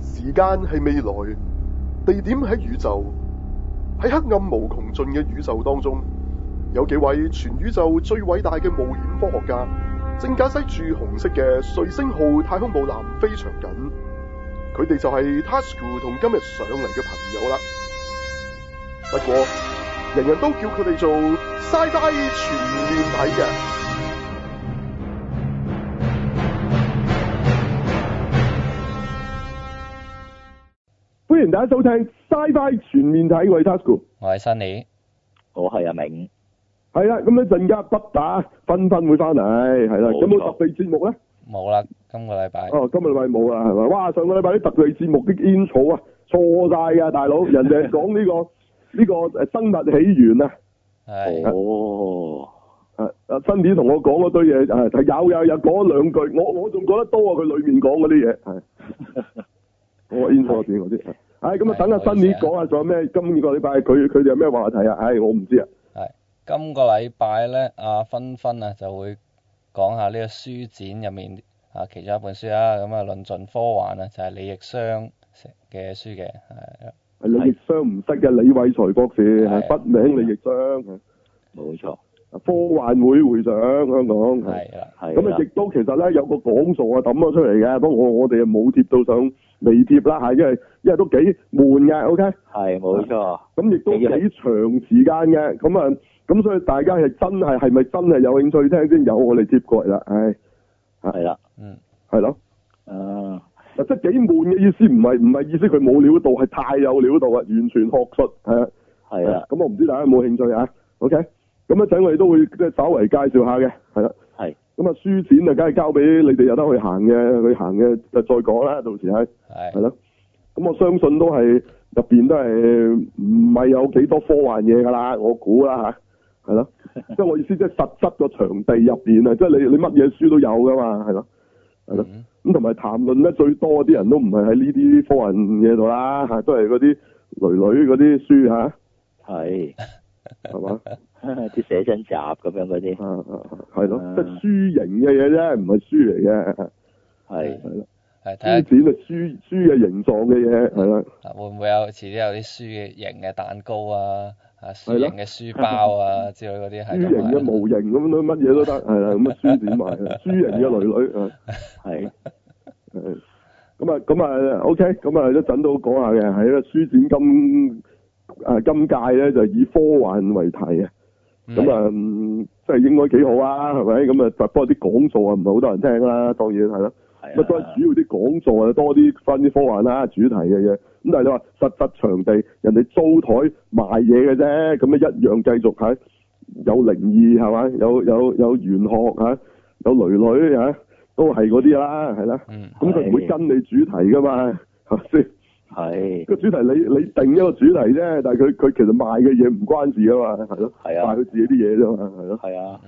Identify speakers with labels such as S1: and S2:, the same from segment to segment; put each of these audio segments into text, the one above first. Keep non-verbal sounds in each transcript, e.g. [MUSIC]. S1: 時間係未來，地點喺宇宙，喺黑暗無窮盡嘅宇宙當中，有幾位全宇宙最偉大嘅冒險科學家，正駕駛住紅色嘅瑞星號太空母艦非常緊。佢哋就係 Tasuku 同今日上嚟嘅朋友啦。不過，人人都叫佢哋做 Sci-Fi 全面睇嘅。
S2: 歡迎大家收聽《Sci-Fi 全面睇》，我係 Tasco。
S3: 我係 Sunny，
S4: 我係阿明，
S2: 係啦，咁一陣間北打紛紛會翻嚟，係啦。
S4: 冇錯
S2: 有冇特備節目咧？
S3: 冇啦，今個禮拜
S2: 哦，今日禮拜冇啦，係咪？哇，上個禮拜啲特備節目啲煙草啊，錯晒㗎，
S3: [LAUGHS]
S2: 大佬。人哋係講呢個呢個誒生物起源啊，
S3: 係
S4: 哦，
S2: 啊啊，新年同我講嗰堆嘢，係係有有有講咗兩句，我我仲覺得多過佢裡面講嗰啲嘢，係。
S3: [LAUGHS]
S2: 我煙草入邊嗰啲，係唉咁啊，
S3: 係
S2: 等阿
S3: 唔好意
S2: 新
S3: 思啊
S2: 年講下仲有咩？今個禮拜佢佢哋有咩話題啊？唉，我唔知啊。
S3: 係。今個禮拜咧，阿芬芬啊就會講下呢個書展入面啊其中一本書啦，咁啊論盡科幻啊，就係李易商嘅書嘅，係啊
S2: 李易商唔識嘅李偉才博士，
S3: 係
S2: 係筆名李易商，
S4: 冇錯，
S2: 科幻會會長香港。
S3: 係啦，
S4: 係
S2: 咁
S4: 啦
S2: 啊，亦都其實咧有個講座啊抌咗出嚟嘅，不過我我哋啊冇貼到上微貼啦嚇，因為因為都幾悶嘅，OK，
S4: 係冇錯，
S2: 咁亦都幾
S4: 幾日
S2: 長時間嘅，咁啊咁所以大家係真係係咪真係有興趣聽先有我哋貼過嚟啦，唉，
S4: 係啦，
S3: 嗯
S2: 係咯，
S4: 啊，
S2: 嗱即係幾悶嘅意思，唔係唔係意思佢冇料到，係太有料到啊，完全學術係啊。
S4: 係啦，
S2: 咁我唔知大家有冇興趣啊？OK，咁一啊陣我哋都會即係稍為介紹下嘅，係啦。
S4: 係
S2: 咁啊，書展啊，梗係交俾你哋有得去行嘅，去行嘅就再講啦。到時係係
S3: 嗯係
S2: 咯。咁我相信都係入邊都係唔係有幾多科幻嘢㗎啦，我估啦嚇，係咯。即係我意思，即係實質個場地入邊啊，即係你你乜嘢書都有㗎嘛，係咯，係咯。
S3: 嗯
S2: 咁同埋談論咧最多啲人都唔係喺呢啲科幻嘢度啦，嚇都係嗰啲女女嗰啲書嚇，
S4: 係， [LAUGHS]
S2: 係嘛？
S4: 啲寫真集咁樣嗰啲，
S2: 啊啊啊，係咯，
S4: 啊
S2: 即係書型嘅嘢啫，唔係書嚟嘅，
S4: 係，
S2: 係咯，
S3: 係
S2: 書
S3: 睇
S2: 展係書書嘅形狀嘅嘢，係啦，
S3: 下會唔會有遲啲有啲書嘅型嘅蛋糕啊，啊書
S2: 係咯
S3: 型嘅書包啊之類嗰啲係
S2: 書型嘅模型咁樣乜嘢都得，係啦，咁啊書展埋，
S3: [LAUGHS]
S2: 書型嘅女女，啊
S4: 係，
S2: 係咁啊咁啊，OK，咁啊一陣都講下嘅，係啦，書展今啊今屆咧就以科幻為題嘅，咁啊嗯即係應該幾好啊，係咪？咁啊，不過啲講座啊唔係好多人聽啦，當然係啦。
S4: 係
S2: 咪都係
S4: 啊，
S2: 主要啲講座啊，多啲翻啲科幻啦、主題嘅嘢。咁但係你話實質場地，人哋租台賣嘢嘅啫，咁啊一樣繼續喺有靈異係嘛，有有有玄學嚇，有女女嚇，都係嗰啲啦，係啦。
S3: 嗯
S2: 咁佢唔會跟你主題噶嘛，係咪先？
S4: 係，
S2: 個主題你你定一個主題啫，但係佢佢其實賣嘅嘢唔關事啊嘛，係咯，
S4: 係啊
S2: 賣佢自己啲嘢啫嘛，係咯。
S4: 係啊，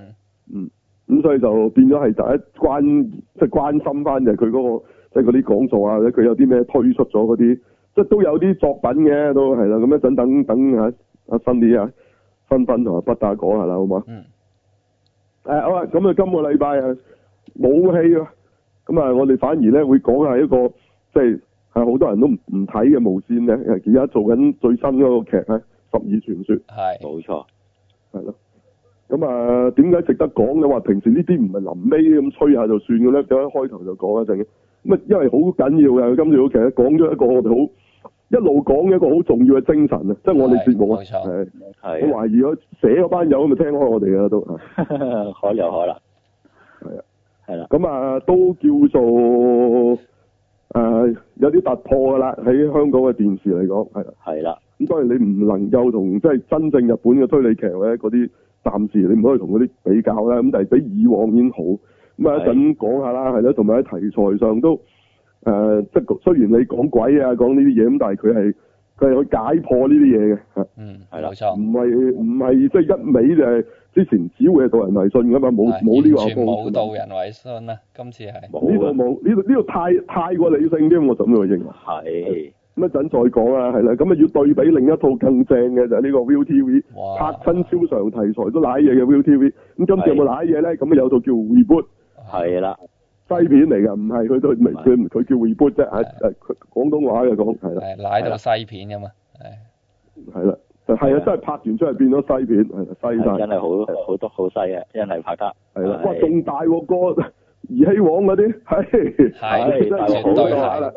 S2: 嗯，咁所以就變咗係大家關即係關心翻就係佢嗰個即係嗰啲講座啊，或者佢有啲咩推出咗嗰啲，即係都有啲作品嘅都係啦。咁一陣等等下阿新啲啊，芬芬同埋北打講下啦，好嘛？
S3: 嗯
S2: 誒、好啊，咁啊，今個禮拜啊冇戲啊，咁啊，我哋反而咧會講下一個即係係好多人都唔唔睇嘅無線咧，而家做緊最新嗰個劇咧《十二傳說》。
S3: 係
S4: 冇錯，
S2: 係咯。咁啊，點解值得講嘅話？平時呢啲唔係臨尾咁吹下就算嘅咧，點解開頭就講一陣嘅？咁啊，因為好緊要嘅，今次其實講咗一個我哋好一路講嘅一個好重要嘅精神啊，即係我哋節目啊，
S3: 係冇錯
S2: 係
S4: 係 [LAUGHS]
S2: 我懷疑我寫嗰班友咪聽開我哋嘅都啊
S4: 啊，可有可能，
S2: 係啊，
S4: 係啦，
S2: 咁啊都叫做誒、呃有啲突破㗎啦，喺香港嘅電視嚟講係啦。
S4: 係啦，
S2: 咁當然你唔能夠同即係真正日本嘅推理劇咧嗰啲，暫時你唔可以同嗰啲比較啦。咁但係比以往已經好。咁啊一陣講下啦，係啦，同埋喺題材上都誒、呃即係雖然你講鬼啊，講呢啲嘢，咁但係佢係佢係去解破呢啲嘢嘅，嚇
S3: 嗯
S4: 係啦
S3: 冇錯，
S2: 唔係唔係即係一味就係之前只會係導人迷信噶嘛，冇
S3: 係
S2: 冇呢個
S3: 完全冇
S2: 方
S3: 導
S2: 法
S3: 人為信啦，今次係
S2: 呢度
S4: 冇
S2: 冇呢度呢度太太過理性添，我咁樣認為。
S4: 啊，係，
S2: 咁一陣再講啦，係啦，咁啊要對比另一套更正嘅就係呢個 ViuTV
S3: 哇
S2: 拍親超常題材都賴嘢嘅 ViuTV，咁今次有冇賴嘢咧？咁有套叫 Reboot，
S4: 係啦，
S2: 西片嚟㗎，唔係佢都明
S4: 係
S2: 佢佢叫 reboot 啫，係係佢廣東話嘅講係啦
S3: 係奶到西片咁嘛，係
S2: 係啦，就係啊，真係拍完出嚟變咗西片，係啦西
S4: 係
S2: 晒
S4: 真。係好好多好犀啊！真係拍得
S2: 系啦，哇，
S4: 係
S2: 仲大鑊過兒戲王嗰啲，係
S3: 係
S2: 真係
S4: 大鑊好
S2: 好
S4: 多
S2: 啦，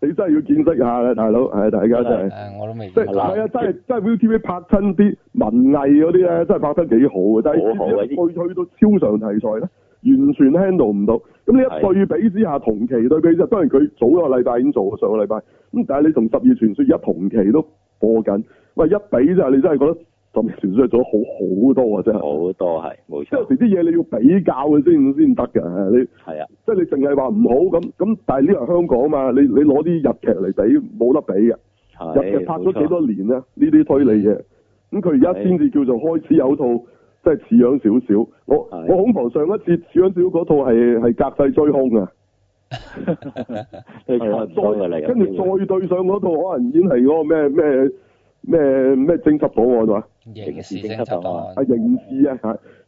S2: 你真係要見識下啦，大佬，係大家真係，
S3: 唉，我都未
S2: 即
S3: 見
S2: 係
S3: 過。
S2: 係啊，真係真係 ViuTV 拍親啲文藝嗰啲咧，真係拍得幾好嘅，但係
S4: 好好啊
S2: 呢啲去去到超常題材咧，完全 handle 唔到。咁你一對比之下，同期對比之下，當然佢早一個禮拜已經做，上個禮拜咁，但係你同《十二傳說》而家同期都播緊，喂，一比之下，你真係覺得《十二傳說》做得好好多啊，真係。
S4: 好多係冇
S2: 即係有
S4: 錯，
S2: 時啲嘢你要比較嘅先先得嘅，你
S4: 係啊，
S2: 即係你淨係話唔好咁咁，但係呢個係香港嘛，你你攞啲日劇嚟比冇得比嘅，
S4: 係
S2: 日劇拍
S4: 哎冇
S2: 咗
S4: 錯
S2: 幾多年咧？呢啲推理嘢，咁佢而家先至叫做開始有套即係似樣少少。我
S4: 係
S2: 我恐防上一次似樣少少嗰套係係隔世追兇啊，
S4: [LAUGHS] 都差唔多㗎啦，
S2: 再
S4: 有
S2: 跟住
S4: 機會
S2: 再對上嗰套可能已經係嗰個咩咩咩咩偵緝檔案話
S3: 刑事偵緝檔案
S2: 啊，刑事啊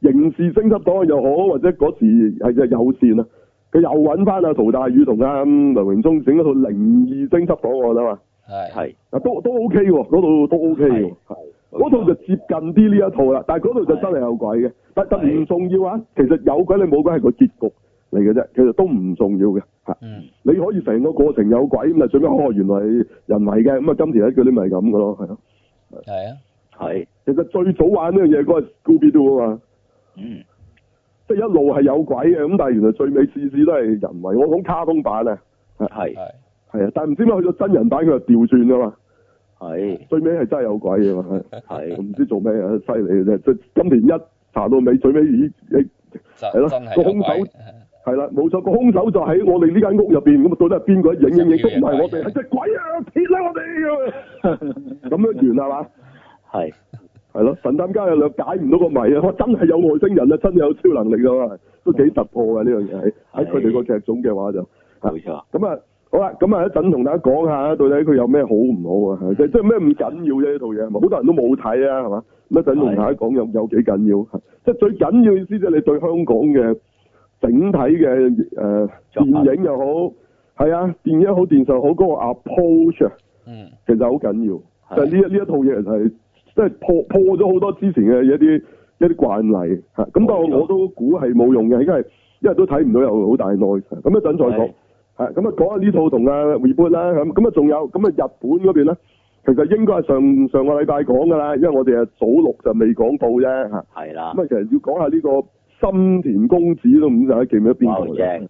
S2: 係刑事偵緝檔案又好，或者嗰時係隻有線啊，佢又揾翻阿陶大宇同阿嗯梁榮忠整一套靈異偵緝檔案啊嘛。
S3: 係
S4: 係
S2: 啊，都都 OK 喎，嗰度都 OK 喎
S4: 係，
S2: 嗰套就接近啲呢一套啦，但係嗰套就真係有鬼嘅，但但唔
S4: 係
S2: 重要啊。其實有鬼你冇鬼係個結局嚟嘅啫，其實都唔重要嘅嚇。
S3: 嗯
S2: 你可以成個過程有鬼咁啊，最尾哦原來係人為嘅，咁啊金田一嗰啲咪係咁嘅咯，係咯。嗯
S3: 係啊，
S4: 係
S2: 其實最早玩呢樣嘢嗰個 Scooby Doo 啊嘛，
S4: 嗯
S2: 即係一路係有鬼嘅，咁但係原來最尾次次都係人為。我講卡通版啊，
S4: 係
S3: 係
S2: 係啊，但係唔知點解去到真人版佢就調轉啊㗎嘛，
S4: 係
S2: 最尾係真係有鬼嘅嘛。係
S4: 係
S2: 我唔知做咩啊，犀利嘅啫！即係今年一查到尾，最尾咦咦
S3: 真
S2: 係咯
S3: 真係
S2: 個
S3: 有
S2: 兇手
S3: 鬼， [LAUGHS]
S2: 係啦，冇錯，個兇手就喺我哋呢間屋入邊，咁到底係邊個影影影都唔係我哋，係隻鬼啊！撇啦我哋咁樣咁樣完係嘛？
S4: 係
S2: 係咯，神探加有略解唔到個謎啊！我真係有外星人啊，真係有超能力㗎嘛，都幾突破嘅呢樣嘢喺喺佢哋個劇種嘅話就。
S4: 冇錯，
S2: 咁啊，好啦，咁啊一陣同大家講下到底佢有咩好唔好啊？即即係咩唔緊要啫？呢套嘢係咪好多人都冇睇啊，係嘛？咁一陣同大家講有有幾緊要，即係最緊要意思即係你對香港嘅整體嘅誒、呃、
S4: 作品
S2: 電影又好，係啊，電影好電視又好嗰、個 approach 啊
S3: 嗯
S2: 其實好緊要，
S4: 係
S2: 就係呢一呢一套嘢其實係即係破破咗好多之前嘅一啲一啲慣例嚇，咁但
S4: 冇
S2: 係
S4: 錯
S2: 我都估係冇用嘅，因為因為都睇唔到有好大內咁一陣再講
S4: 係
S2: 嚇，咁啊講下呢套同啊 reboot 啦咁，咁啊仲有咁啊日本嗰邊咧，其實應該係上上個禮拜講㗎啦，因為我哋啊早六就未講到啫嚇，
S4: 係啦
S2: 咁，啊其實要講下呢個深田公子都唔知大家記唔記得邊
S4: 哇
S2: 個
S4: 好
S2: 嚟
S4: 正，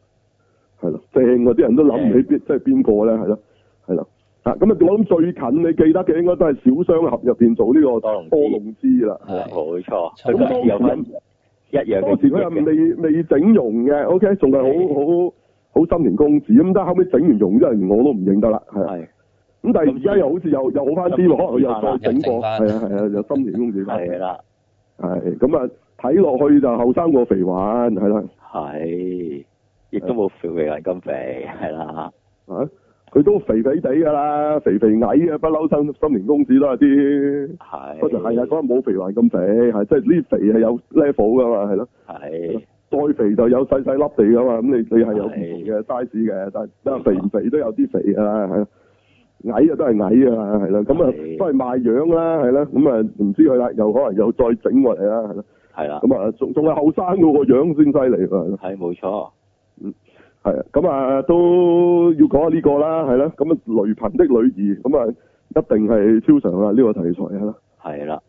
S2: 係咯，正嗰啲人都諗唔起邊即係邊個咧，係咯，係咯，嚇咁啊！我諗最近你記得嘅應該都係小雙俠入邊做呢個
S4: 多龍之
S2: 多龍之啦。
S3: 係
S4: 冇錯，
S3: 咁
S4: 佢有
S2: 當
S4: 分
S2: 時
S4: 一樣
S2: 當啊時佢
S4: 嘅
S2: 又未未整容嘅，OK，仲係好好好心田公子咁，但係後尾整完容真係我都唔認得啦，係啊。
S4: 係
S2: 咁但係而家又好似又又好翻啲喎，可能佢又再整過，
S3: 又整返
S2: 係啊係啊，又心田公子翻，
S4: 係啦
S2: 係咁啊！睇落去就後生過肥環，係啦，
S4: 係，亦都冇肥肥人咁肥係啦，
S2: 啊，佢都肥肥地㗎啦，肥肥矮嘅，不嬲心心田公子都係啲。
S4: 係
S2: 嗰陣係啊，嗰陣冇肥環咁肥，係即係呢肥係有 level 噶嘛，係咯。
S4: 係
S2: 再肥就有細細粒地噶嘛，咁你你係有唔同嘅
S4: 係
S2: size 嘅，但係但係肥唔肥都有啲肥㗎啦，係咯。矮啊都係矮㗎啦，係啦，咁啊
S4: 係
S2: 都係賣樣啦，係啦，咁啊唔知佢啦，又可能又再整過嚟啦，係啦，
S4: 係啦，
S2: 咁啊仲仲係後生嗰個樣先犀利喎，係咯
S4: 係冇錯，
S2: 係啊，咁啊都要講下呢個啦，係啦，咁啊雷朋的女兒，咁啊一定係超常啦，呢個題材啊係啦。
S4: 係啦，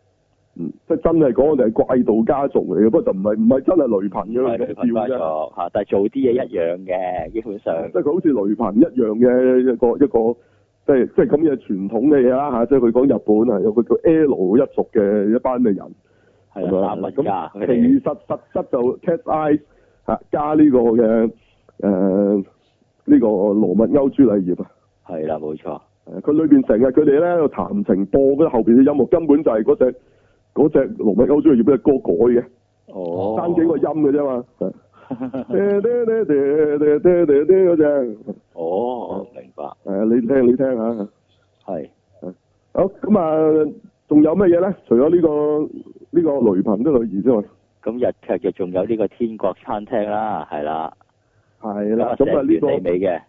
S2: 嗯，即係真係講我哋係怪盜家族嚟嘅，不過就唔係唔係真係雷朋
S4: 係
S2: 嘅
S4: 佢
S2: 咁
S4: 分
S2: 笑
S4: 家
S2: 啫，
S4: 族嚇，但係做啲嘢一樣嘅，基本上
S2: 即係佢好似雷朋一樣嘅一個一個，即係即係咁嘅傳統嘅嘢啦嚇，即係佢講日本啊，有個叫 L 一族嘅一班嘅人
S4: 係啦，三
S2: 咁
S4: 文
S2: 樣
S4: 家
S2: 咁
S4: 佢
S2: 其
S4: 哋
S2: 實實質就 Cat Eye 嚇加呢個嘅誒呢個羅密歐朱麗葉啊。
S4: 係啦，冇錯，
S2: 誒佢裏邊成日佢哋咧喺度談情播嗰啲後邊嘅音樂，根本就係嗰隻嗰隻羅密歐朱麗葉嘅歌改嘅。
S4: 哦，
S2: 爭幾個音嘅啫 [LAUGHS] 嘛。嗲嗲嗲嗲嗲嗲嗲嗰只，
S4: 哦，明白，
S2: 誒你聽你聽下。
S4: 係
S2: 好咁啊，仲有乜嘢咧？除咗呢個呢個雷朋的女兒之外，
S4: 咁日劇就仲有呢個天國餐廳啦，係啦，
S2: 係啦，咁啊呢個
S4: 成段你嘅，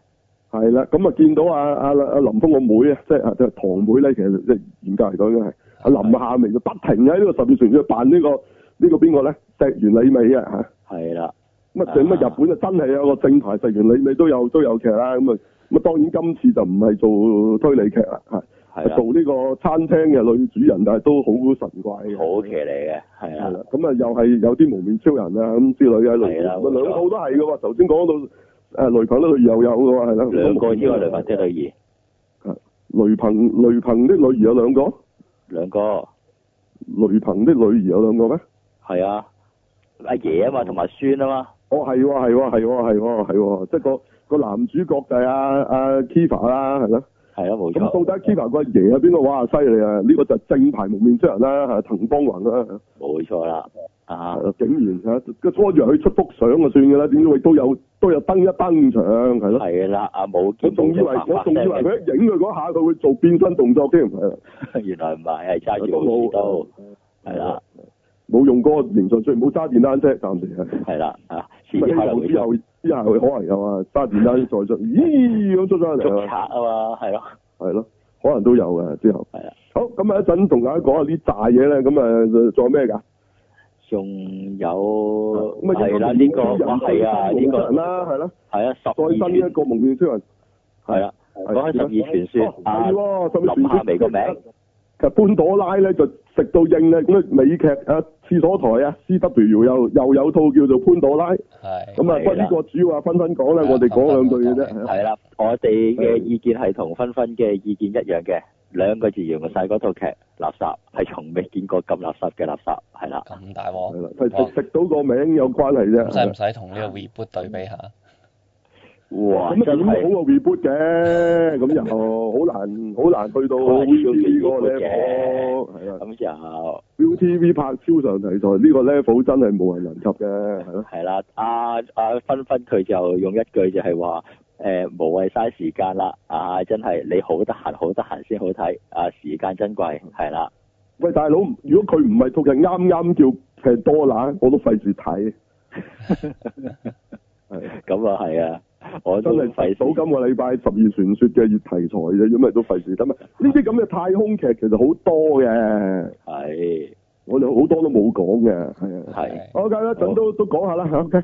S2: 係啦，咁啊見到阿阿阿林峰個妹啊，即係即係堂妹咧，其實即係嚴格嚟講應該係阿林夏薇就不停喺呢個十月船要扮呢個呢個邊個咧？石原里美啊嚇。
S4: 係啦，
S2: 咁啊，整乜日本啊真係有個正牌食完你你都有都有劇啦，咁啊咁啊當然今次就唔係做推理劇啦，係
S4: 係啦，啊
S2: 做呢個餐廳嘅女主人，但係都好神怪嘅。
S4: 好啊騎嚟嘅，係
S2: 係啦
S4: 啦，，
S2: 咁啊又係有啲無面超人啊咁之類嘅類
S4: 係啦
S2: 似，
S4: 冇錯
S2: 兩套都係嘅喎。頭先講到誒雷朋咧，佢又有嘅喎，係啦。啊
S4: 兩個之外，雷朋即係女兒，
S2: 雷朋雷朋的女兒有兩個，
S4: 兩個
S2: 雷朋的女兒有兩個咩？
S4: 係啊，阿爺啊嘛，同埋孫啊嘛，
S2: 哦，係喎，係喎，係喎，係喎，係喎，即係個個男主角就係阿阿 Kiva 啦，係啦。
S4: 係啦，冇
S2: 咁到
S4: 錯，
S2: 底啊 Kiva 個爺係邊個？哇，犀利啊！呢、個就正牌蒙面超人啦，嚇滕邦雲啦，
S4: 冇錯啦，啊
S2: 係，咯竟然嚇個初以為佢出幅相就算㗎啦，點解會都有都有登一登場係咯？
S4: 係啦，阿武
S2: 我
S4: 見
S2: 仲以為我仲以為佢一影佢嗰下佢會做變身動作添，係啦，
S4: [LAUGHS] 原來唔係，係揸
S2: 都
S4: 住武士
S2: 冇哦
S4: 刀，係啦，
S2: 冇用嗰個形象，雖然冇揸電單車，暫時係。
S4: 係啦，啊，先
S2: 咁
S4: 至
S2: 希
S4: 可能
S2: 望
S4: 會
S2: 之
S4: 捉
S2: 後之後可能有啊揸電單車再出，咦咁出咗嚟
S4: 捉賊
S2: 啊！
S4: 啊嘛，係咯，
S2: 係咯，可能都有嘅之後。
S4: 係啊。
S2: 好，咁啊一陣同大家講下呢扎嘢咧，咁啊仲有咩㗎？
S4: 仲
S2: 咁啊，
S4: 有
S2: 應該
S4: 呃係啦，呢個
S2: 蒙面
S4: 哇係啊，呢
S2: 超
S4: 個
S2: 人啦，係啦，
S4: 係啊，十二
S2: 再新一
S4: 傳
S2: 個蒙面超人，
S4: 係啦，講緊十二傳說
S2: 哦
S4: 啊
S2: 係，喎，甚至
S4: 林夏薇個名
S2: 其實啊潘朵拉咧就食到應咧，咁啊美劇啊廁所台啊 C.W. 又又有套叫做潘朵拉，咁啊
S3: 係
S2: 不過呢個主要啊分分講啦，
S3: 係
S2: 我哋講兩句嘅啫，
S3: 分分
S2: 係啊
S4: 係啦，我哋嘅意見係同芬芬嘅意見一樣嘅，兩個字形容晒嗰套劇垃圾，係從未見過咁垃圾嘅垃圾，係啦，
S3: 咁大
S2: 係
S4: 哦
S3: 鑊，
S2: 啦，係食食到個名有關係嗯啫。
S3: 咁
S2: 係
S3: 使
S2: 啦
S3: 唔使同呢個 reboot 對比下？
S4: 哇，
S2: 咁啊
S4: 真
S2: 點好
S4: 係
S2: 過 reboot 嘅，咁又好難好難去到
S4: 好難超越
S2: VTV 嗰個
S4: reboot 嘅
S2: level，係啦。
S4: 咁就
S2: ViuTV 拍超常題材呢個 level 真係無人能及嘅，係咯。
S4: 係啦，啊阿阿芬芬佢就用一句就係話。誒、無謂嘥時間啦！啊，真係你好得閒，好得閒先好睇啊！時間珍貴，係啦，
S2: 喂，大佬，如果佢唔係套劇啱啱叫劇多啦，我都費事睇。係
S4: 咁啊係啊，我
S2: 真
S4: 都
S2: 係
S4: 費
S2: 費
S4: 事
S2: 到今個禮拜十二傳說嘅熱題材啫，咁咪都費事得嘛。呢啲咁嘅太空劇其實好多嘅，
S4: 係
S2: 我哋好多都冇講嘅，係啊。
S4: 係
S2: 好，咁一陣
S4: 好
S2: 都都講下啦嚇，OK。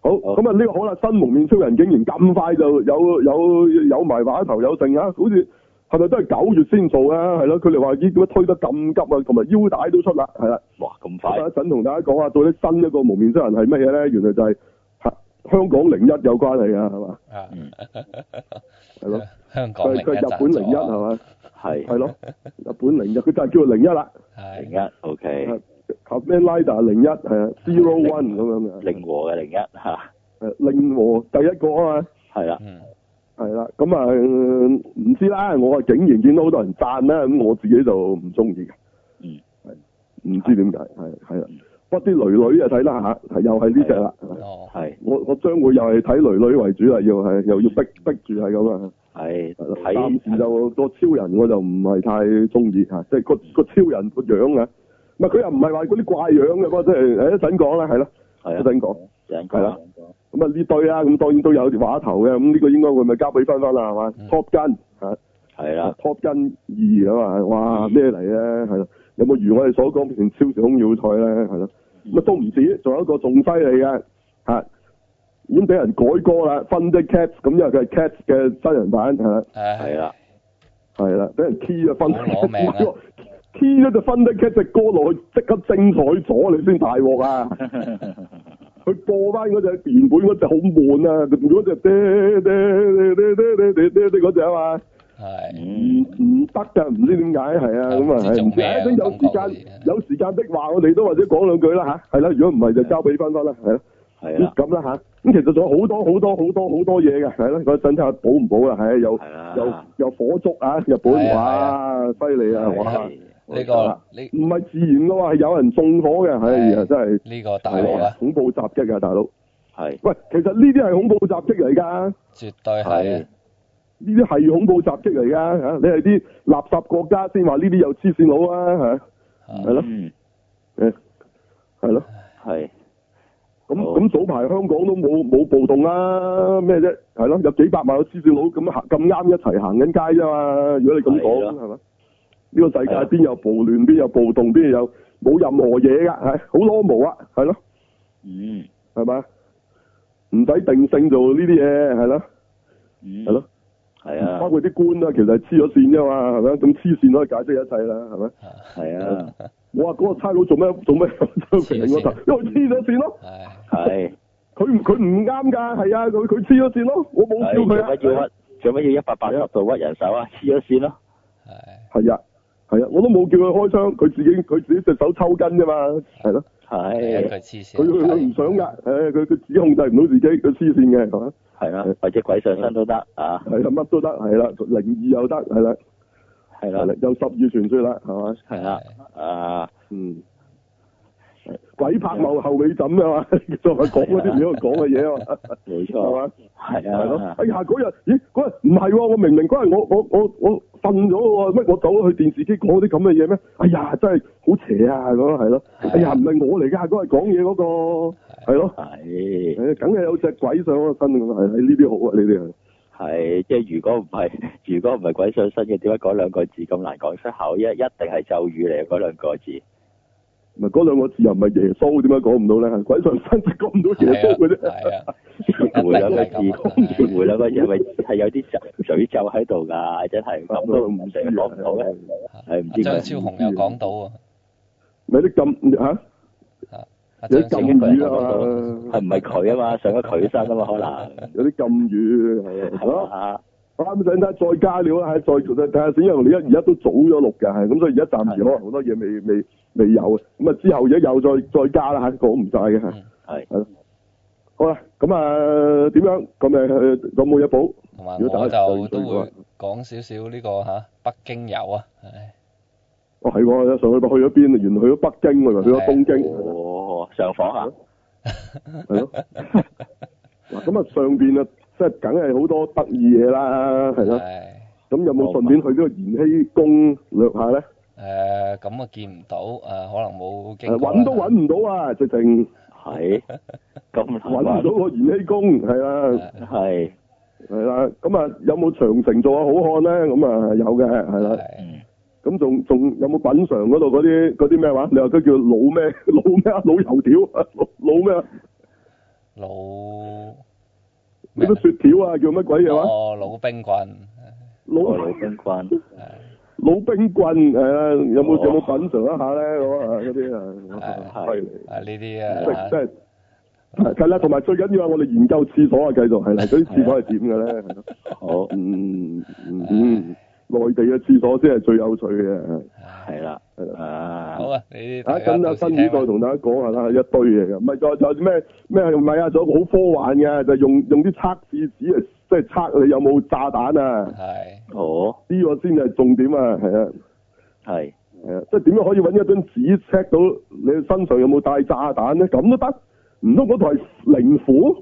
S2: 好，
S4: 好
S2: 咁啊呢個好啦，新蒙面超人竟然咁快就有有有埋畫頭有剩啊，好似係咪都係九月先做啊？係咯，佢哋話咦點解推得咁急啊？同埋腰帶都出啦，係啦。
S4: 哇咁快
S2: 咁啊一陣同大家講下到底新一個蒙面超人係乜嘢咧？原來就係嚇香港零一有關係啊，係嘛？
S3: 啊，
S2: 係咯，
S3: [LAUGHS] 香港
S2: 佢
S3: 零
S2: 佢
S3: 一
S2: 日本零一啊係嘛？
S4: 係
S2: 係 [LAUGHS] 咯，日本零一，佢就係叫零一啦。
S4: 零
S3: 係
S4: 一，OK，
S2: 咩 Rider 零一係啊，Zero One 咁樣嘅，
S4: 令和嘅零一嚇，
S2: 誒令和第一個啊嘛。
S4: 係啦，
S3: 嗯
S2: 係啦，咁啊嗯唔知啦，我啊竟然見到好多人讚啦，咁我自己就唔中意嘅，
S4: 嗯，
S2: 唔知點解，係係啦，不過啲女女啊睇啦下，係又係呢只啦，
S3: 哦
S4: 係啊
S2: 我我將會又係睇女女為主啦，要係又要逼逼住係咁啊，
S4: 係
S2: 係啦
S4: 嗯睇
S2: 暫時就個超人我就唔係太中意嚇，即係個
S4: 嗯
S2: 個超人個樣啊，唔係佢又唔係話嗰啲怪樣嘅，不過即係誒一陣講啦，係啦，
S4: 係
S2: 一
S4: 啊，
S2: 陣講。係
S4: 陣講
S2: 啦咁啊呢堆啦，咁當然都有畫頭嘅，咁呢個應該會咪交俾芬芬啦，係嘛
S3: 嗯
S2: ？Top Gun 嚇。
S4: 係啦，
S2: 啊 Top Gun 二啊嘛，
S3: 嗯
S2: 哇咩嚟咧？係咯，有冇如我哋所講變成超時空要塞咧？係咯，
S3: 嗯
S2: 咁啊都唔止，仲有一個仲犀利嘅嚇，已經俾人改歌啦，分的 Cats，咁因為佢係 Cats 嘅真人版係啦，啊
S4: 係
S3: 唉，
S4: 啦，
S2: 係啦，俾人 key 咗分的
S3: 好
S2: [LAUGHS]
S3: 攞命啊
S2: Cats key 咗隻分的 Cats 隻歌落去，即刻精彩咗你先大鑊
S3: [LAUGHS]
S2: 啊！佢播翻嗰隻原本嗰隻好悶啊，嗰隻爹爹爹爹爹爹嗰隻啊嘛。
S3: 係
S2: 唔
S4: 嗯，
S2: 唔得㗎，唔知點解係啊，咁啊
S3: 唔知
S2: 係
S3: 做
S2: 唔
S3: 咩啊
S2: 知有
S3: 咁講
S2: 時
S3: 嗰啲
S2: 間有時間的話，我哋都或者講兩句啦吓，係啦，如果唔係就交俾芬芬啦，係啦，
S4: 係啦，
S2: 咁啦吓，咁其實仲有好多好多好多好多嘢嘅，係啦，嗰陣睇下補唔補啦，係啊，有
S4: 係啦，
S2: 有有火燭啊，日本
S3: 係
S2: 哇
S3: 啊，
S2: 犀利啊，
S4: 係
S2: 哇
S4: 啊，
S2: 好
S3: 呢
S2: 啦
S3: 個呢
S2: 唔係自然嘅喎，係有人縱火嘅，唉，
S3: 係
S2: 真係
S3: 呢個大鑊啦，
S2: 恐怖襲擊啊，大佬，
S4: 係
S2: 喂，其實呢啲係恐怖襲擊嚟㗎。
S3: 絕對係
S4: 係
S3: 啊
S2: 呢啲係恐怖襲擊嚟㗎嚇，你係啲垃圾國家先話呢啲有黐線佬
S4: Ừ.
S2: 啊嚇，係
S3: 啊
S2: 咯
S4: 嗯
S2: 誒係咯，
S4: 係
S2: 咁
S4: 好
S2: 咁早排香港都冇冇暴動啦，咩啫？係咯，有幾百萬個黐線佬咁行咁啱一齊行緊街啫嘛。如果你咁
S4: 係啊
S2: 講
S4: 咯
S2: 係咪？呢個世界
S4: 係啊
S2: 邊有暴亂，邊有暴動，邊有冇任何嘢㗎？係好 normal 啊，係咯，
S4: 嗯，
S2: 係咪？唔使定性做呢啲嘢，係咯，
S4: 系
S2: 係咯，。
S4: 系啊
S2: 包，括啲官啦，其實係黐咗線啫嘛，係咪？咁黐線可以解釋一切啦，係咪？
S4: 系啊，
S2: 我話嗰個差佬做咩做咩張平嗰頭，因為黐咗線咯，
S3: 係
S4: 系。
S2: 佢唔佢唔啱㗎，係啊，佢佢黐咗線咯，我冇
S4: 唉
S2: 笑
S4: 做
S2: 佢
S4: 乜
S2: 啊，
S4: 要屈？做乜要一百八十度屈人手啊？黐咗線咯，
S3: 係
S2: 係啊係啊，我都冇叫佢開槍，佢自己佢自己隻手抽筋啫嘛，係咯，
S3: 係一
S4: 係
S3: 句黐線。
S2: 佢佢佢唔想㗎，誒佢佢自己控制唔到自己，佢黐線嘅係嘛，
S4: 係啦，或者鬼上身都得啊，
S2: 係啦乜都得係啦，靈異又得係啦，
S4: 係
S2: 係
S4: 啦
S2: 啦，有十二傳說啦係嘛，
S4: 係啦，啊，
S2: 嗯。鬼拍某後尾枕啊嘛， [LAUGHS] 再講嗰啲唔應該講嘅嘢啊嘛，係
S4: 冇錯，
S2: 嘛？
S4: 係
S2: 係
S4: 啊
S2: 咯，，哎呀嗰日，咦嗰日唔係喎，我明明嗰日我我我我瞓咗喎，乜我走咗去電視機講啲咁嘅嘢咩？哎呀真係好邪啊咁啊係咯，哎呀唔係我嚟㗎，嗰日講嘢嗰個係咯，
S4: 係
S2: 誒梗係有隻鬼上我身咁啊，係係呢啲好啊呢啲係
S4: 係，即係如果唔 [LAUGHS] 係，如果唔係鬼上身嘅，點解嗰兩個字咁難講出口？一一定係咒語嚟嘅嗰兩個字，
S2: 唔係嗰兩個字又唔係耶穌，點解講唔到咧？鬼上身就講唔到耶穌嘅啫，
S3: 係啊，
S4: 每兩個字
S3: 一定係咁，
S4: 每兩個字係咪係有啲咒詛咒喺度㗎？真係咁都唔成講唔到咧，係唔知
S3: 啊張
S4: 佢
S3: 超雄又講到啊，
S2: 咪啲禁嚇
S3: 阿
S2: 有啊啲
S3: 張超
S4: 正
S2: 禁
S3: 雄
S2: 語
S4: 經
S2: 啊
S4: 佢係
S2: 嘛
S4: 係，唔係佢啊嘛？上咗佢身啊嘛，可能
S2: 有啲禁語係啊。好
S4: 係嘛？
S2: 啱想睇再加料啦，係再睇下先，因為你而家都早咗錄㗎，係咁，所以而家暫時可能好多嘢未未未有嘅，咁啊之後而家又再再加啦嚇，講唔晒嘅係
S3: 嗯
S4: 係
S2: 係咯。好啦，咁啊點樣？咁咪呃有冇嘢補？
S3: 同埋
S2: 如果大
S3: 我
S2: 家有
S3: 就
S2: 興趣
S3: 都
S2: 嘅話
S3: 會講少少呢個嚇北京遊啊，唉
S2: 哦係喎，上個禮拜去咗邊？原來去咗北京喎，原來去咗東京，
S4: 哦，上房啊，
S2: 係咯。嗱咁啊上邊啊，即係梗係好多得意嘢啦，係咯。
S3: 係。
S2: 咁有冇順便去呢個延禧宮略下咧？
S3: 誒咁啊見唔到誒，可能冇經
S2: 誒
S3: 過啦
S2: 揾都揾唔到啊，直情
S4: 係咁難
S2: 揾唔到個延禧宮，係啊啦。
S3: 係
S4: 係
S2: 係啦，咁啊有冇長城做下好漢咧？咁啊有嘅，係啦。
S3: 係
S4: 嗯
S2: 咁仲仲有冇品嚐嗰度嗰啲嗰啲咩話？你話佢叫老咩 [LAUGHS] 老咩啊？老油條啊？ [LAUGHS] 老老咩啊？
S3: 老
S2: 你個雪條啊？叫乜鬼嘢話？
S3: 哦老冰棍
S2: 老
S4: 我哦老冰棍
S2: 老冰棍係啊？有冇
S4: 哦
S2: 有冇品嚐一下咧？咁啊嗰啲啊，
S4: 係
S2: 係
S3: 啊呢啲
S2: 即
S3: 啊
S2: 係即係。係啦，同埋最緊要係我哋研究廁所啊，繼續係啦，嗰啲廁所係點嘅咧？係咯
S4: 好
S2: 嗯嗯嗯，內地嘅廁所先係最有趣嘅。係
S4: 係啦
S2: 係
S4: 啊
S3: 好啊呢啲
S2: 啊，
S3: 大家
S2: 咁
S3: 到
S2: 啊，
S3: 時
S2: 新
S3: 聽
S2: 呢再同大家講下啦，一堆嘢嘅，唔係再再咩咩唔係啊，仲有個好科幻嘅，就係用用啲測試紙嚟即係測你有冇炸彈啊，
S3: 係
S4: 好
S2: 呢、個先係重點啊，係啊
S4: 係
S2: 係啊，即係點樣可以揾一張紙 check 到你身上有冇帶炸彈咧？咁都得，唔通嗰台靈符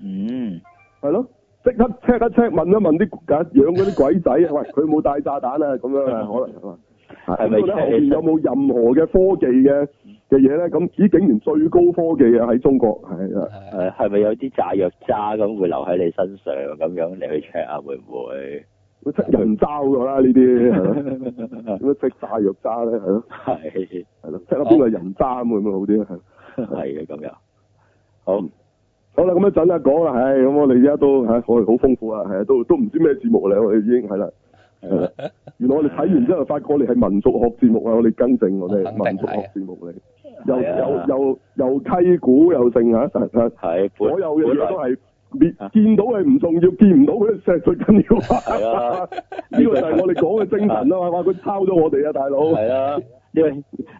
S4: 嗯
S2: 係咯？即刻 check 一 check，問一問啲養嗰啲鬼仔啊，喂，佢有冇帶炸彈啊？咁樣啊，可能係嘛？
S4: 係咪
S2: 咁咧後面有冇任何嘅科技嘅嘅嘢咧？咁咦，竟然最高科技啊喺中國係啊！
S3: 係
S4: 誒呃係咪有啲炸藥渣咁會留喺你身上咁樣你去 check 啊會唔會
S3: 啊
S2: 佢出人渣咗啦呢啲係咯，點解識炸藥渣咧係咯
S4: 係
S2: 係咯，識下邊個係人渣咁會唔會好啲啊係嗯
S4: 係嘅啊咁樣好
S2: 好啦，咁一陣啦講啦，唉，咁我哋而家都嚇我哋好豐富啊，係啊，都都唔知咩節目嚟，我哋已經係啦。係啦原來我哋睇完之後，發覺我哋係民族學節目啊！我哋更正我哋
S3: 肯
S2: 係
S3: 定係啊
S2: 民族學節目嚟，又
S4: 係啊
S2: 又又又溪鼓又剩嚇，但係
S4: 係本
S2: 所有嘅嘢都
S4: 本來
S2: 係見
S4: 啊
S2: 見到係唔重要，見唔到佢就最緊要。
S4: 係啊
S2: [LAUGHS] 呢個就係我哋講嘅精神啊嘛！哇，佢抄咗我哋啊，大佬。
S4: 係啦，因為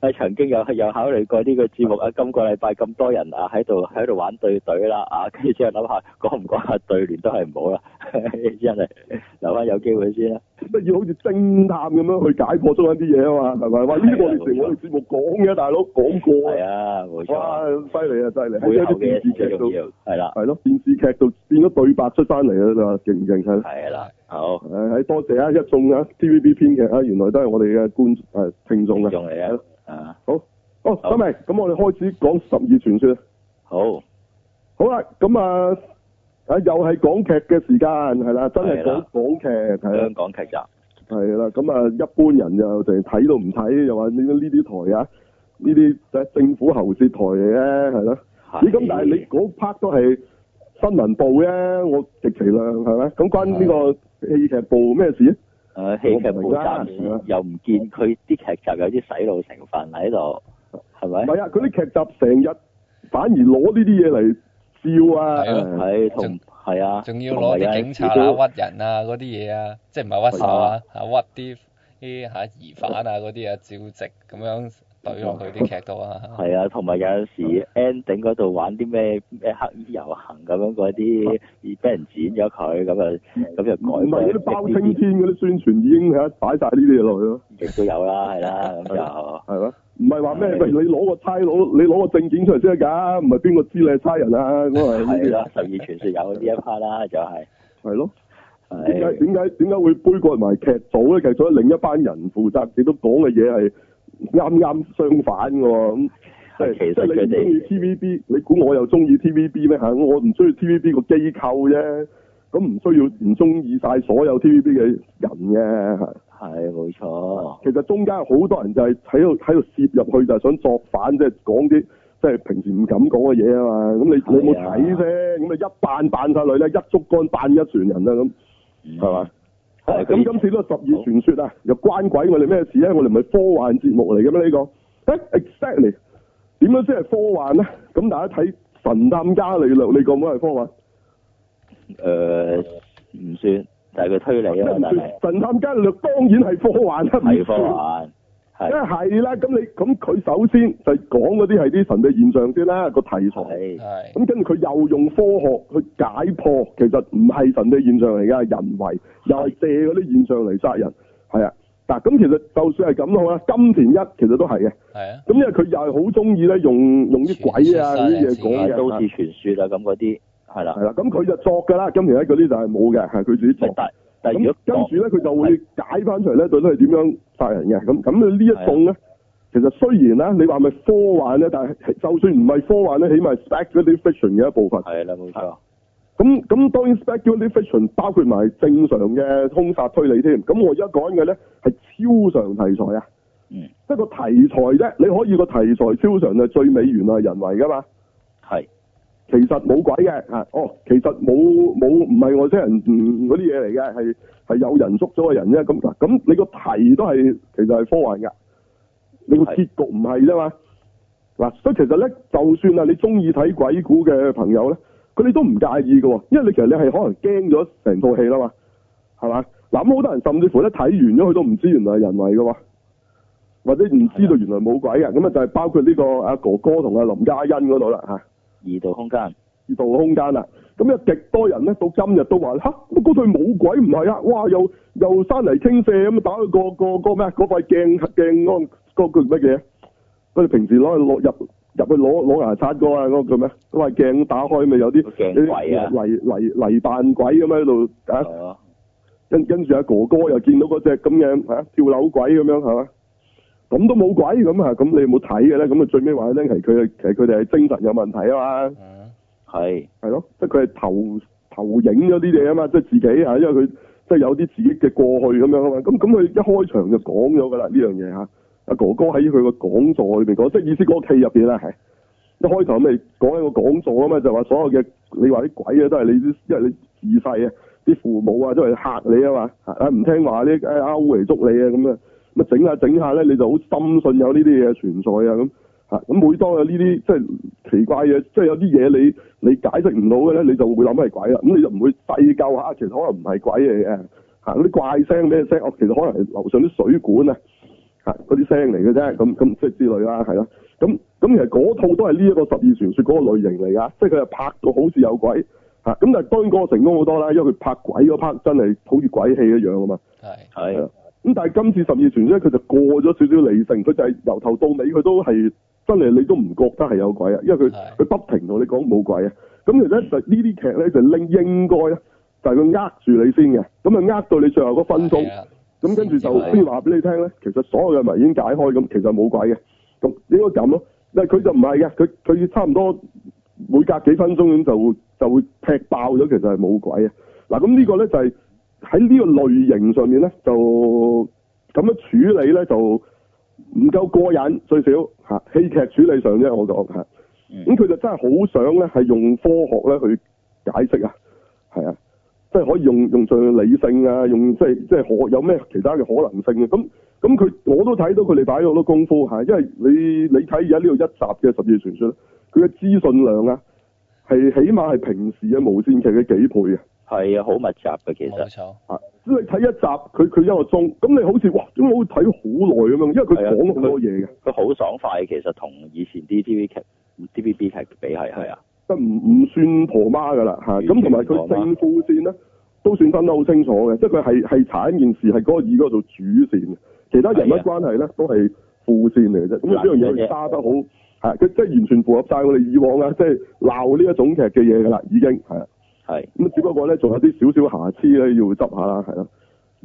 S4: 啊曾經有有考慮過呢個節目啊，今個禮拜咁多人啊喺度喺度玩對對啦啊，跟住之後諗下講唔講下對聯都係唔好啦， [LAUGHS] 真係留翻有機會先啦。
S2: 乜要好似偵探咁樣去解破中間啲嘢啊嘛，係咪？話呢個你成我哋節目講嘅，大佬講過
S4: 係
S2: 啊！
S4: 啊，冇
S2: 哇
S4: 錯，，
S2: 犀利啊，犀利！
S4: 背
S2: 喺
S4: 後
S2: 啲
S4: 嘅
S2: 電視劇
S4: 嘢最
S2: 度
S4: 重，要，係啦，
S2: 係咯，電視劇度變咗對白出翻嚟啊！你話勁唔勁係？
S4: 係啦，好，
S2: 誒，係多謝啊！一眾啊 TVB 編劇啊，原來都係我哋嘅觀誒聽眾
S4: 聽
S2: 啊！
S4: 眾嚟啊，啊，
S2: 好，好，
S4: 好
S2: 得未？咁我哋開始講十二傳說啊。
S4: 好好，
S2: 好啦，咁啊啊又係港劇嘅時間係啦，真係
S4: 係
S2: 講
S4: 啦嗯
S2: 港劇係啊啦
S4: 香港劇集
S2: 係啦，咁啊一般人就淨係睇都唔睇，又話呢呢啲台啊，呢啲就係政府喉舌台嚟嘅係咯。
S4: 係
S2: 咦咁但係你嗰 part 都係新聞部啫，我極其量係咪？咁關呢個戲劇部咩事啊？
S4: 誒戲劇
S2: 我唔
S4: 部
S2: 明啦
S4: 暫時又唔見佢啲劇集有啲洗腦成分喺度，係
S2: 唔
S4: 咪？
S2: 係啊，佢啲劇集成日反而攞呢啲嘢嚟笑啊！
S3: 係咯
S4: 係
S3: 仲
S4: 同係啊，
S3: 仲要攞啲警察
S4: 同埋有
S3: 啊
S4: 陣時都
S3: 屈人啊嗰啲嘢啊，即係唔係屈手啊，啊屈啲啲嚇疑犯啊嗰啲啊，照直咁樣懟落去
S2: 哦
S3: 啲劇
S2: [LAUGHS]
S3: 度啊，
S4: 係啊，同埋有陣時
S2: 嗯
S4: ending 嗰度玩啲咩咩黑衣遊行咁樣嗰啲，俾人剪咗佢咁啊，咁就
S2: 啊嗯唔係
S4: 改
S2: 嗰
S4: 名
S2: 啲包
S4: 呢
S2: 青天嗰啲宣傳已經係擺晒呢啲嘢落去咯，
S4: 啲亦都有啦，
S2: [LAUGHS]
S4: 係啦，咁就
S2: 係咯？唔係話咩？
S4: 係
S2: 喂，你攞個差佬，你攞個證件出嚟先得㗎，唔係邊個知你係差人
S4: [LAUGHS]
S2: 啊？咁啊，呢
S4: 係
S2: 啲
S4: 啦，十二傳説有呢一 part 啦，就係
S2: 係咯。點解
S4: 係
S2: 點解點解會杯葛埋劇組咧？劇組係另一班人負責，亦都講嘅嘢係啱啱相反嘅喎。咁即係
S4: 其實
S2: 即係
S4: 佢
S2: 你
S4: 哋
S2: 唔中意 TVB，你估我又中意 TVB 咩嚇？我唔需要 TVB 個機構啫。咁唔需要唔中意晒所有 TVB 嘅人嘅嚇。
S4: 係冇錯，
S2: 其實中間有好多人就係喺度喺度攝入去，就係想作反，即係講啲即係平時唔敢講嘅嘢啊嘛。咁你你有冇
S4: 係啊
S2: 睇啫？咁啊一扮扮晒女咧，一竹竿扮一船人啊啦咁。
S4: 係
S2: 嘛？好
S4: 係
S2: 咁今次呢個十二傳說啊，又關鬼我哋咩事咧？我哋唔係科幻節目嚟嘅咩？呢個誒，exactly 點樣先係科幻咧？咁大家睇《神探伽利略》，你覺唔覺係科幻？
S4: 誒呃唔算，但係佢推理啊嘛，但係
S2: 《神探伽利略》當然係科幻啦，唔
S4: 係科
S2: 算
S4: 幻，
S2: 因為
S4: 係
S2: 係啊啦，咁你咁佢首先就係講嗰啲係啲神秘現象先啦，個題材。
S4: 係啊
S3: 係
S2: 咁跟住佢又用科學去解破，其實唔係神秘現象嚟㗎，係人為又係借嗰啲現象嚟殺人，係啊。嗱，咁其實就算係咁都好啦，金田一其實都係嘅。
S3: 係啊，
S2: 咁因為佢又係好中意咧，用用啲鬼啊嗰
S3: 傳
S2: 啲嘢
S3: 說
S2: 講
S3: 啊
S4: 係都市
S2: 嘅，
S4: 傳說啊咁嗰啲係啦
S2: 係，啦。咁佢就作㗎啦，金田一嗰啲就係冇嘅，係佢自己作
S4: 咪。但但如
S2: 咁
S4: 果
S2: 跟
S4: 講
S2: 住咧，佢就會解翻出嚟咧，到底係點樣殺人嘅？咁咁呢
S4: 啊
S2: 一種咧，其實雖然啦，你話咪科幻咧，但係就算唔係科幻咧，起碼係 speculative fiction 嘅一部分。
S4: 係啦，冇
S2: 啊
S4: 錯，
S2: 咁咁當然 speculative fiction 包括埋正常嘅兇殺推理添。咁我而家講緊嘅咧係超常題材啊，
S4: 嗯，
S2: 即係個題材啫，你可以個題材超常就最美原來係人為噶嘛。
S4: 係
S2: 其實冇鬼嘅嚇，哦，其實冇冇唔係外星人嗯嗰啲嘢嚟嘅，係係有人捉咗個人啫。咁嗱，咁你個題都係其實係科幻㗎，你個
S4: 係
S2: 結局唔係啫嘛。嗱，所以其實咧，就算啊你中意睇鬼故嘅朋友咧，佢哋都唔介意嘅喎，因為你其實你係可能驚咗成套戲啦嘛，係嘛？嗱，咁好多人甚至乎咧睇完咗佢都唔知原來係人為嘅喎。或者唔知道原來冇鬼嘅，咁啊就係包括呢個阿哥哥同阿林嘉欣嗰度啦嚇。啊
S4: 二度空間
S2: 二度嘅空間啦。咁有極多人咧，到今日都話吓，乜嗰對冇鬼唔係啊！哇，又又山泥傾瀉咁打佢個個個咩啊？嗰塊鏡鏡安嗰個叫乜嘢？佢哋平時攞去攞入入去攞攞牙刷嗰啊嗰個叫咩？嗰塊鏡打開咪有啲
S4: 個鏡櫃啊
S2: 有啲泥泥泥扮鬼咁喺度啊！
S4: 哦，
S2: 跟跟住阿哥哥又見到嗰只咁嘅嚇跳樓鬼咁樣係嘛？咁都冇鬼咁啊！咁你有冇睇嘅咧？咁啊最尾話咧，其實佢其實佢哋係精神有問題啊嘛。
S3: 嗯
S4: 係
S2: 係咯，即係佢係投投影咗啲嘢啊嘛，即係自己啊，因為佢即係有啲自己嘅過去咁樣啊嘛。咁咁佢一開場就講咗㗎啦呢樣嘢嚇。阿哥哥喺佢個講座裏邊講，即係意思嗰個劇入邊啦，係一開頭咪講一個講座啊嘛，就話所有嘅你話啲鬼啊都係你啲，因為你自細啊啲父母啊都係嚇你啊嘛，啊唔聽話啲誒勾嚟捉你啊咁啊，咁啊整下整下咧你就好深信有呢啲嘢存在啊咁。嚇咁每當有呢啲即係奇怪嘢，即係有啲嘢你你解釋唔到嘅咧，你就會諗係鬼啦。咁你就唔會細究下，其實可能唔係鬼嚟嘅。嚇嗰啲怪聲咩聲？哦，其實可能係樓上啲水管啊，嚇嗰啲聲嚟嘅啫。咁咁即係之類啦，係啦。咁咁其實嗰套都係呢一個十二傳說嗰個類型嚟㗎，即係佢係拍到好似有鬼嚇。咁但係當然嗰個成功好多啦，因為佢拍鬼嗰 part 真係好似鬼戲一樣啊嘛。
S3: 係
S2: 係啦
S4: 係
S2: 咁但係今次十二傳咧，佢就過咗少少理性，佢就係由頭到尾佢都係真係你都唔覺得係有鬼啊，因為佢
S3: 係
S2: 佢不停同你講冇鬼啊。咁其實咧就呢啲劇咧就拎應該咧就係佢呃住你先嘅，咁啊呃到你最後嗰分鐘
S3: 係，啊
S2: 咁跟住就
S3: 先至
S2: 先話俾你聽咧，其實所有嘅謎已經解開，咁其實冇鬼嘅，咁應該咁咯。但係佢就唔係嘅，佢佢差唔多每隔幾分鐘咁就會就會踢爆咗，其實係冇鬼啊！嗱，咁呢個咧就係喺呢個類型上面咧，就咁樣處理咧就唔夠過癮，最少嚇戲劇處理上啫，我講嚇。
S4: 嗯
S2: 咁佢就真係好想咧，係用科學咧去解釋啊，係啊，即係可以用用上理性啊，用即係即係可有咩其他嘅可能性啊？咁咁佢我都睇到佢哋擺咗好多功夫嚇，因為你你睇而家呢度一集嘅《十二傳說》咧，佢嘅資訊量啊係起碼係平時嘅無線劇嘅幾倍啊！
S4: 係啊，好密集嘅其
S3: 冇
S4: 實，
S3: 錯，
S2: 啊！即係你睇一集，佢佢一個鐘，咁你好似哇，點解好似睇好耐咁樣？因為佢
S4: 係啊
S2: 講好多嘢嘅，
S4: 佢好爽快嘅其實，同以前啲 TV 劇、TVB 劇比係係啊，
S2: 即係唔唔算婆媽㗎啦嚇。
S4: 完
S2: 咁同
S4: 全
S2: 埋
S4: 唔
S2: 佢
S4: 婆媽
S2: 正副線咧，都算分得好清楚嘅，即係佢係係查一件事係嗰個以嗰個做主線嘅，其他人物
S4: 係啊
S2: 關係咧都係副線嚟嘅啫。咁呢
S4: 嗱
S2: 樣嘢
S4: 即係
S2: 佢揸得好係佢即係完全符合晒我哋以往啊，即係鬧呢一種劇嘅嘢㗎啦，已經係啊
S4: 係
S2: 咁，只不過咧仲有啲少少瑕疵咧要執下啦，係啦。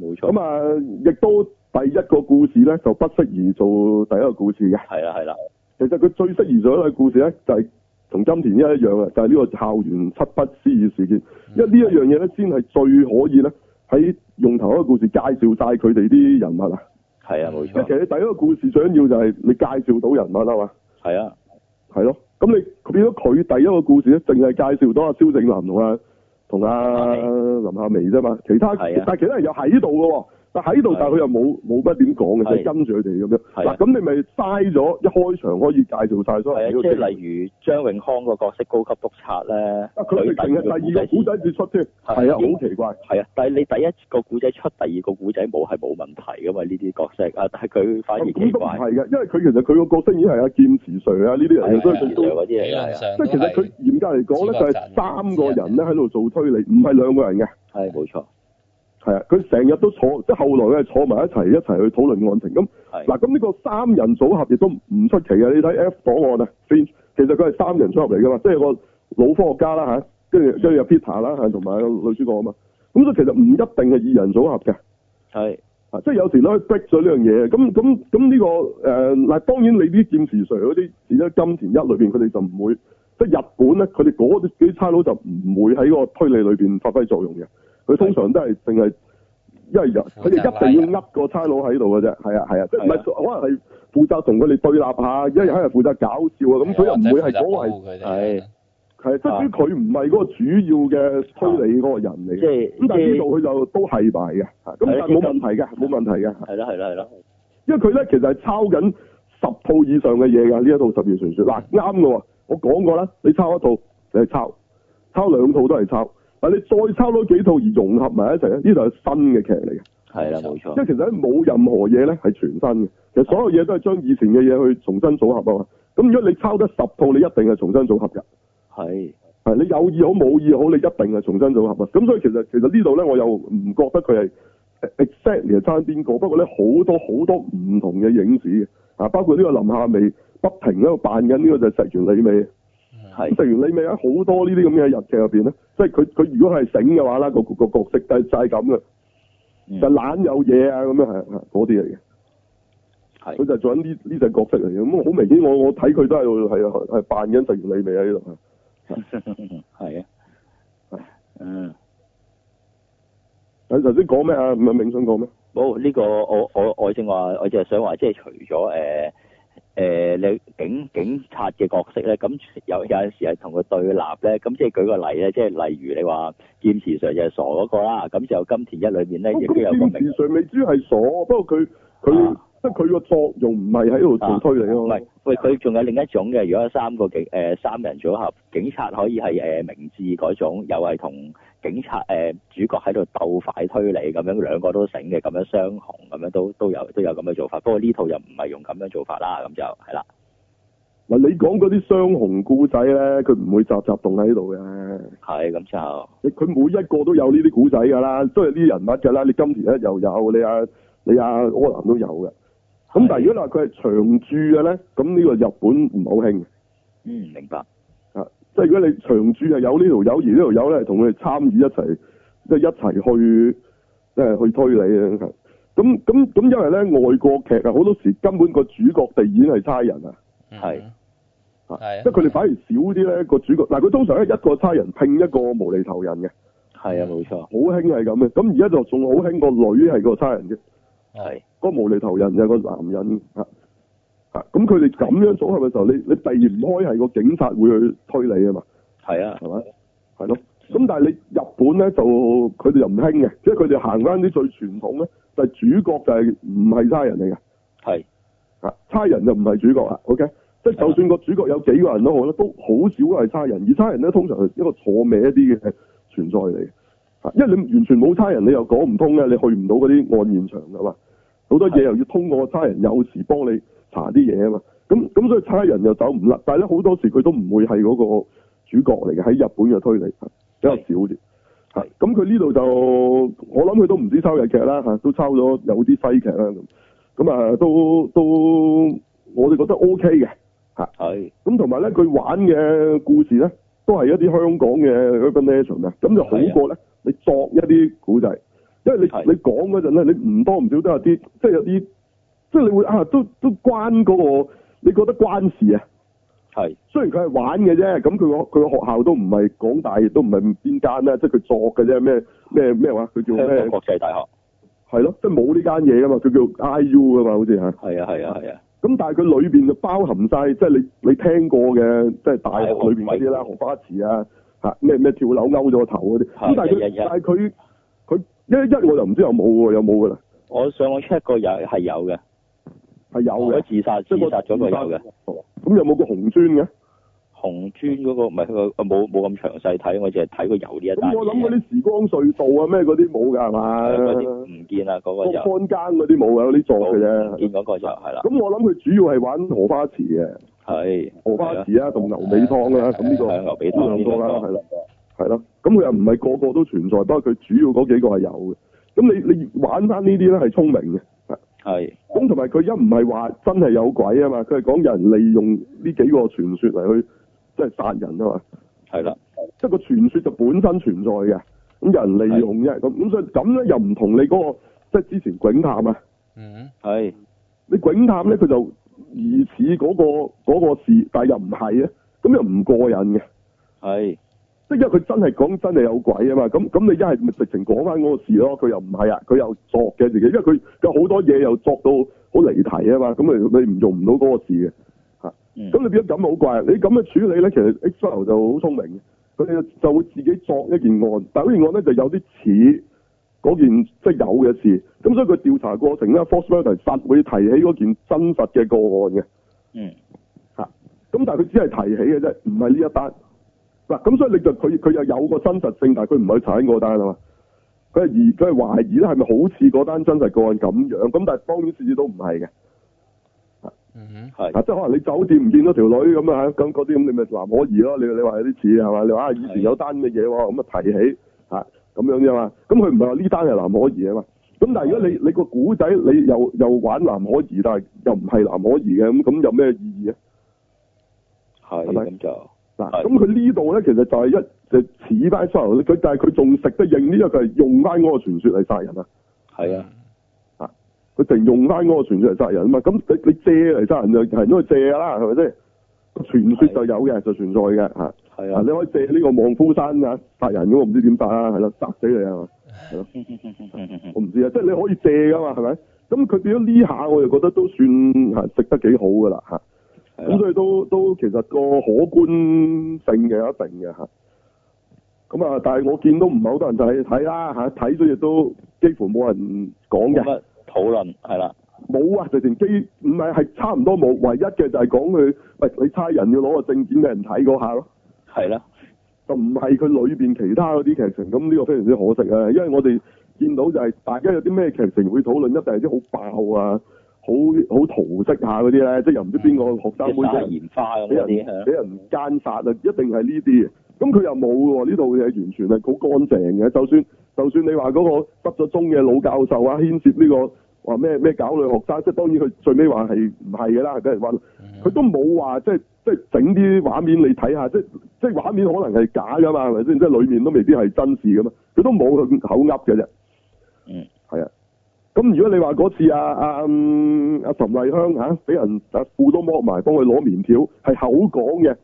S4: 冇錯。
S2: 咁啊，亦都第一個故事咧就不適宜做第一個故事嘅。
S4: 係啦係啦，
S2: 其實佢最適宜做一個故事咧，就係、同金田一一樣啊，就係、呢個校園七不思議事件。
S4: 嗯
S2: 因為呢一樣嘢咧，先係最可以咧喺用頭一個故事介紹晒佢哋啲人物啊。
S4: 係啊冇
S2: 因為其
S4: 錯，
S2: 實你第一個故事最緊要就係你介紹到人物啊嘛，
S4: 係啊
S2: 係咯。咁你變咗佢第一個故事咧，淨係介紹到阿蕭正林同阿同阿林夏薇啫嘛，其他
S4: 係啊
S2: 但係其他人又喺度嘅喎。但喺度，
S4: 係啊
S2: 但係佢又冇冇乜點講嘅，
S4: 係
S2: 就跟住佢哋咁樣。
S4: 係
S2: 嗱，
S4: 啊
S2: 咁你咪嘥咗一開場可以介紹晒所
S4: 係啊，
S2: 有
S4: 即
S2: 人嘅
S4: 係例如張永康個角色高級督察咧，
S2: 啊！佢直情係第二個古仔至出添，係啊，好奇怪。
S4: 係啊，但係你第一個古仔出，第二個古仔冇係冇問題噶嘛？呢啲角色啊，但係佢反而奇
S2: 咁都唔
S4: 怪，
S2: 係嘅，因為佢其實佢個角色已經係阿劍持 Sir 啊呢啲
S4: 係
S2: 人，所以
S4: 係
S2: 佢
S3: 都
S2: 都
S4: 係嗰啲
S3: 理
S4: 嚟㗎係
S3: 論
S4: 啊
S3: 上
S2: 即
S3: 都
S2: 係其實佢
S3: 係
S2: 嚴格嚟講咧，就係三個人咧喺度做推理，唔係兩個人嘅。
S4: 係冇錯，
S2: 係啊，佢成日都坐，即係後來咧坐埋一齊一齊去討論案情。咁
S4: 係
S2: 嗱，咁呢個三人組合亦都唔出奇嘅。你睇 F 檔案啊 f i n 其實佢係三人組合嚟噶嘛，即係個腦科學家啦嚇，跟住跟住有 Peter 啦嚇，同埋個女主角啊嘛。咁所以其實唔一定係二人組合嘅。
S4: 係
S2: 啊，即係有時咧 break 咗呢樣嘢，咁咁咁呢個誒嗱、當然你啲劍士 Sir 嗰啲，而家金田一裏邊佢哋就唔會，即係日本咧，佢哋嗰啲啲差佬就唔會喺個推理裏邊發揮作用嘅，佢通常都係淨係因為人佢哋一定要呃個差佬喺度嘅啫，係啊係啊，即係唔係可能係負責同佢哋對立下，一係喺度負責搞笑啊，咁佢又唔會係嗰個係
S3: 佢
S4: 係
S3: 哋。
S2: 係啊即係佢唔係嗰個主要嘅推理嗰個人嚟
S4: 即
S2: 嘅，
S4: 係
S2: 咁但係呢
S4: 即係
S2: 度佢就都係埋嘅，啊咁但係冇問題嘅，冇問題嘅。
S4: 係啦係啦係啦，
S2: 因為佢咧其實係抄緊十套以上嘅嘢㗎，呢一套《十二傳說》嗱啱嘅喎，我講過啦，你抄一套你係抄，抄兩套都係抄，但你再抄多幾套而融合埋一齊咧，呢度係新嘅劇嚟嘅，
S4: 係啦冇
S2: 因
S4: 錯，
S2: 為其實咧冇任何嘢咧係全新嘅，其實所有嘢都係將以前嘅嘢去重新組合啊嘛。咁如果你抄得十套，你一定係重新組合㗎。
S4: 係
S2: 係你有意好冇意好，你一定係重新組合啊！咁所以其實其實呢度咧，我又唔覺得佢係 exactly 係爭邊個，不過咧好多好多唔同嘅影子嘅啊，包括呢個林夏薇不停喺度扮緊呢個就係石原里美，
S4: 係
S2: 咁石原里美喺好多呢啲咁嘅日劇入邊咧，即係佢佢如果係醒嘅話啦，個個個角色就係就係咁嘅，
S4: 嗯
S2: 就懶有嘢啊咁樣係係嗰啲嚟嘅，佢
S4: 係
S2: 就係做緊呢呢隻角色嚟嘅，咁好明顯我我睇佢都係係係扮緊石原里美喺度啊。嗯
S4: 係啊，嗯。
S2: 你頭先講咩啊？唔係明想講咩？
S4: 冇呢、個我我我正話，我就係想話，即係除咗誒誒你警警察嘅角色咧，咁有有陣時係同佢對立咧，咁即係舉個例咧，即係例如你話劍持 Sir 就係傻嗰個啦，咁就金田一裏面咧亦都有個
S2: 哦咁
S4: 名
S2: 電視上未知係傻，不過佢佢
S4: 啊
S2: 即係佢個作用唔係喺度做推理
S4: 唔
S2: 咯。
S4: 係，喂佢仲有另一種嘅，如果有三個警誒、呃三人組合，警察可以係誒、明智嗰種，又係同警察誒、呃主角喺度鬥快推理咁樣，兩個都醒嘅咁樣雙雄咁樣都都有都有咁嘅做法，不過呢套又唔係用咁樣做法啦，咁就係啦。
S2: 嗱，你講嗰啲雙雄故仔咧，佢唔會集集動喺度嘅。
S4: 係咁就
S2: 你佢每一個都有呢啲故仔㗎啦，都係呢啲人物㗎啦。你金田一又有，你啊你啊柯南都有嘅。咁但係如果你話佢係長著嘅咧，咁呢個日本唔係好興嘅
S4: 嗯明白
S2: 啊。即係如果你長著係有呢條友，而呢條友咧同佢哋參與一齊，即係一齊去即係去推理嘅。咁咁咁，
S3: Ừ,
S2: 因為咧外國劇啊，好多時根本個主角地已經係差人啊。
S3: 嗯
S4: 係
S3: 係啊
S2: 即係佢哋反而少啲咧個主角。嗱，佢通常咧一個差人拼一個無厘頭人嘅，
S4: 係啊，冇錯，
S2: 好興係咁嘅。咁而家就仲好興個女係個差人啫，
S3: Ừ, 嗯
S4: 係
S2: 個無厘頭人就係個男人嚇嚇。咁佢哋咁樣組合嘅時候，你你避唔開係個警察會去推理啊嘛，
S4: 係啊，
S2: 係咪？係咯。咁但係你日本咧就佢哋又唔興嘅，即係佢哋行翻啲最傳統咧，就係主角就係唔係差人嚟嘅。
S4: 係
S2: 啊，差人就唔係主角啦，OK？即係就算個主角有幾個人都好啦，都好少係差人，而差人咧通常係一個錯歪一啲嘅存在嚟嘅，啊因為你完全冇差人，你又講唔通嘅，你去唔到嗰啲案現場噶嘛，好多嘢又要通過個差人有時幫你查啲嘢啊嘛，咁咁所以差人又走唔甩，但係咧好多時佢都唔會係嗰個主角嚟嘅，喺日本嘅推理啊比較少啲。啊咁佢呢度就我諗佢都唔知抄日劇啦嚇，都抄咗有啲西劇啦咁。咁啊都都我哋覺得 O K 嘅，
S4: 係
S2: 咁同埋咧佢玩嘅故事咧都係一啲香港嘅 urban legend 啊，咁就好過咧你作一啲古仔，因為你
S4: 係
S2: 你講嗰陣咧，你唔多唔少都有啲即係有啲即係你會啊都都關嗰、個你覺得關事啊。
S4: 係
S2: 雖然佢係玩嘅啫，咁佢個佢個學校都唔係港大，亦都唔係邊間啦，即係佢作嘅啫，咩咩咩話佢叫
S4: 香港
S2: 咩？
S4: 國際大學，
S2: 係咯，即係冇呢間嘢噶嘛，佢叫 I U 噶嘛，好似係。
S4: 係啊，係啊，係啊，
S2: 咁但係佢裏邊就包含晒，即係你你聽過嘅，即係大學裏邊嗰啲啦，
S4: 大學
S2: 荷花池啊，嚇咩咩跳樓勾咗個頭嗰啲。咁
S4: 係
S2: 但係
S4: 一
S2: 佢
S4: 一一
S2: 但係佢佢一一一我就唔知有冇喎，有冇㗎啦，
S4: 我上網 check 過有係有嘅，
S2: 係有
S4: 我
S2: 嘅，
S4: 自殺
S2: 即
S4: 哦自
S2: 係個哦
S4: 殺咗個有嘅。。
S2: 咁有冇個紅磚嘅？
S4: 紅磚嗰個唔係佢個冇冇咁詳細睇，我淨係睇個油呢一單
S2: 咁
S4: 嘢。啊
S2: 我諗嗰啲時光隧道啊咩嗰啲冇㗎係嘛？
S4: 嗰啲唔見啦，嗰個
S2: 個
S4: 就
S2: 坊間嗰啲冇啊，嗰啲作嘅
S4: 冇唔
S2: 啫。
S4: 見嗰個就係啦，
S2: 咁我諗佢主要係玩荷花池嘅，
S4: 係
S2: 荷花池啊同牛尾湯啦，咁呢個
S4: 係牛尾湯
S2: 呢兩個啦，
S4: 呢兩個
S2: 係啦，係啦。咁佢又唔係個個都存在，不過佢主要嗰幾個係有嘅。咁你你玩翻呢啲咧係聰明嘅，
S4: 係
S2: 咁同埋佢一唔係話真係有鬼啊嘛，佢係講有人利用呢幾個傳說嚟去即係殺人啊嘛，
S4: 係啦，
S2: 即係個傳說就本身存在嘅，咁有人利用啫。咁咁所以咁咧又唔同你嗰、個即係之前囧探啊。
S3: 嗯，
S4: 係
S2: 你囧探咧，佢就疑似嗰、個嗰、個事，但係又唔係啊，咁又唔過癮嘅，
S4: 係
S2: 即係因為佢真係講真係有鬼啊嘛，咁咁你一係咪直情講翻嗰個事咯，佢又唔係啊，佢又作嘅自己，因為佢佢好多嘢又作到好離題啊嘛，咁你你唔用唔到嗰個字嘅。
S4: 嗯
S2: 咁你變咗咁好怪，你咁嘅處理咧，其實 X File 就好聰明嘅，佢哋就會自己作一件案，但係嗰件案咧就有啲似嗰件即係有嘅事，咁所以佢調查過程咧 f o r c e m a t e r 實會提起嗰件真實嘅個案嘅，
S4: 嗯
S2: 咁但係佢只係提起嘅啫，唔係呢一單。嗱，咁所以你就佢佢又有個真實性，但係佢唔係去查緊嗰單啊嘛，佢係疑佢係懷疑咧係咪好似嗰單真實個案咁樣，咁但係當然事事都唔係嘅。
S3: 嗯
S2: 啊，
S4: 係
S2: 即係可能你酒店唔見到條女咁啊，咁嗰啲咁你咪藍可兒咯。你你話有啲似係嘛？你話啊以前有單嘅嘢喎，咁啊提起啊咁樣啫嘛。咁佢唔係話呢單係藍可兒啊嘛。咁但係如果你你個古仔你又又玩藍可兒，但係又唔係藍可兒嘅，咁咁有咩意義啊？
S4: 係
S2: 係咪
S4: 咁就
S2: 嗱，
S4: 係
S2: 咁佢呢度咧其實就係一就似翻出嚟，佢但係佢仲食得應呢，因為佢係用翻嗰個傳說嚟殺人啊。
S4: 係啊，
S2: 佢淨用翻嗰個傳說嚟殺人啊嘛，咁你你借嚟殺人就係因為借㗎啦，係咪先？個傳說就有嘅，就存在嘅嚇。
S4: 係
S2: 啊！
S4: 啊
S2: 你，可以借呢個望夫山啊殺人咁，我唔知點殺啊，係咯，殺死你啊嘛，
S4: 嗯
S2: 我唔知啊，即係你可以借噶嘛，係咪？咁佢變咗呢下，我就覺得都算係食得幾好噶啦嚇，咁
S4: 係
S2: 所以都都其實個可觀性嘅一定嘅嚇。咁啊，但係我見到唔係好多人就係睇啦嚇，睇咗亦都幾乎冇人講嘅，
S4: 冇乜討論係啦，
S2: 冇啊，直情基唔係係差唔多冇，唯一嘅就係講佢喂你差人要攞個證件俾人睇嗰下咯。
S4: 係啦，
S2: 就唔係佢裏邊其他嗰啲劇情，咁呢個非常之可惜啊！因為我哋見到就係大家有啲咩劇情會討論，一定係啲好爆啊、好好桃色下嗰啲咧，即係又
S4: 嗯
S2: 唔知邊個學生
S4: 即
S2: 妹
S4: 係
S2: 俾
S4: 撒
S2: 人
S4: 鹽花
S2: 俾
S4: 咁嗰
S2: 人
S4: 啲係
S2: 俾
S4: 啦
S2: 人奸殺啊，一定係呢啲嘅。咁佢又冇喎，呢度嘢完全係好乾淨嘅。就算就算你話嗰個失咗蹤嘅老教授啊，牽涉呢、個話咩咩搞女學生，即係當然佢最尾話係唔係嘅啦，係俾人屈。
S3: 嗯，
S2: 佢都冇話即係即係整啲畫面你睇下，即係即係畫面可能係假噶嘛，係咪先？即係裡面都未必係真事噶嘛，佢都冇佢口噏嘅啫。
S4: 嗯，
S2: 係啊。咁如果你話嗰次阿阿嗯阿岑麗香嚇俾人啊褲都剝埋，幫佢攞棉條，係口講嘅，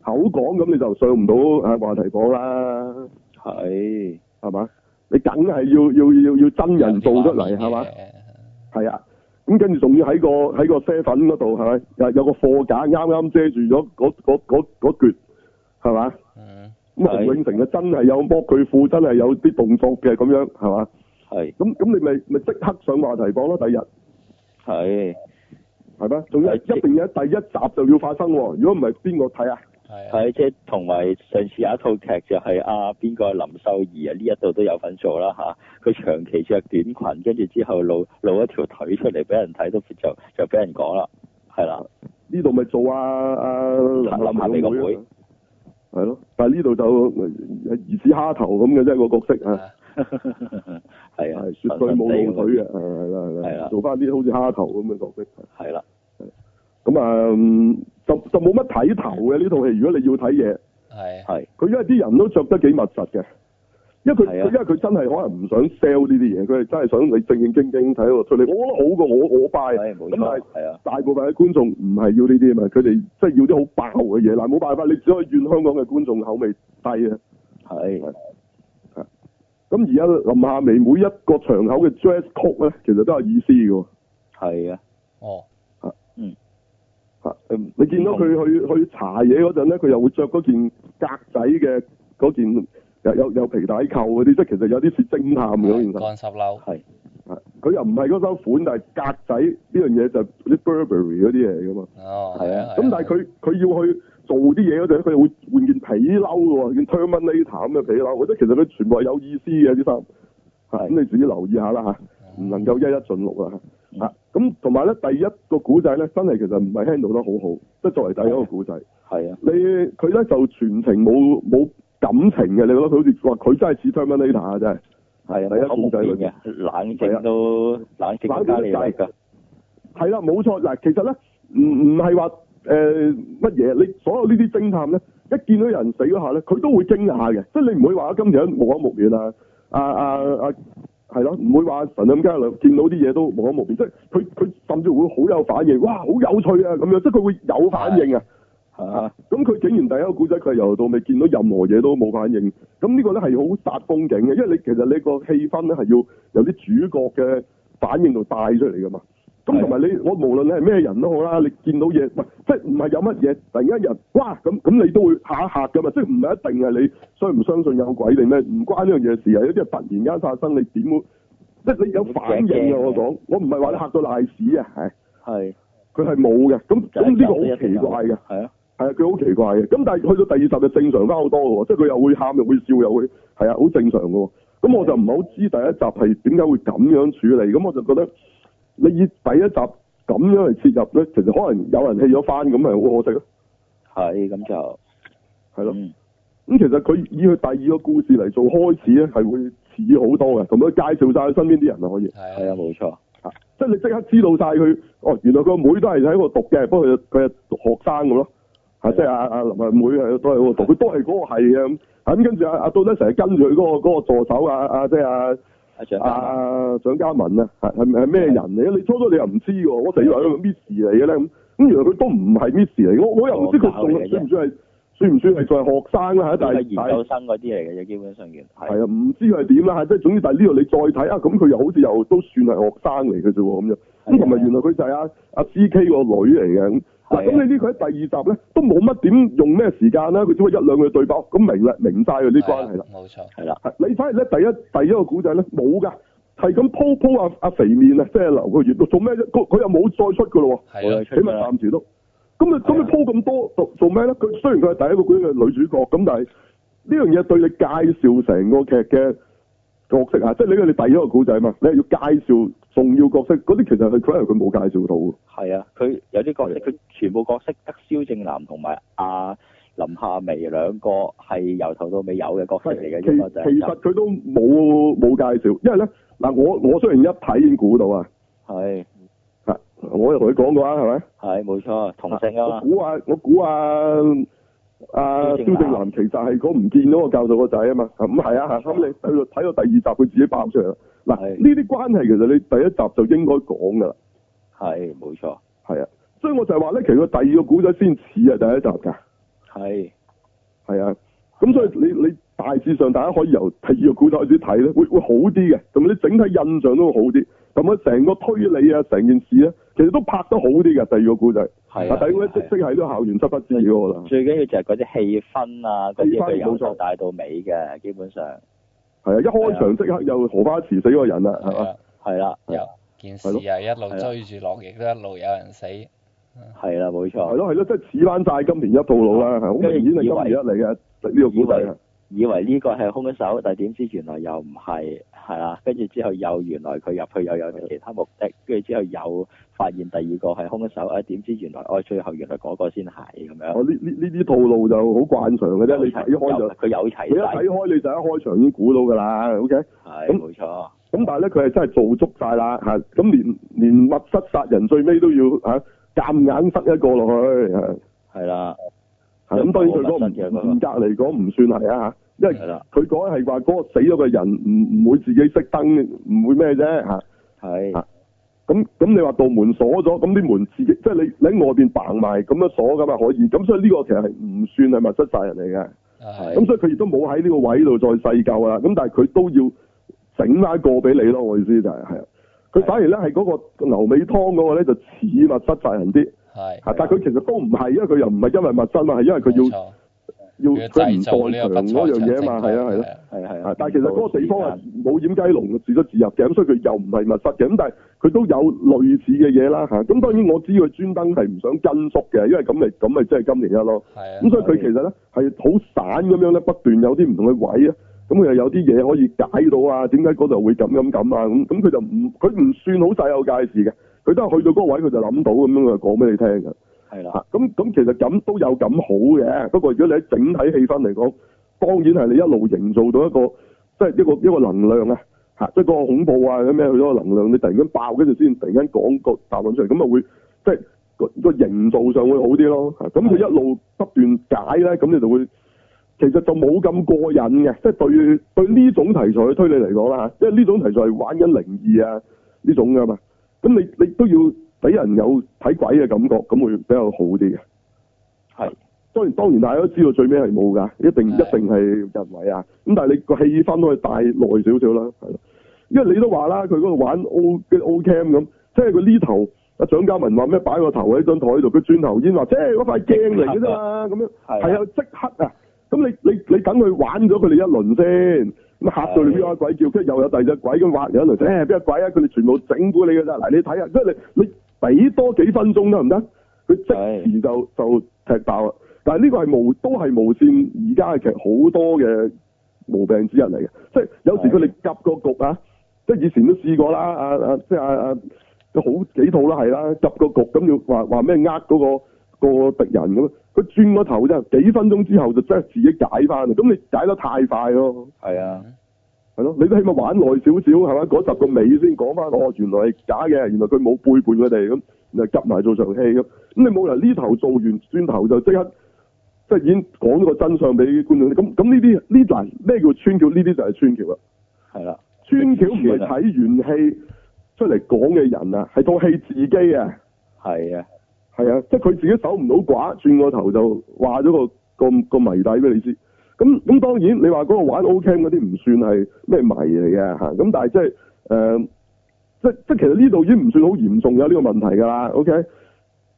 S2: 口講咁你就上唔到啊話題講啦，
S4: 係
S2: 係嘛？你梗係要要要要真人做出嚟係嘛？係啊，咁跟住仲要喺個喺個啡粉嗰度係咪？有有個貨架啱啱遮住咗嗰嗰嗰嗰橛係嘛？
S3: 嗯，
S2: 咁洪
S4: 係
S2: 永城啊真係有剝佢褲，真係有啲動作嘅咁樣係嘛？
S4: 係
S2: 咁咁你咪咪即刻上話題講咯，第日。
S4: 係
S2: 係咩？仲要一
S4: 係
S2: 定要喺第一集就要發生喎，如果唔係邊個睇啊？
S3: 係啊，
S4: 係即係同埋上次有一套劇就係啊邊個林秀儀啊呢一度都有份做啦嚇，佢、長期着短裙，跟住之後露露一條腿出嚟俾人睇，都就就俾人講啦，
S2: [LAUGHS]
S4: 係啦，
S2: 呢度咪做啊啊林
S4: 林夏薇個妹
S2: 啊係咯，但係呢度就呃兒子蝦頭咁嘅啫個角色
S3: À,
S2: 啊，
S4: 係啊
S2: 係，
S4: 神
S2: 絕對冇
S4: 神地咁
S2: 露腿嘅，啊係係啦係
S4: 係
S2: 啦，
S4: 啦
S2: 做翻啲好似蝦頭咁嘅角色。
S4: 係啦，
S2: 咁啊，嗯就就冇乜睇頭嘅呢套戲。如果你要睇嘢，
S3: 係
S4: 係
S2: 佢因為啲人都着得幾密實嘅，因為佢
S4: 係啊
S2: 因為佢真係可能唔想 sell 呢啲嘢，佢係真係想你正正經經睇到出嚟。我覺得好過我我 buy
S4: 係冇
S2: 咁但係
S4: 錯，係啊，
S2: 大部分嘅觀眾唔係要呢啲啊嘛，佢哋即係要啲好爆嘅嘢。嗱，冇辦法，你只可以怨香港嘅觀眾口味低啊。
S4: 係
S2: 咁而家林夏薇每一個場口嘅 dress code 咧，其實都有意思嘅喎。
S4: 係啊，
S3: 哦，
S4: 嗯
S2: 啊你見到佢去去查嘢嗰陣咧，佢又會着嗰件格仔嘅嗰件有有有皮帶扣嗰啲，即係其實有啲似偵探嘅嗰件衫。
S3: 乾濕褸，
S4: 係
S2: 佢又唔係嗰身款，但係格仔呢樣嘢就啲 Burberry 嗰啲嘢嚟噶嘛。
S3: 哦，
S4: 係啊
S2: 咁但係佢佢要去做啲嘢嗰陣，佢會換件皮褸喎，件 Terminator 咁嘅皮褸。我覺得其實佢全部係有意思嘅啲衫，嚇
S4: 係
S2: 咁你自己留意下啦嚇，唔能夠一一盡錄啦嚇。嚇咁同埋咧，第一個古仔咧，真係其實唔係 handle 得好好，即係作為第一個古仔，
S4: 係啊，
S2: 你佢咧就全程冇冇感情嘅，你覺得佢好似話佢真係似 Terminator 啊，真係。
S4: 係
S2: 第一
S4: 啊，好
S2: 控
S4: 冇
S2: 制佢啊
S4: 變嘅，冷靜都冷靜到加你嚟㗎，
S2: 係啦，冇錯嗱，其實咧唔唔係話誒乜嘢，你所有呢啲偵探咧，一見到人死嗰下咧，佢都會驚訝嘅，即係你唔會話啊今條人無可目面啊啊啊啊係咯，唔會話神咁加兩見到啲嘢都無可目面，即係佢佢甚至會好有反應，哇好有趣啊咁樣，即係佢會有反應啊。
S4: 嚇
S2: 咁佢竟然第一個古仔佢係由頭到尾見到任何嘢都冇反應，咁呢個咧係好殺風景嘅，因為你其實你個氣氛咧係要由啲主角嘅反應度帶出嚟噶嘛。咁同埋你，我無論你係咩人都好啦，你見到嘢，喂，即係唔係有乜嘢突然間人，哇咁咁你都會嚇一嚇噶嘛，即係唔係一定係你相唔相信有鬼定咩，唔關呢樣嘢事啊，有啲係突然間發生，你點會？即係你有反應
S4: 驚
S2: 啊！
S4: 嘅
S2: 我講，我唔係話你嚇到賴屎啊，係
S4: 係，
S2: 佢係冇嘅，咁咁呢個
S4: 就係
S2: 好
S4: 一定
S2: 奇
S4: 有
S2: 怪嘅。
S4: 係啊，
S2: 係啊，佢好奇怪嘅。咁但係去到第二集就正常翻好多嘅喎，即係佢又會喊又會笑又會係啊，好正常嘅喎。咁我就唔係好知第一集係點解會咁樣處理，咁我就覺得你以第一集咁樣嚟切入咧，其實可能有人棄咗翻，咁咪好可惜咯，
S4: 係咁就嗯
S2: 係
S4: 係
S2: 咯。咁其實佢以佢第二個故事嚟做開始咧，係會似好多嘅，同佢介紹晒佢身邊啲人啊，可以。
S4: 係啊，
S3: 係啊，
S4: 冇錯，
S2: 即係你即刻知道晒佢，哦，原來佢個妹都係喺嗰度讀嘅，不過佢佢係讀學生咁咯，嚇，
S4: 係啊
S2: 即係阿阿林啊阿妹係都係嗰度讀，佢都係嗰個係嘅咁，啊咁跟住阿阿到底成日跟住佢嗰個嗰個助手啊啊即係阿
S4: 阿長
S2: 阿
S4: 啊，
S2: 阿蔣嘉文啊，係係係咩人嚟嘅？你初初你又唔知喎，我成日以為佢係 Miss 嚟嘅咧咁，咁原來佢都唔係 Miss 嚟嘅，我我又唔
S4: 哦
S2: 知佢仲係算唔算係算唔算係仲係學生啦嚇，啊但
S4: 但係
S2: 係
S4: 研
S2: 但係
S4: 究生嗰啲嚟嘅啫，基本上嘅
S2: 係
S4: 係
S2: 啊，唔知佢係點啦，即係總之，但係呢度你再睇啊，咁佢又好似又都算係學生嚟嘅啫喎，咁樣咁同埋原來佢就係阿阿 C K 個女嚟嘅咁。嗱，
S4: 係啊
S2: 咁你呢個喺第二集咧都冇乜點用咩時間啦，佢只係一兩句對白，咁明啦，明晒佢啲關係啦。
S3: 冇錯，
S4: 係啦，
S2: 係你反而咧第一第一個古仔咧冇㗎，係咁鋪鋪阿阿肥面啊，即係劉個月做咩啫？佢佢又冇再出㗎咯喎。
S3: 係咯，
S4: 出
S2: 起
S4: 咗
S2: 碼
S4: 啦
S2: 暫時都。咁你咁
S4: 呃啊係
S2: 你
S4: 啊
S2: 鋪咁多做做咩咧？佢雖然佢係第一個管嘅女主角，咁但係呢樣嘢對你介紹成個劇嘅角色啊，即係你你第一個古仔嘛，你係要介紹重要角色，嗰啲其實係佢係佢冇介紹到嘅。
S4: 係啊，佢有啲角色，佢全部角色得蕭正楠同埋阿林夏薇兩個係由頭到尾有嘅角色嚟嘅
S2: 其
S4: 啫嘛，就
S2: 其實佢都冇冇介紹，因為咧嗱，我我雖然一睇已經估到啊，
S4: 係
S2: 嚇我又同佢講過啊，係咪？
S4: 係冇錯，同性啊
S2: 我
S4: 嘛，
S2: 估啊，我估啊，啊，
S4: 蕭
S2: 蕭正
S4: 正楠
S2: 楠啊其實係嗰唔見咗個教授個仔啊嘛，咁係啊，咁你睇到睇到第二集佢自己爆出嚟啦，嗱，
S4: 啊係
S2: 呢啲關係其實你第一集就應該講噶啦，
S4: 係冇錯，
S2: 係啊，所以我就係話咧，其實佢第二個古仔先似係第一集㗎，
S4: 係
S2: 係啊，咁所以你你大致上大家可以由第二個古仔開始睇咧，會會好啲嘅，同埋你整體印象都會好啲，咁啊成個推理啊成件事咧，其實都拍得好啲嘅第二個古仔，
S4: 係啊
S2: 第二個即
S4: 係啊嗯
S2: 即係都校園執不知嘅我覺得。
S4: 最緊要就係嗰啲氣氛啊，嗰
S2: 氣
S4: 啲
S2: 氛
S4: 佢由
S2: 冇錯
S4: 頭帶到尾嘅，基本上
S2: 係啊，一開場即刻又荷花池死個人啦，係嘛？
S3: 啊，
S4: 係啦，
S3: 有件事啊，一路追住落，亦都一路有人死，係
S4: 係啦，冇
S2: 係
S4: 錯。
S2: 咯係咯，即係似翻晒今年一套路啦，係好明顯係今年一嚟嘅呢個古仔啊。
S4: 以為呢個係兇手，但係點知原來又唔係，係啦。跟住之後又原來佢入去又有其他目的，跟住之後又發現第二個係兇手，啊點知原來哦最後原來嗰個先係咁樣。
S2: 我哦呢呢呢啲套路就好慣常嘅啫，你睇開就
S4: 有佢有
S2: 你一
S4: 齊
S2: 睇
S4: 晒，
S2: 開你就一開場已經估到㗎啦，OK？咁
S4: 係
S2: 咁
S4: 冇錯，
S2: 但係咧佢係真係做足晒啦嚇，咁連連密室殺人最尾都要嚇夾硬塞一個落去嚇，
S4: 係啦，
S2: 係咁當然佢嗰個唔
S4: 密室嘅嗰個
S2: 嚴格嚟講唔算係啊嚇，因為
S4: 係啦，
S2: 佢講係話嗰個死咗嘅人唔唔會自己熄燈，唔會咩啫嚇。
S4: 係
S2: 咁咁你話道門鎖咗，咁啲門自己即係你你喺外邊掟埋咁樣鎖噶嘛可以，咁所以呢個其實係唔算係密室殺人嚟嘅，咁所以佢亦都冇喺呢個位度再細究啦。咁但係佢都要整翻個俾你咯，我意思就係係啊。佢反而咧係嗰個牛尾湯嗰個咧就似密室殺人啲，
S3: 係啊
S2: 但係佢其實都唔係，因為佢又唔係因為密室嘛，係因為佢
S3: 冇
S2: 要要
S3: 錯佢要
S2: 佢唔
S3: 製造呢
S2: 在
S3: 個
S2: 場
S3: 不
S2: 嗰
S3: 在
S2: 樣
S3: 場
S2: 嘢嘛，係啊係咯。
S4: 係係
S2: 啊
S4: 啊！
S2: 但係其實嗰個地方係冇掩雞籠，自出自入嘅，咁所以佢又唔係密室嘅，咁但係佢都有類似嘅嘢啦嚇。咁當然我知佢專登係唔想跟縮嘅，因為咁咪咁咪即係今年一咯。
S3: 係啊
S2: 咁，所以佢其實咧係好散咁樣咧，不斷有啲唔同嘅位啊。咁佢又有啲嘢可以解到啊，點解嗰度會咁咁咁啊？咁咁佢就唔佢唔算好細有介事嘅，佢都係去到嗰個位佢就諗到咁樣就講俾你聽嘅。
S4: 係啦，
S2: 啊咁咁其實咁都有咁好嘅，不過如果你喺整體氣氛嚟講，當然係你一路營造到一個即係一個一個能量啊，嚇，即係個恐怖啊咁咩佢嗰個能量，你突然間爆，跟住先突然間講個答案出嚟，咁啊咪會即係個個營造上會好啲咯。嚇咁佢一路不斷解咧，咁你就會其實就冇咁過癮嘅，即係對對呢種題材嘅推理嚟講啦嚇，因為呢種題材係玩緊靈異啊呢種噶嘛，咁你你都要俾人有睇鬼嘅感覺，咁會比較好啲嘅。
S4: 係
S2: 當然當然，大家都知道最尾係冇㗎，一定一
S3: 係
S2: 定係人為啊。咁但係你個氣氛可以帶耐少少啦，係咯。因為你都話啦，佢嗰度玩 O 嘅 O cam 咁，即係佢呢頭阿蔣嘉文話咩擺個頭喺張台度，佢轉頭先話，即係嗰塊鏡嚟嘅啫嘛，咁樣
S4: 係啊
S2: 係啊，即刻啊！咁你你你等佢玩咗佢哋一輪先，咁嚇到你邊個鬼叫，跟住又有第二隻鬼咁挖你一輪，誒邊個鬼啊？佢哋全部整蠱你嘅咋？嗱，你睇下，即係你你俾多幾分鐘得唔得？佢即時就就踢爆啦。但係呢個係無都係無線而家嘅劇好多嘅毛病之一嚟嘅，即係有時佢哋夾個局啊，即係以前都試過啦，啊啊即係啊啊好幾套啦係啦，夾個局咁要話話咩呃嗰個、個敵人咁，佢轉個頭啫，幾分鐘之後就真係自己解翻啦，咁你解得太快咯。
S4: 係啊，
S2: 係咯，你都起碼玩耐少少係咪？嗰集個尾先講翻，哦，原來係假嘅，原來佢冇背叛佢哋咁，然後夾埋做場戲咁。咁你冇人呢頭做完，轉頭就即刻即係已經講咗個真相俾觀眾。咁咁呢啲呢嗱咩叫穿橋？呢啲就係穿橋啦。
S4: 係啦，
S2: 穿橋唔係睇完戲出嚟講嘅人啊，係套戲自己啊。
S4: 係啊，
S2: 係啊，即係佢自己守唔到寡，轉個頭就話咗個個個謎底俾你知。咁咁當然，你話嗰個玩 O Cam 嗰啲唔算係咩謎嚟嘅嚇，咁但係即係誒、呃即即其實呢度已經唔算好嚴重有呢個問題㗎啦。OK，咁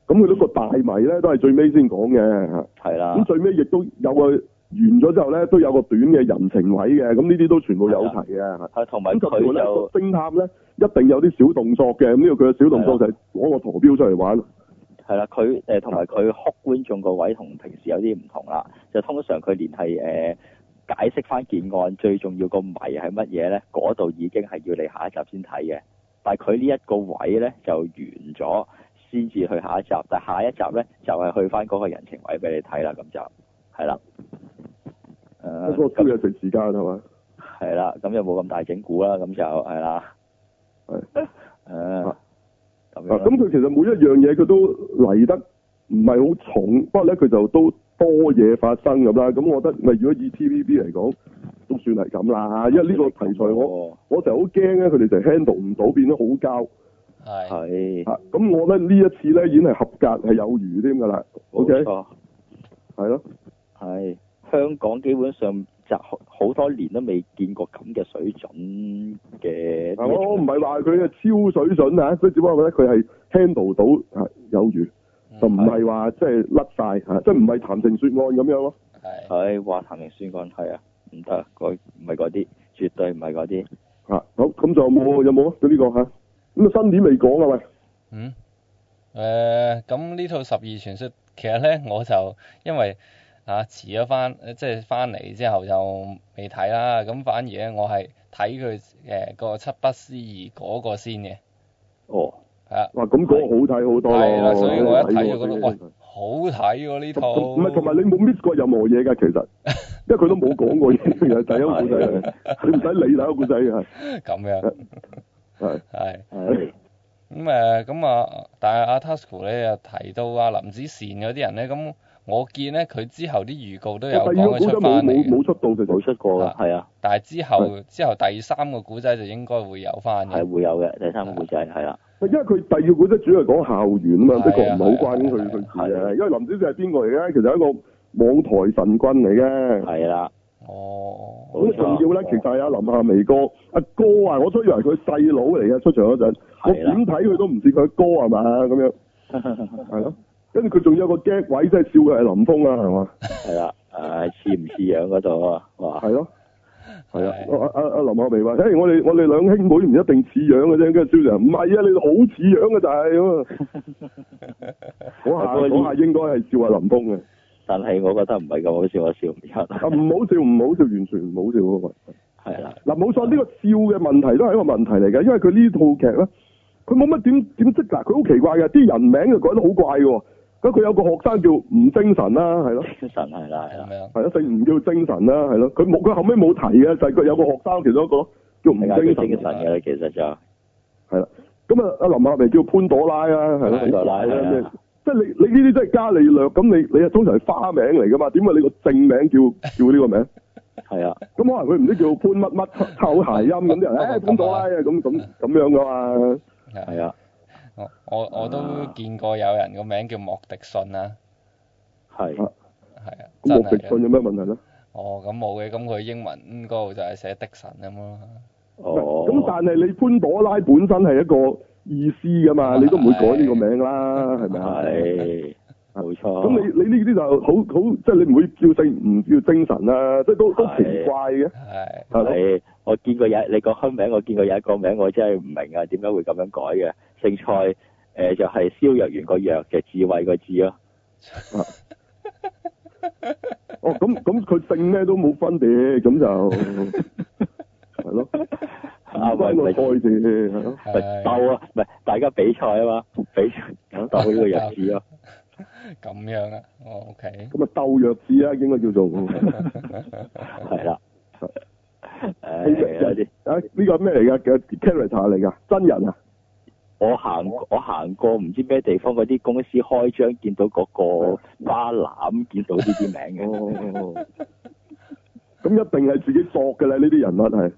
S2: 佢呢個大謎咧都係最尾先講嘅嚇，
S4: 係
S2: 咁、
S4: 啦，
S2: 最尾亦都有個完咗之後咧都有個短嘅人情位嘅，咁呢啲都全部有齊嘅嚇。
S4: 啊同埋
S2: 咁就
S4: 佢
S2: 佢咧
S4: 就。
S2: 個偵探咧一定有啲小動作嘅，咁呢個佢嘅小動作就係攞個陀標出嚟玩。
S4: 係啦，佢誒同埋佢哭觀眾個位同平時有啲唔同啦，就通常佢連係誒、呃解釋翻件案最重要個謎係乜嘢咧，嗰度已經係要你下一集先睇嘅。但係佢呢一個位咧就完咗，先至去下一集。但係下一集咧就係、去翻嗰個人情位俾你睇啦，咁就係啦。誒、
S2: 啊不過都有段時間係嘛？
S4: 係啦，咁就冇咁大整蠱啦，咁就係啦。
S2: 係
S4: 誒、咁
S2: 啊
S4: 樣啦
S2: 咁佢其實每一樣嘢佢都嚟得唔係好 E 重，不過咧佢就都多嘢發生咁啦。咁我覺得咪如果以 TVB 嚟講，都算係咁啦，啊因為呢個題材我我就好驚咧，佢哋就 handle 唔到，變咗好膠
S3: 係
S4: 係
S2: 嚇。咁我覺得呢一次咧已經係合格係有餘添㗎啦。
S4: 冇
S2: OK，
S4: 錯
S2: 係咯，
S4: 係香港基本上就好好多年都未見過咁嘅水準嘅。
S2: 嗱我我唔係話啊佢係超水準啊，佢只不過我覺得佢係 handle 到啊有餘，就唔係話即係甩晒，嚇，即係唔係談情説愛咁樣咯。
S3: 係
S4: 係話談明宣案係啊，唔得，嗰唔係嗰啲，絕對唔係嗰啲。
S2: 嚇、啊好咁就有冇有冇啊？對呢、個嚇，咁啊新年未講啊喂，
S3: 嗯誒咁呢套十二傳說其實咧我就因為啊遲咗翻即係翻嚟之後就未睇啦，咁反而咧我係睇佢誒個七不思議嗰個先嘅，
S4: 哦，
S3: 係啊。
S2: 哇咁嗰個好睇好多咯，
S3: 係啦，所以我一睇就覺得，
S2: 睇過
S3: 喂，好睇喎呢套。
S2: 唔係，同埋你冇 miss 過任何嘢㗎，其實，因為佢都冇講
S3: [LAUGHS]
S2: 過嘢嘅，第一個故仔嚟，你唔使理第一個故仔啊嘅，
S3: 咁啊樣
S2: 係
S3: 係
S4: 係
S3: 咁誒咁啊，但係阿 Tasco 咧又提到阿林子善嗰啲人咧，咁我見咧佢之後啲預告都有
S2: 哦係。第二個
S3: 講
S2: 故
S3: 佢
S2: 仔
S3: 出翻
S2: 冇
S3: 嚟
S2: 冇
S3: 嘅，
S2: 冇出到其
S4: 冇
S2: 實，
S4: 出過
S3: 啊
S4: 㗎，係啊，
S3: 但係之後之後第三個古仔就應該會有翻嘅
S4: 係。會有嘅。第三個故仔係啦，
S2: 因為佢第二個故仔主要係講校園啊
S3: 係
S2: 嘛，
S3: 啊
S2: 的確唔係好關佢
S3: 係啊
S2: 佢事
S4: 係啊
S2: 嘅，因為林子祥係邊個嚟嘅？其實係一個網台神棍嚟嘅。
S4: 係啦，
S3: 哦，
S2: 咁啊
S4: 冇錯
S2: 仲要咧，其實係阿林夏薇哥阿哥啊，我初以為佢細佬嚟嘅，出場嗰陣，我
S4: 係啦
S2: 點睇佢都唔似佢哥係嘛咁樣，
S4: [LAUGHS]
S2: 係咯。跟住佢仲有個 gag 位，真係笑佢係林峰啊，係嘛？
S4: 係啦，誒似唔似樣嗰度啊？哇，
S2: 係咯，係啊，
S3: 係
S2: 阿阿阿林亞薇話：，誒，我哋我哋兩兄妹唔一定似樣嘅啫。跟住蕭長，唔係啊，你好似樣嘅就係咁啊。
S4: [LAUGHS]
S2: 嗰下嗰下應該係笑阿林峰嘅。
S4: 但係我覺得唔係咁好笑，我笑唔
S2: 啊，
S4: 出。
S2: 唔好笑，唔好笑，完全唔好笑嗰個。
S4: 係啦，
S2: 嗱，冇錯，呢個笑嘅問題都係一個問題嚟嘅，因為佢呢套劇咧，佢冇乜點點識嗱，佢好奇怪嘅，啲人名就改得好怪嘅喎。咁佢有個學生叫吳精神啦，係咯。
S4: 精神係啦，係
S3: 啊咁
S4: 啦，
S3: 樣
S2: 係咯，啊姓吳叫精神啦，係咯，佢冇佢後尾冇提嘅，就係、佢有個學生其中一個咯，叫吳
S4: 係啊，佢
S2: 精神
S4: 精神嘅咧，其實就
S2: 係啦。咁啊，阿林亞薇叫潘朵拉啊，係咯，
S3: 潘
S4: 朵拉
S2: 係啦
S4: 係啊
S2: 咩即係你你呢啲真係伽利略，咁你你係通常係花名嚟噶嘛？點解你個正名叫叫呢個名？
S4: 係啊，
S2: 咁可能佢唔知叫潘乜乜臭諧音咁啲 [LAUGHS] 人，誒潘朵拉啊咁咁咁樣噶嘛？
S4: 係
S3: 係
S4: 啊，
S3: 我我我都
S4: 啊
S3: 見過有人個名叫莫迪信啦，
S4: 係
S3: 係啊，
S2: 咁
S3: 真
S2: 莫迪
S3: 係
S2: 信
S3: 嘅。
S2: 有咩問題咧？
S3: 哦，咁冇嘅，咁佢英文嗰度就係寫迪神咁咯。
S4: 哦。
S2: 咁但係你潘朵拉本身係一個意思噶嘛，你都唔會改呢個名啦，係咪哦啊？
S4: 係冇錯。
S2: 咁你你呢啲就好好，即係你唔會叫姓唔叫精神啊，即係都都奇怪嘅，
S3: 係
S2: 係咯。
S4: 係，我見過有你講開名，我見過有一個名，我真係唔明啊，點解會咁樣改嘅？姓蔡，誒、就係、蕭若元個若嘅智慧個智咯，
S2: 哦，咁咁佢姓咩都冇分別，咁 [LAUGHS] 就係咯，
S4: 啊
S2: 關個
S4: 咪咪
S2: 菜字係咯，
S4: 咪
S3: 係
S4: 鬥啊，咪大家比賽啊嘛，比賽鬥呢個弱智咯，
S3: 咁樣啊，哦，OK。
S2: 咁啊鬥弱智啊，應該 [LAUGHS] 叫做
S4: 係啦。
S2: 啊
S4: 誒有啲
S2: 係，啊呢個咩嚟㗎？嘅 character 嚟㗎，真人啊，
S4: 我行我行過唔知咩地方嗰啲公司開張，見到嗰個巴攬，見到呢啲名嘅，
S2: 哦，咁一定係自己作㗎啦，呢啲人物係。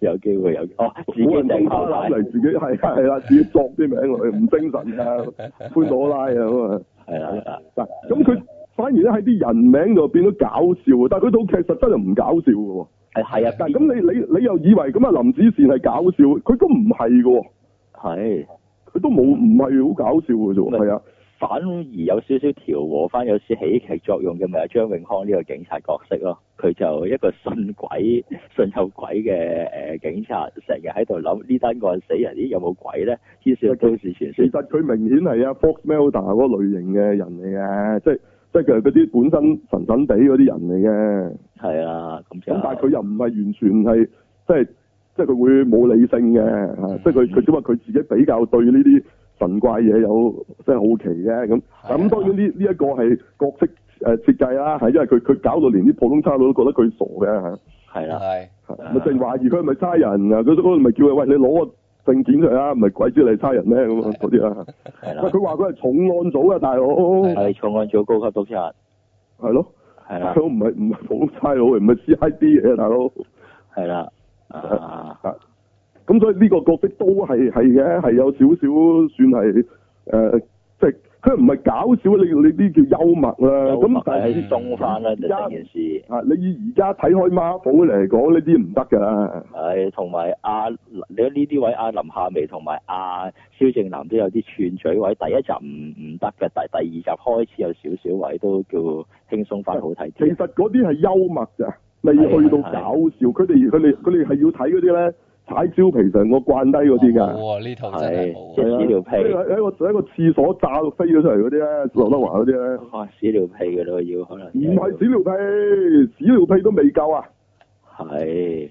S4: 有機會有哦，自己
S2: 冇人
S4: 定
S2: 用花
S4: 後
S2: 籃
S4: 帶，
S2: 嚟自己係啊係啦，自己作啲名落去，唔精神啊，潘朵拉啊咁啊。
S4: 係啦係啦，
S2: 嗱，咁佢反而咧喺啲人名度變咗搞笑，但係佢套劇實真係唔搞笑嘅喎。
S4: 係係啊，
S2: 但係咁你你你又以為咁啊林子善係搞笑，佢都唔係嘅喎，
S4: 係。
S2: 佢都冇唔係好搞笑嘅啫喎。
S4: 咪
S2: 係啊，
S4: 反而有少少調和翻，有少喜劇作用嘅咪係張永康呢個警察角色咯。佢就一個信鬼、 [LAUGHS] 信有鬼嘅誒、呃警察，成日喺度諗呢單案死人，咦有冇鬼咧？於是都市傳
S2: 其
S4: 說
S2: 實佢明顯係啊 Fox Mulder 嗰類型嘅人嚟嘅，即係即係佢係嗰啲本身神神地嗰啲人嚟嘅。
S4: 係啦，咁就
S2: 咁但係佢又唔係完全係即係即係佢會冇理性嘅，啊即係佢佢只不過佢自己比較對呢啲神怪嘢有即係好奇嘅咁。
S3: 係啊
S2: 咁當然呢呢一個係角色呃誒設計啦，啊係因為佢佢搞到連啲普通差佬都覺得佢傻嘅嚇，
S4: 係啦，
S3: 係
S2: 係啊咪淨懷疑佢係咪差人啊？佢嗰個咪叫佢喂你攞個證件出嚟啊，唔係鬼知你係差人咩咁啊嗰啲啦。
S4: 係
S2: 喂
S4: 啦，
S2: 佢話佢係重案組啊，大佬
S3: 係啦
S4: 係重案組高級督察，
S2: 係咯。
S4: 係
S2: 大
S4: 啦，
S2: 佬唔係唔係普通差佬，唔係 CID 嘅大佬。
S4: 係啦，啊，
S2: 咁所以呢個角色都係係嘅，係有少少算係誒、呃即係佢唔係搞笑，你你啲叫幽默啦。
S4: 咁
S2: 咁
S4: 但
S2: 但係
S4: 係中翻啦，就成件事。
S2: 啊，你以而家睇開 Marvel 嚟講，呢啲唔得㗎啦。
S4: 係，同埋阿你睇呢啲位，阿林夏薇同埋阿蕭正楠都有啲串嘴位，第一集唔唔得嘅，第第二集開始有少少位都叫輕鬆翻，好睇
S2: 其
S4: 啲
S2: 實。嗰啲係幽默咋，未去到搞笑。佢哋佢哋佢哋係要睇嗰啲咧踩蕉皮成個慣低嗰啲㗎。
S3: 冇喎，哦呢套真係
S4: 係
S3: 冇啊
S4: 即
S3: 喎。
S4: 係屎尿屁
S2: 喺啊個喺個喺個廁所炸到飛咗出嚟嗰啲咧，劉德華嗰啲咧，
S4: 哇！屎尿屁嘅咯，要可能
S2: 唔係屎尿屁，屎尿屁都未夠啊！
S4: 係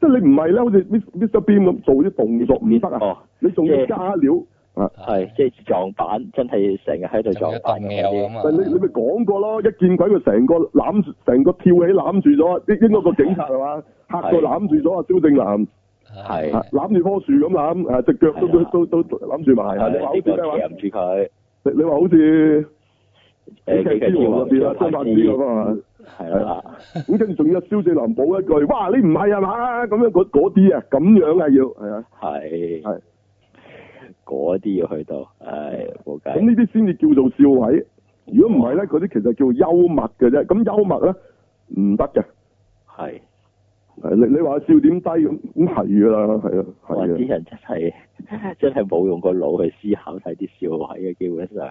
S2: 即係你唔係咧，好似 Mr. Bean 咁做啲動作唔得啊！
S4: 哦，
S2: 你仲要加料啊！
S4: 係即係撞板，真係成日喺度
S3: 仲
S4: 撞
S3: 要
S4: 板
S3: 當
S4: 咁
S3: 友
S4: 嗰
S3: 咁
S4: 啲。
S3: 啊！
S2: 但你你咪講過咯，一見鬼佢成個攬住，成個跳起攬住咗，應應該個警察係
S4: [LAUGHS]
S2: 嘛，嚇到攬住咗啊！蕭正楠
S3: Ờ,
S4: 係
S2: 啊攬住棵樹咁攬，誒隻腳都
S4: 係啦
S2: 都都都攬住埋。
S4: 係
S2: 你話好
S4: 呢
S2: 似
S4: 個
S2: 咩話？
S4: 騎唔住佢，
S2: 你你話好似
S4: 誒
S2: 喜劇之王入邊啊，張柏芝咁啊嘛，
S4: 係啦，
S2: 咁跟住仲要蕭正楠補一句：哇！你唔係啊嘛？咁樣嗰嗰啲啊，咁樣啊要係啊，
S4: 係
S2: 係
S4: 嗰啲要去到，係
S2: 咁
S4: 冇計。
S2: 呢啲先至叫做笑位。如果唔係咧，嗰啲其實叫幽默嘅啫。咁幽默咧唔得嘅。
S4: 係，
S2: 係你你話笑點低咁咁係噶啦，係啊，
S4: 哇！
S2: 係啊。
S4: 啲人真係 [LAUGHS] 真係冇用個腦去思考睇啲笑位嘅，基本上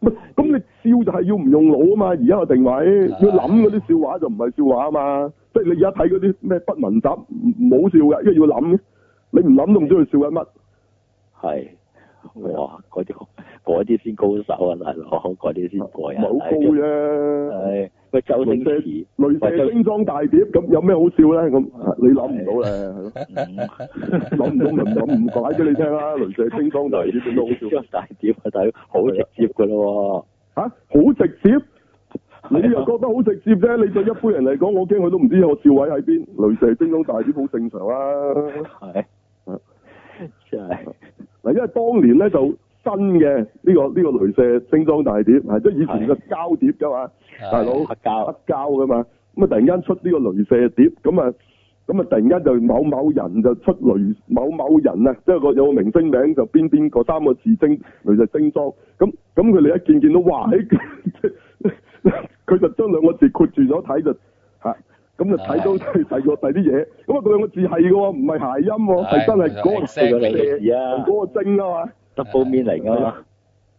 S2: 乜咁你笑就係要唔用腦啊嘛？而家個定位要諗嗰啲笑話就唔係笑話啊嘛。即係你而家睇嗰啲咩不文集冇笑嘅，因為要諗嘅。你唔諗都唔知佢笑緊乜。
S4: 係。
S2: 嗯
S4: 哇！嗰啲嗰啲先高手啊，大佬，嗰啲先過
S2: 唔
S4: 人。
S2: 係好高啫。
S4: 係，喂，周星
S2: 雷
S4: 馳
S2: 射。雷射精裝大碟咁有咩好笑咧？咁你諗唔到咧，係咯
S4: 嗯
S2: 諗唔到咪唔諗唔解俾你聽啦。雷射精裝大碟點都好笑
S4: 大碟啊，大佬好直接噶咯
S2: 嚇，好直接。
S4: 喎。
S2: 你又覺得好直接啫？你對一般人嚟講，我驚佢都唔知我笑位喺邊。雷射精裝大碟好正常啦、
S4: 係
S2: 嗯
S4: [LAUGHS] 真係
S2: 嗱，因為當年咧就新嘅呢、個呢、個雷射精裝大碟，係即係以前嘅膠碟㗎嘛，
S3: 係
S2: 大佬
S4: 黑膠
S2: 黑膠㗎嘛。咁啊，突然間出呢個雷射碟，咁啊，咁啊，突然間就某某人就出雷某某人啊，即係個有個明星名就邊邊個三個字精雷射精裝。咁咁佢哋一見見到哇，咦 [LAUGHS] 佢就將兩個字括住咗睇就嚇。咁就睇到 [LAUGHS] 第第個第啲嘢，咁啊佢兩個字係嘅喎，唔係諧音喎，係真係嗰個字
S4: 咗你
S2: 嘅
S4: 嘅事啊
S2: 嗰個精啊嘛，
S4: ，double meaning 啊嘛，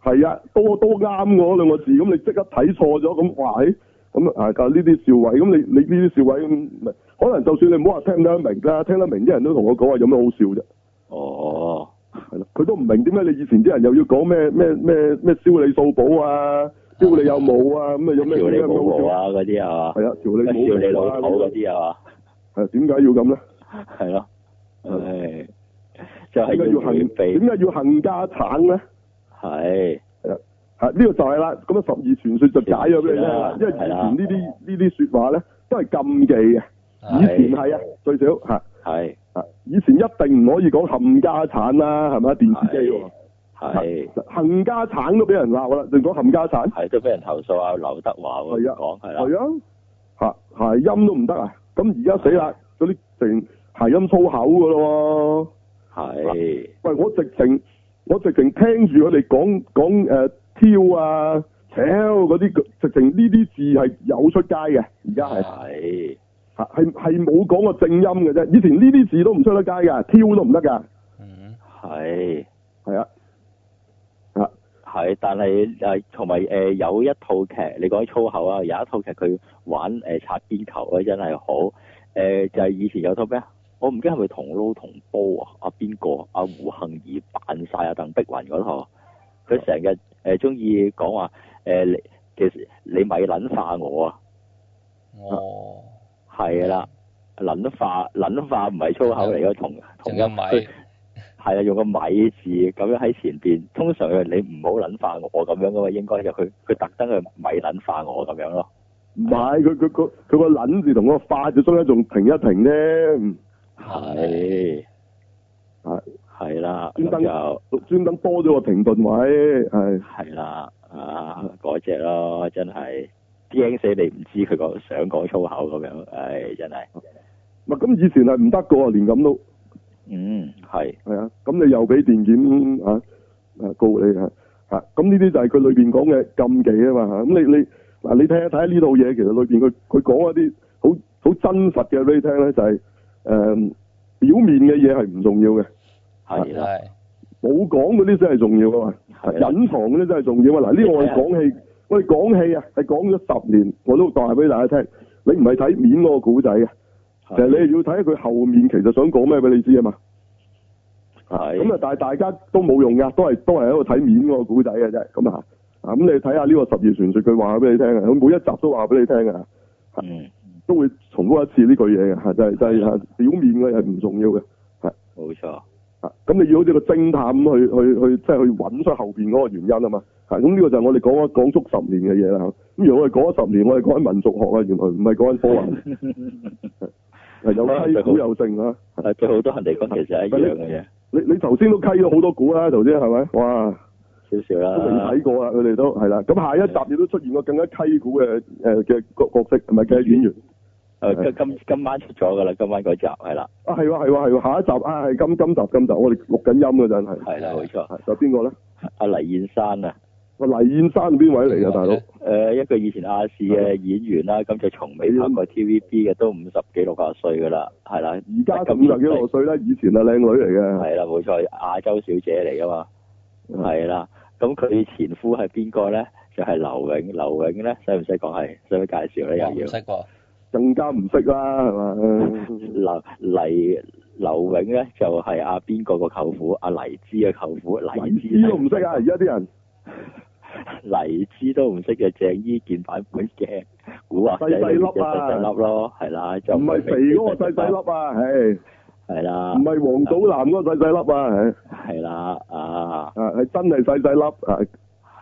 S2: 係啊，多多啱嗰兩個字，咁你即刻睇錯咗，咁哇嘿咁啊啊呢啲笑位，咁你你呢啲笑位咁咪，可能就算你唔好話聽得明啦，聽得明啲人都同我講話有咩好笑啫，
S4: 哦，
S2: 係咯，佢都唔明點解你以前啲人又要講咩咩咩咩燒你數簿啊，燒你有冇啊，咁啊有
S4: 條
S2: 咩
S4: 你
S2: 有咩
S4: 冇毛
S2: 好笑？
S4: 啊嗰啲啊嘛，
S2: 係啊，條你
S4: 跟
S2: 冇
S4: 住你老
S2: 啊
S4: 土嗰，啲啊
S2: 係點解要咁咧？
S4: 嘛，係咯，唉，
S2: 點解
S4: 就係
S2: 啊要
S4: 要回
S2: 恨？
S4: 避
S2: 點，解要恨家產咧？
S4: 係
S2: 係呢、個就係啦，咁啊十二傳說就解咗俾你聽啦，因為以前
S4: 係啦
S2: 呢啲呢啲説話咧都係禁忌嘅，以
S3: 係
S2: 前係啊最少嚇
S4: 係
S2: 嚇，以前一定唔可以講冚家產啦，係咪啊電視機喎，
S4: 係
S2: 冚家產都俾人鬧啦，仲講冚家產，
S4: 係都俾人投訴啊，劉德華喎
S2: 係啊
S4: 講係啦，
S2: 係啊嚇諧音都唔得啊，咁而家死啦，嗰啲成諧音粗口噶咯喎。啊
S4: 係
S2: 喂，我直情我直情聽住佢哋講講誒挑啊、扯嗰啲，直情呢啲字係有出街嘅，而家
S4: 啊
S2: 係啊
S4: 係
S2: 嚇係係冇講個正音嘅啫。以前呢啲字都唔出得街㗎，挑都唔得㗎，
S3: 嗯
S4: 係。
S2: 係啊，
S4: 係，但係誒同埋誒有一套劇，你講粗口啊，有一套劇佢玩誒擦邊球咧，真係好誒、就係、以前有套咩啊？我唔記得係咪同撈同煲啊？阿邊個？阿胡杏兒扮晒阿鄧碧雲嗰套，佢成日誒中意講話誒你其實你咪撚化我啊，
S3: 哦，
S4: 係啦，撚化撚化唔係粗口嚟嘅，同同
S3: 嗯啊仲
S4: 音
S3: 有米
S4: 佢係啊，用個米字咁樣喺前邊。通常佢你唔好撚化我咁樣噶嘛，應該就佢佢特登去米撚化我咁樣咯。
S2: 唔係佢佢佢佢個撚字同個化字中間仲停一停咧，
S4: 係
S2: 係
S4: 係啦，
S2: 專
S4: 咁
S2: 登
S4: 就
S2: 專登多咗個停頓位，係
S4: 係啦，啊嗰只咯，真係驚死你唔知佢講想講粗口咁樣，唉，真係，
S3: 哦
S2: 唔係咁以前係唔得噶，連咁都
S4: 嗯，係，
S2: 係啊。咁你又俾電檢啊啊告你啊嚇，咁呢啲就係佢裏邊講嘅禁忌啊嘛嚇。咁你你嗱你睇下睇下呢套嘢，其實裏邊佢佢講一啲好好真實嘅俾你聽咧，就係、誒表面嘅嘢係唔重要嘅，
S4: 係啦，
S3: 係
S2: 冇講嗰啲先係重要噶嘛。
S4: 係啦，
S2: 啊隱藏嗰啲真係重要啊！嗱，呢個我哋講戲，我哋講戲啊，係講咗十年，我都話俾大家聽。你唔係睇面嗰個古仔嘅，其實你係要睇下佢後面其實想講咩俾你知啊嘛。
S4: 係，
S2: 咁啊，但係大家都冇用噶，都係都係喺度睇面嗰個古仔嘅啫。咁啊，啊咁你睇下呢個十二傳説，佢話俾你聽啊，佢每一集都話俾你聽啊，
S4: 嗯，
S2: 都會重複一次呢句嘢嘅，嚇就係就係嚇啊表面嘅係唔重要嘅。
S4: 冇
S2: [LAUGHS]
S4: 錯，
S2: 啊，咁你要好似個偵探咁去去去，即係去揾出後邊嗰個原因啊嘛。啊，咁呢個就係我哋講咗講足十年嘅嘢啦。嚇咁如果我哋講咗十年，我哋講緊民族學啊，原來唔係講緊科幻，
S4: [LAUGHS]
S2: 係有稽古有剩啊。
S4: 係對好多人嚟講其實係一樣嘅嘢，
S2: 你你頭先都稽咗好多股啦，頭先係咪？哇，
S4: 少少
S2: 都未
S4: 啦
S2: 睇，過啊啦，佢哋都係啦。咁下一集亦都出現過更加稽古嘅誒嘅角角色，係咪嘅演員？
S4: 誒啊今今今晚出咗㗎啦，今晚嗰集係啦，
S2: 啊，係喎係喎係喎，下一集啊係今今集今集，我哋錄緊音嗰陣係
S4: 係啦，冇錯，
S2: 係就邊個咧？
S4: 阿黎燕珊啊。
S2: 啊黎燕珊邊位嚟㗎，大佬？
S4: 誒、一個以前亞視嘅演員啦，咁就從未拍過 TVB 嘅，都五十幾六啊歲噶啦，係啦，啊
S2: 而家咁十幾六歲啦，以前啊靚女嚟嘅，
S4: 係啦，冇錯，亞洲小姐嚟噶嘛，
S2: 嗯
S4: 係啦，咁佢前夫係邊個咧？就係、劉永，劉永咧，使唔使講係？使唔使介紹咧？
S3: 哇
S4: 又
S3: 唔識
S4: 要
S3: 喎，
S2: 更加唔識啦，係嘛？
S4: 劉黎劉永咧，就係阿邊個個舅父，阿黎姿嘅舅父，黎
S2: 黎
S4: 姿
S2: 姿都唔識啊！而家啲人
S4: [LAUGHS] 黎姿都唔識嘅鄭伊健版本嘅古惑仔
S2: 細細粒啊
S4: 嘅細細粒咯，係啦，就
S2: 唔係肥嗰個細細，粒啊，唉，
S4: 係啦，
S2: 唔係黃祖藍嗰個細細粒啊，唉，
S4: 系啦，啊，
S2: 啊係真係細細粒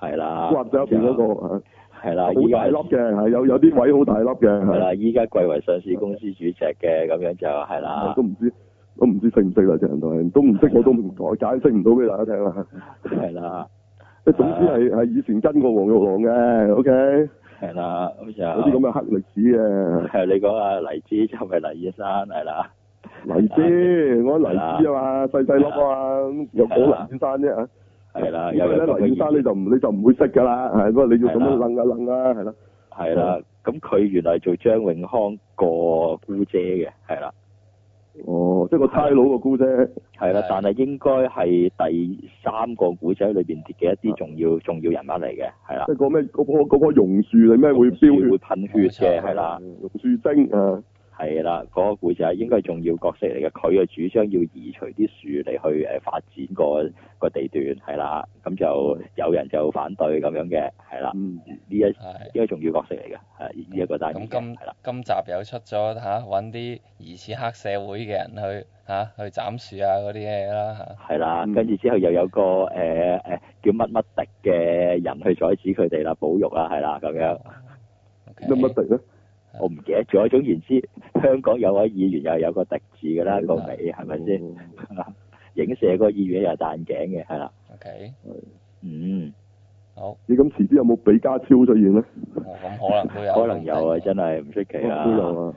S4: 系啦，
S2: 啊，骨仔入邊嗰個啊，
S4: 系啦，
S2: 好
S4: 依
S2: 大
S4: 家
S2: 粒嘅，係有有啲位好大粒嘅，
S4: 系
S2: 係
S4: 啦，依家貴為上市公司主席嘅，咁樣就係
S2: 我
S4: 啦
S2: 都，唔知。都唔知識唔識啦，成台都唔識，我都唔解解釋唔到俾大家聽啦。
S4: 係啦，
S2: 即係總之係係以前跟過黃玉郎嘅，OK，
S4: 係啦，咁就
S2: 有啲咁嘅黑歷史嘅。
S4: 係你講阿黎姿就咪黎先生係啦，
S2: 黎姿，我黎姿啊嘛，細細粒啊嘛，咁又講黎先生啫啊嚇。
S4: 係啦，
S2: 咁
S4: 又
S2: 所以
S4: 有
S2: 咧，
S4: 咁
S2: 黎先生你
S4: 嘅
S2: 就唔你就唔會識㗎啦，係不過你要咁樣楞啊楞啊，係啦。
S4: 係
S3: 嗯
S4: 啦，咁佢原來做張永康個姑姐嘅，係啦，
S2: 哦，即係個差佬個姑姐，
S4: 係啦
S3: 係，
S4: 但係應該係第三個古仔裏邊嘅
S3: 啊
S4: 一啲重要重要人物嚟嘅，係啦
S2: 即，係個咩嗰棵嗰棵榕樹你咩會飆
S4: 會
S2: 血？
S4: 噴血嘅，係啦。
S2: 榕樹精啊，
S4: 係啦，嗰、個故仔應該係重要角色嚟嘅。佢嘅主張要移除啲樹嚟去誒發展個個地段，係啦。咁就有人就反對咁樣嘅，係啦。
S2: 嗯，
S4: 呢一呢
S3: 係。
S4: 一個重要角色嚟嘅，係呢一個單
S3: 咁
S4: 元嘅
S3: 今
S4: 係啦，
S3: 今集又出咗嚇揾啲疑似黑社會嘅人去嚇、去斬樹啊嗰啲嘢啦嚇。
S4: 係啦。
S2: 嗯
S4: 跟住之後又有個誒誒、叫乜乜迪嘅人去阻止佢哋啦，保育啦，係啦咁樣。
S3: OK
S2: 乜乜迪咧？
S4: 我唔記得咗。總言之，香港有位議員又有個迪字㗎啦，個尾係咪先？
S2: 哦？
S4: 影射個議員又係戴眼鏡嘅，係啦。
S3: OK，
S4: 嗯。
S3: 好，
S2: 你咁遲啲有冇比家超出現咧？
S3: 哦咁可能都有。
S4: 可能有啊，真係唔出奇啊！
S2: 都有啊，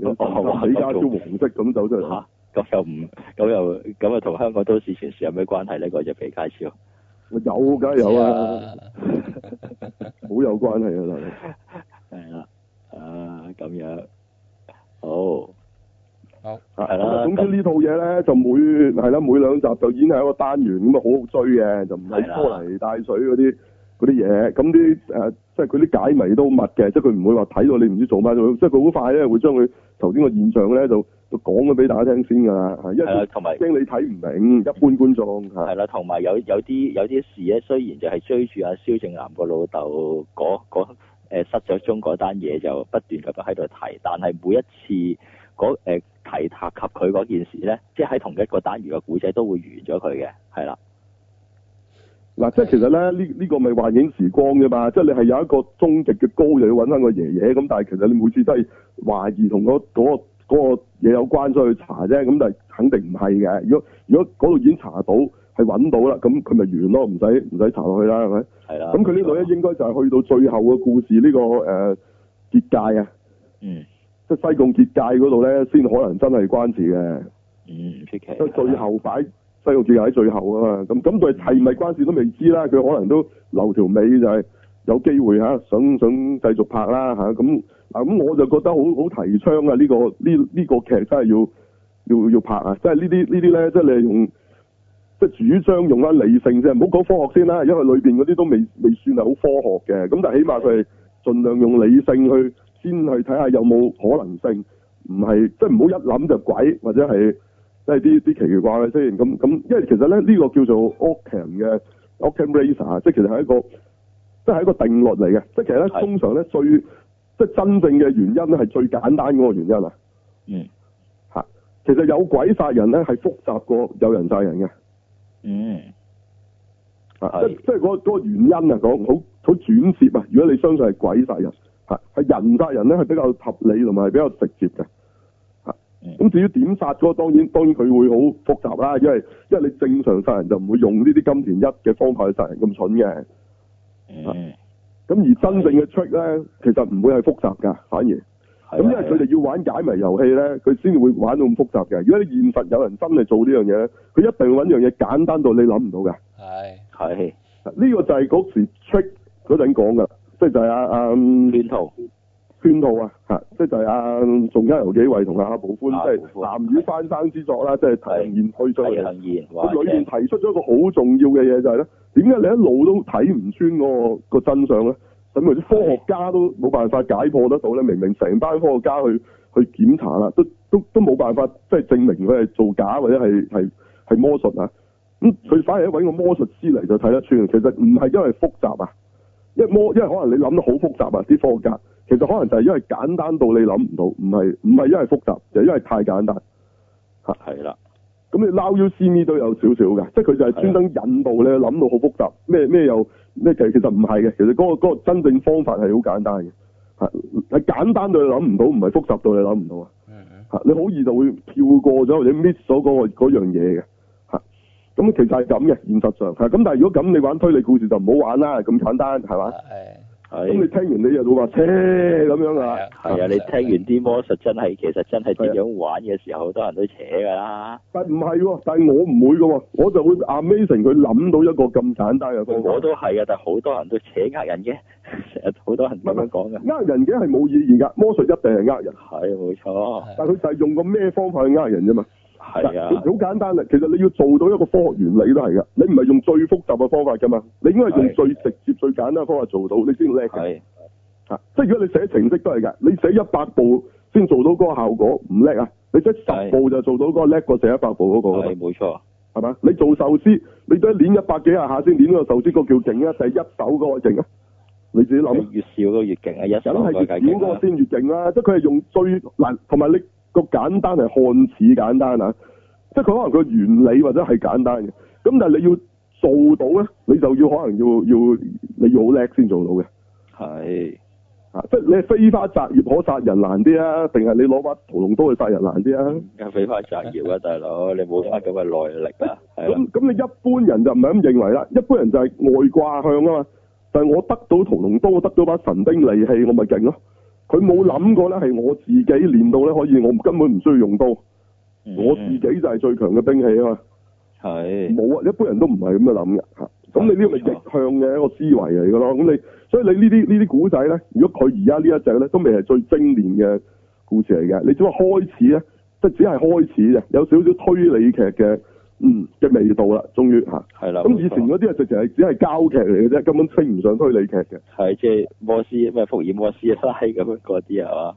S2: 有
S4: 哦
S2: 比家超黃色咁走出嚟，
S4: 嚇咁又唔咁又咁啊，同香港都市傳說有咩關係呢？嗰只比卡超
S2: 有梗係
S3: Dạ,
S2: 有啊，！好有關係啊，大佬。
S4: 係啦，啊咁樣好係
S2: 係
S4: 啦
S2: 啦，啊總之呢套嘢咧就每係啦每兩集就已經係一個單元咁啊，好好追嘅，就唔係拖泥帶水嗰啲嗰啲嘢。咁啲誒即係佢啲解謎都好密嘅，即係佢唔會話睇到你唔知做乜，即係佢好快咧會將佢頭先個現象咧就就講咗俾大家聽先㗎啦，係因
S4: 係啊
S2: 為
S4: 啦，同埋
S2: 驚你睇唔明，一般觀眾嚇
S4: 係啦，同埋有有啲有啲事咧，雖然就係追住阿蕭正楠個老豆嗰嗰誒失咗蹤嗰單嘢，就不斷咁樣喺度提，但係每一次嗰誒提塔及佢嗰件事咧，即係喺同一個單元嘅古仔都會完咗佢嘅，係啦，
S2: 嗱，即係其實咧呢呢個咪幻影時光啫嘛，即係你係有一個終極嘅高，就要揾翻個爺爺咁，但係其實你每次都係懷疑同嗰嗰個嗰個嘢有關，所以去查啫，咁但係肯定唔係嘅。如果如果嗰度已經查到係揾到啦，咁佢咪完咯，唔使唔使查落去啦，係咪？
S4: 系啦。
S2: 咁佢呢度咧應該就係去到最後嘅故事呢、個誒、呃、結界啊，
S4: 嗯
S2: 即係西貢結界嗰度咧，先可能真係關事嘅。
S4: 嗯唔出奇。
S2: 即係最後擺西貢結界喺最後啊嘛，咁咁佢係咪關事都未知啦，佢可能都留條尾就係有機會嚇、想想繼續拍啦嚇，咁、嗱咁我就覺得好好提倡啊！呢、個呢呢、個劇真係要要要拍啊！即係呢啲呢啲咧，即係你係用即係主張用翻理性啫，唔好講科學先啦，因為裏邊嗰啲都未未算係好科學嘅，咁但係起碼佢係盡量用理性去先去睇下有冇可能性，唔係即係唔好一諗就鬼或者係。即係啲啲奇奇怪嘅先咁咁，因為其實咧呢、個叫做 Ockham 嘅 Ockham Razor，即係其啊實係一個即係一個定律嚟嘅，即係其實咧
S4: 係
S2: 通常咧最即係真正嘅原因咧係最簡單嗰個原因啊
S4: 嗯
S2: 嚇。其實有鬼殺人咧係複雜過有人殺人嘅，
S4: 嗯
S2: 啊
S4: 係
S2: 即即係嗰嗰個原因啊講好好轉折啊！如果你相信係鬼殺
S4: 嗯
S2: 人嚇，係人殺人咧係比較合理同埋比較直接嘅。啊
S4: 嗯
S2: 咁至於點殺嗰個，當然當然佢會好複雜啦，因為因為你正常殺人就唔會用呢啲金田一嘅方法去殺人咁蠢嘅。
S4: 嗯
S2: 咁而真正嘅 trick 咧，其實唔會係複雜㗎，反而咁
S4: 係啊。
S2: 因為佢哋要玩解謎遊戲咧，佢先會玩到咁複雜嘅。如果你現實有人真係做呢樣嘢咧，佢一定揾樣嘢簡單到你諗唔到㗎。
S3: 係
S4: 係
S2: 呢、個就係嗰時 trick 嗰陣講㗎，即係就係阿阿嗯
S4: 圈套
S2: 圈套啊，嚇，即係就係阿嗯仲加有幾位同阿寶歡
S4: 啊
S2: 即係
S4: 寶歡
S2: 南魚翻生之作啦，即係
S4: 係
S2: 騰然去追
S4: 係
S2: 佢哋。
S4: 行言話
S2: 佢裏面提出咗一個好重要嘅嘢就係咧，點解你一路都睇唔穿嗰個個真相咧？咁或者科學家都冇辦法解破得到咧，明明成班科學家去去檢查啦，都都都冇辦法即係證明佢係造假或者係係係魔術啊！咁佢反而揾個魔術師嚟就睇得穿，其實唔係因為複雜啊，因為魔因為可能你諗得好複雜啊，啲科學家其實可能就係因為簡單到你諗唔到，唔係唔係因為複雜，就係因為太簡單。
S4: 係啦，
S2: 咁你 Now You See Me 都有少少嘅，即係佢就係專登引導咧，諗到好複雜，咩咩又咩其其實唔係嘅，其實嗰、個嗰個真正方法係好簡單嘅，係係簡單到你諗唔到，唔係複雜到你諗唔到啊！
S3: 嗯嗯
S2: 嚇，你好易就會跳過咗或者 miss 咗嗰、個嗰樣嘢嘅嚇。咁其實係咁嘅，現實上嚇。咁但係如果咁你玩推理故事就唔好玩啦，咁簡單係嘛？
S3: 係
S2: 咁你
S4: 係
S2: 聽完你就會話切咁樣㗎啦。
S4: 係啊！你聽完啲魔術真係其實真係
S2: 係
S4: 點
S2: 啊
S4: 樣玩嘅時候，好多人都扯㗎啦。
S2: 但唔係喎，但係我唔會嘅喎，我就會 amazing 佢諗到一個咁簡單嘅方法
S4: 我。都係啊，但係好多人都扯呃人嘅， [LAUGHS] 成日好多人咁樣講嘅。
S2: 呃人嘅係冇意義㗎，魔術一定係呃人，
S4: 係冇錯，
S3: 係
S2: 但係佢就係用個咩方法去呃人啫嘛。
S4: 係
S2: 嗱
S4: 啊
S2: 好，簡單啦，其實你要做到一個科學原理都係㗎，你唔係用最複雜嘅方法㗎嘛，你應該係用
S4: 係
S2: 最直接、最簡單嘅方法做到，你先叻嘅。
S4: 係
S2: 嚇即係如果你寫程式都係㗎，你寫一百步先做到嗰個效果唔叻啊，你寫十
S4: 係
S2: 步就做到嗰個叻過寫一百步嗰個㗎嘛
S4: 係冇錯，
S2: 係嘛？你做壽司，你都係攣一百幾下下先攣個壽司個叫勁啊，定係一手嗰個勁啊？你自己諗啊。
S4: 你越少都越勁啊！一手
S2: 梗係
S4: 攞
S2: 越
S4: 個計
S2: 少嗰個
S4: 勁
S2: 先越勁啦，即係佢係用最嗱，同埋你個簡單係看似簡單啊，即係佢可能個原理或者係簡單嘅，咁但係你要做到咧，你就要可能要要你要好叻先做到嘅，
S4: 係
S2: 啊，即係你係飛花摘葉可殺人難啲啊，定係你攞把屠龍刀去殺人難啲啊？
S4: 梗係俾翻摘要啊，
S2: [LAUGHS]
S4: 大佬！你冇翻咁嘅耐力啊，係啦，
S2: 咁咁你一般人就唔係咁認為啦，一般人就係外掛向啊嘛，就係、我得到屠龍刀，我得到把神兵利器，我咪勁咯。佢冇諗過咧，係我自己練到咧，可以我根本唔需要用刀，我自己
S4: 嗯
S2: 就係最強嘅兵器啊嘛。
S4: 係
S2: 冇啊，一般人都唔係咁樣諗嘅嚇。咁你呢個咪
S4: 冇錯
S2: 逆向嘅一個思維嚟嘅咯。咁你所以你呢啲呢啲古仔咧，如果佢而家呢一隻咧，都未係最精煉嘅故事嚟嘅。你只不過開始咧，即係只係開始嘅，有少少推理劇嘅嗯嘅味道啦，終於嚇。
S4: 係啦。
S2: 咁
S4: 冇錯
S2: 以前嗰啲啊，直情係只係交劇嚟嘅啫，根本稱唔上推理劇嘅。
S4: 係即係摩斯咩福爾摩斯拉咁樣嗰啲係嘛？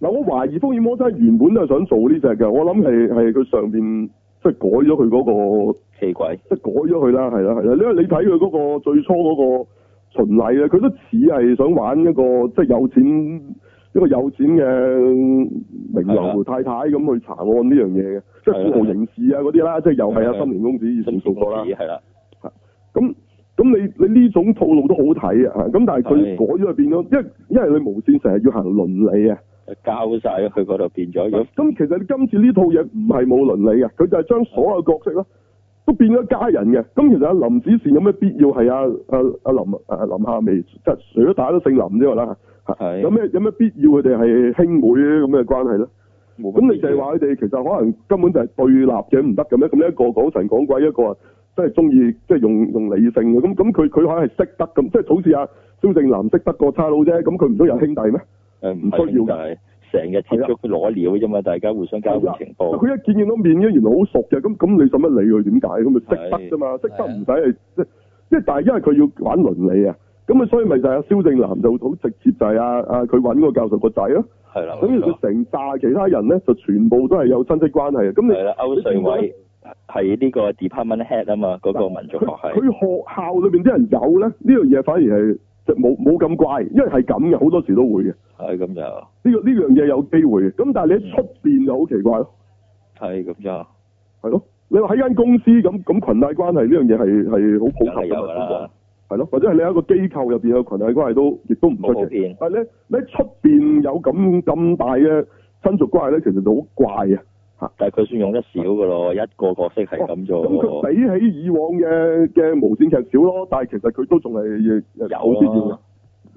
S2: 嗱，我懷疑《福爾摩斯》原本都係想做呢只嘅，我諗係係佢上邊即係改咗佢嗰個，
S4: 奇怪，
S2: 即係改咗佢啦，係啦係啦，因為你睇佢嗰個最初嗰個循例咧，佢都似係想玩一個即係有錢一個有錢嘅名流太太咁去查案呢樣嘢嘅，即係富豪刑事啊嗰啲啦，即係又係
S4: 係
S2: 啊
S4: 啊
S2: 森田公子以前做過啦。
S4: 係啦，
S2: 咁咁你你呢種套路都好睇啊，咁但係佢
S4: 係
S2: 改咗就變咗，因為因為你無線成日要行倫理啊，
S4: 呃交晒去嗰度變咗，如果
S2: 咁其實你今次呢套嘢唔係冇倫理嘅，佢就係將所有角色咧都變咗家人嘅。咁其實阿林子善有咩必要係阿阿阿林阿林夏薇，即係除咗大家都姓林之外啦，
S4: 係
S2: 有咩有咩必要佢哋係兄妹咁嘅關係咧？
S4: 冇乜
S2: 咁你就係話佢哋其實可能根本就係對立嘅，唔得嘅咩？咁你一個講神講鬼，一個啊真係中意即係用用理性嘅。咁咁佢佢可能係識得咁，即係好似阿蕭正楠識得個差佬啫。咁佢唔都有兄弟咩？
S4: 誒呃唔
S2: 唔需要
S4: 係但係成日接觸攞料啫嘛，大家互相交換情報。
S2: 啊佢一見見到面嘅，原來好熟嘅。咁咁你使乜理佢點解？咁咪識得啫
S4: 啊
S2: 嘛，識得唔使係即即係，但係因為佢要玩倫理啊。咁啊，所以咪就係阿蕭正楠就好直接就係阿阿佢揾個教授個仔咯。
S4: 哦係啊啦，
S2: 咁
S4: 冇
S2: 而
S4: 錯
S2: 佢成扎其他人咧，就全部都係有親戚關係嘅。啊咁你
S4: 係啦，啊歐瑞偉係呢個 department head 啊嘛，嗰個民族學
S2: 佢
S4: 係
S2: 佢學校裏邊啲人有咧，呢樣嘢反而係即係冇冇咁怪，因為係咁嘅，好多時都會嘅。
S4: 係咁就
S2: 呢、個呢樣嘢有機會嘅，咁但係你喺出邊就好奇怪咯，
S4: 係咁就
S2: 係咯。你話喺間公司咁咁群帶關係呢樣嘢係係
S4: 梗
S2: 好普
S4: 係
S2: 及
S4: 有
S2: 㗎
S4: 㗎
S2: 嘛
S4: 啦，
S2: 係咯，或者係你喺一個機構入邊有群帶關係都亦都唔
S4: 好
S2: 出
S4: 普
S2: 奇。
S4: 遍
S2: 但係咧，你喺出邊有咁咁大嘅親族關係咧，其實就好怪啊。
S4: 但係佢算用得少㗎咯，一個角色係咁
S2: 哦咁佢
S4: 做，
S2: 比起以往嘅嘅無線劇少咯，但係其實佢都仲係
S4: 啊
S2: 誒有必要嘅。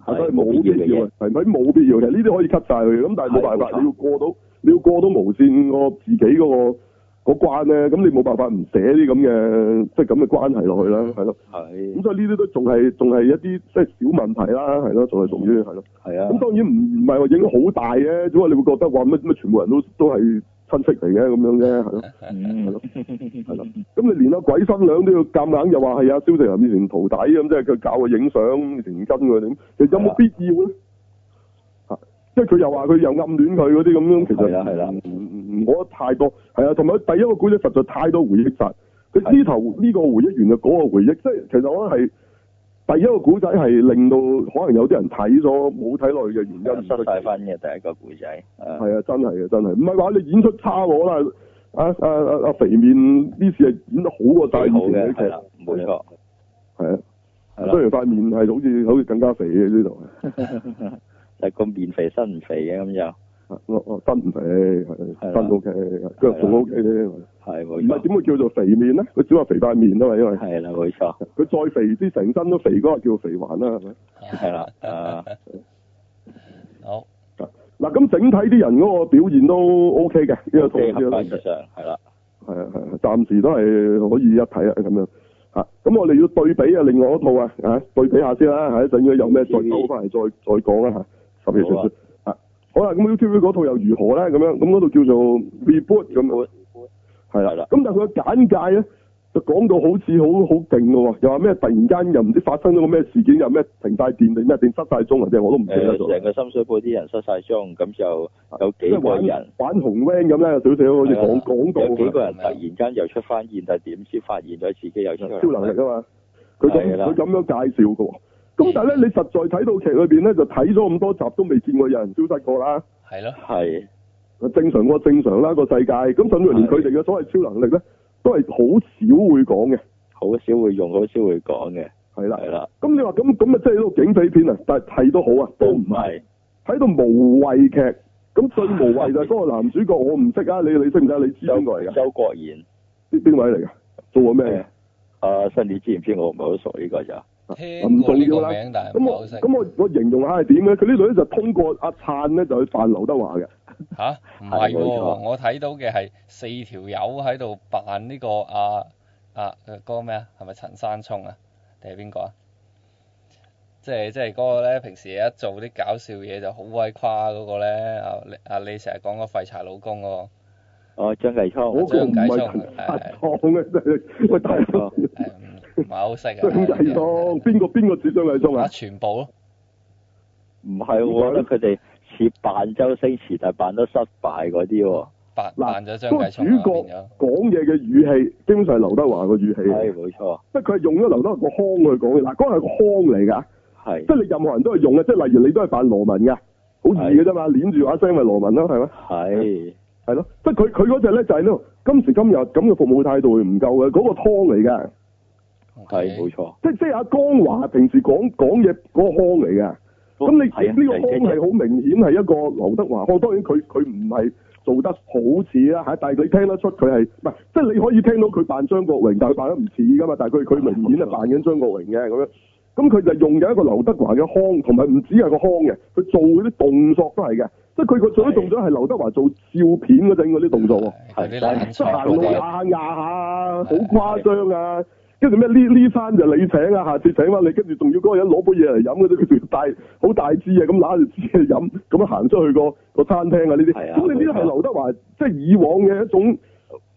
S2: 係所以
S4: 係
S2: 冇
S4: 冇必要嘅
S2: 必要
S4: 嘢
S2: 啊，，係咪冇必要嘅？呢啲可以 cut 晒佢，咁但係冇辦
S4: 係冇
S2: 法，
S4: 錯
S2: 你要過到你要過到無線個自己嗰、個嗰關咧，咁你冇辦法唔寫啲咁嘅即係咁嘅關係落去啦，係咯。咁
S4: 係
S2: 所以呢啲都仲係仲係一啲即係小問題啦，係咯，仲係屬於係咯。
S4: 係
S2: 咁
S4: 啊，
S2: 當然唔唔係話影響好大嘅，只不過你會覺得話乜乜全部人都都係親戚嚟嘅咁樣啫，係咯。
S4: 嗯
S2: 係咯，咁你連阿鬼新娘都要夾硬又話係啊，蕭正楠以前徒弟咁，即係佢教佢影相，以前跟佢咁，其實有冇
S4: 啊
S2: 必要咧？嚇即係佢又話佢又暗戀佢嗰啲咁樣，其實
S4: 係啦係啦
S2: 唔唔唔我覺得太多係啊，同埋第一個古仔實在太多回憶殺，佢呢頭呢個回憶完就嗰個回憶，即係其實我覺得係第一個古仔係令到可能有啲人睇咗冇睇落去嘅原因唔
S4: 失
S2: 得嘅
S4: 晒分嘅第一個故仔，係
S2: 係啊，真係嘅，真係，唔係話你演出差我啦，啊啊啊啊肥面呢次係演得好過晒
S4: 最
S2: 以
S4: 好
S2: 前
S4: 嘅
S2: 啲劇
S4: 係啦，冇錯
S2: 係啊，
S4: 係
S2: 雖
S4: 啦，
S2: 然塊面係好似好似更加肥嘅呢度，
S4: 但係個面肥身唔肥嘅咁就
S2: 啊我我真唔肥，係
S4: 係啦
S2: 真 OK，腳仲 OK 咧，唔
S4: 係冇
S2: 係
S4: 錯，
S2: 點會叫做肥面咧？佢只話肥塊面啊嘛，因
S4: [LAUGHS]
S2: 為
S4: 係啦冇錯，
S2: 佢再肥啲，成身都肥嗰個叫肥環啦，係咪？
S4: 係啦，啊
S3: 好，
S2: 嗱，咁整體啲人嗰個表現都 OK 嘅，呢個套
S4: ，OK
S2: 戲
S4: 合
S2: 都
S4: 法以上係啦，
S2: 係啊係啊，暫時都係可以一睇啊咁樣嚇。咁我哋要對比啊，另外一套啊嚇，對比下先啦嚇，一陣如果有咩再
S4: 嗯
S2: 兜翻嚟再再講啦嚇。十月
S4: 好
S2: 傳
S4: 啊
S2: 説嚇，好啦，咁 UTV 嗰套又如何咧？咁樣咁嗰度叫做 Reboot 咁樣，係
S4: 係
S2: 啦
S4: 啦。
S2: 咁但係佢嘅簡介咧，就講到好似好好勁嘅喎，又話咩突然間又唔知發生咗個咩事件，又咩停晒電定咩電失晒鐘啊，即係我都唔記得
S4: 誒
S2: 咗
S4: 成。個深水埗啲人失晒蹤，咁就有
S2: 即
S4: 幾
S2: 係
S4: 個
S2: 玩
S4: 人。
S2: 玩紅 van 咁咧，有少少好似
S4: 係
S2: 講
S4: 啊
S2: 廣告
S4: 有幾
S2: 咁。
S4: 個人突然間又出翻現，但係點知發現咗自己又出
S2: 超能力啊嘛。佢咁
S4: 係啦
S2: 佢咁樣介紹嘅喎。咁但係咧，你實在睇到劇裏邊咧，就睇咗咁多集都未見過有人消失過啦。
S3: 係咯，
S4: 係
S2: 正常過正常啦個世界，咁甚至乎連佢哋嘅所謂超能力咧，都係好少會講嘅。
S4: 好少會用，好少會講嘅，
S2: 係啦，
S4: 係啦，
S2: 咁你話咁咁啊，即係呢個警匪片啊，但係睇都好啊，都唔係
S4: 係
S2: 睇到無謂劇。咁最無謂就係嗰個男主角，我唔識啊，你你識唔識啊？你知邊個嚟㗎？
S4: 周國賢
S2: 邊邊位嚟㗎？做過咩㗎
S4: 誒？啊，新你知唔知我唔係好熟呢個就
S3: 聽過呢
S2: 重要
S3: 個
S2: 啦
S3: 名，但係唔
S2: 咁
S3: 係
S2: 我
S3: 好識。
S2: 咁我我形容下係點咧？佢呢度咧就通過阿燦咧就去扮劉德華嘅，
S3: 吓？啊唔係
S4: 係冇錯
S3: 喎，我睇到嘅係四條友喺度扮呢個啊啊誒嗰個咩啊？係咪陳山聰啊？定係邊個啊？即係即係嗰個咧，平時一做啲搞笑嘢就好鬼誇嗰個咧，啊你啊你成日講個廢柴老公嗰
S4: 哦張繼
S2: 嗰
S4: 聰，
S2: 個唔係
S3: 張繼
S2: 陳
S3: 聰
S2: 達創嘅，真係喂大佬，
S3: 個，誒唔唔係好識
S2: [LAUGHS]
S3: 啊。
S2: 張繼聰邊個邊個似張繼聰
S3: 啊，
S2: 啊？
S3: 全部咯，
S4: 唔係我覺得佢哋似扮周星馳，但係扮得失敗嗰啲喎，
S3: 扮
S2: 嗱
S3: 扮咗張
S2: 嗰個
S3: 繼
S2: 主
S3: 聰啊，變
S2: 角
S3: 咗嗯
S2: 講嘢嘅語氣，基本上係劉德華個語氣
S4: 係，冇錯，
S2: 即係佢係用咗劉德華個腔去講嘅。嗱，嗰個係個腔嚟㗎，即
S4: 係
S2: 係你任何人都係用嘅，即係例如你都係扮羅文㗎，好易嘅啫嘛，攣住把聲咪羅文啦，係咪？
S4: 係
S2: 係咯，即係佢佢嗰只咧就係呢度，今時今日咁嘅服務態度係唔夠嘅，嗰、個湯嚟嘅，
S4: 係冇錯，
S2: 即即係阿江華平時講講嘢嗰個腔嚟嘅。咁你
S4: 係啊
S2: 呢個腔
S4: 係
S2: 係好明顯係一個劉德華腔，當然佢佢唔係做得好似啦嚇，但係你聽得出佢係唔係即係你可以聽到佢扮張國榮，但係佢扮得唔似噶嘛，但係佢佢明
S4: [LAUGHS]
S2: 顯係扮緊張國榮嘅咁樣。咁佢就用緊一個劉德華嘅腔，同埋唔止係個腔嘅，佢做嗰啲動作都係嘅，即係佢個做啲動作係劉德華做照片嗰陣嗰啲動作喎。
S3: 佢啲冷
S2: 即係啊行
S3: 場
S2: 路
S3: 嗰
S2: 壓壓下，好誇張啊！跟住咩呢呢餐就你請啊，下次請翻你，跟住仲要嗰個人攞杯嘢嚟飲嗰啲，佢仲要帶好大支啊，咁揦住支嘢飲，咁樣行出去個個餐廳啊呢啲。
S4: 係啊
S2: 咁你呢啲係劉德華即係以往嘅一種，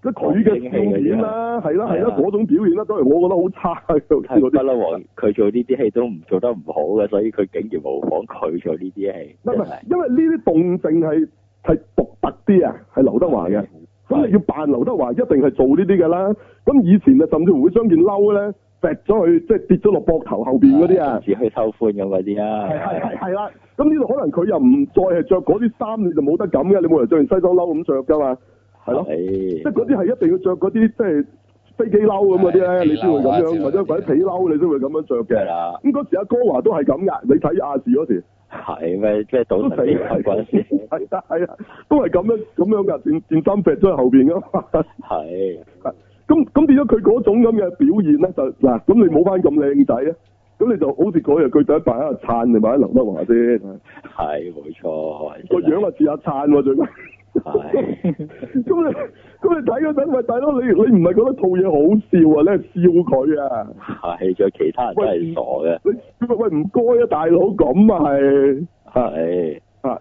S2: 即係佢嘅表演啦，係啦係
S4: 啊係
S2: 啦
S4: 啊
S2: 嗰種表演啦，當然我覺得好差嘅嗰
S4: 係不
S2: 啲。
S4: 嬲王，佢做呢啲戲都唔做得唔好嘅，所以佢竟然模仿佢做呢啲戲，
S2: 唔係
S4: 真
S2: 唔
S4: 係
S2: 係，因為呢啲動靜係係獨特啲啊，係劉德華嘅。咁你啊要扮劉德華，一定係做呢啲㗎啦。咁以前啊，甚至乎會將件褸咧擲咗去，即係跌咗落膊頭後邊嗰啲啊。
S4: 只去收歡咁嗰啲啊，
S2: 係係係係啦。咁呢度可能佢又唔再係着嗰啲衫，你就冇得咁嘅。你冇人着完西裝褸咁着㗎嘛，係咯。
S4: 係
S2: 即係嗰啲係一定要着嗰啲即係飛機褸咁嗰啲
S3: 係
S2: 咧，你先會咁
S3: 皮褸啊
S2: 樣，或者或者皮褸你先會咁樣着
S4: 係
S2: 嘅。
S4: 啦，
S2: 咁嗰時阿哥華都係咁㗎，你睇亞視嗰時。
S4: 係咩？即係
S2: 都
S4: 賭神
S2: 死
S4: 啲
S2: 係
S4: 人嗰陣
S2: [LAUGHS]
S4: 時，
S2: 係啊係啊，都係咁樣咁樣噶，件件衫劈咗喺後邊噶嘛。
S4: 係
S2: 咁咁變咗佢嗰種咁嘅表現咧，就嗱咁你冇翻咁靚仔啊，咁你就好似嗰日佢就喺扮阿燦啊定扮阿劉德華先，啊
S4: 係冇錯，
S2: 個樣啊似阿燦喎最緊。
S4: 係
S2: [LAUGHS] 咁你咁你睇嗰陣，喂大佬你你唔係覺得套嘢好笑啊？你係笑佢啊？
S4: 係，仲有其他人都係傻嘅，
S2: 你喂喂唔該啊大佬咁啊係
S4: 係
S2: 啊！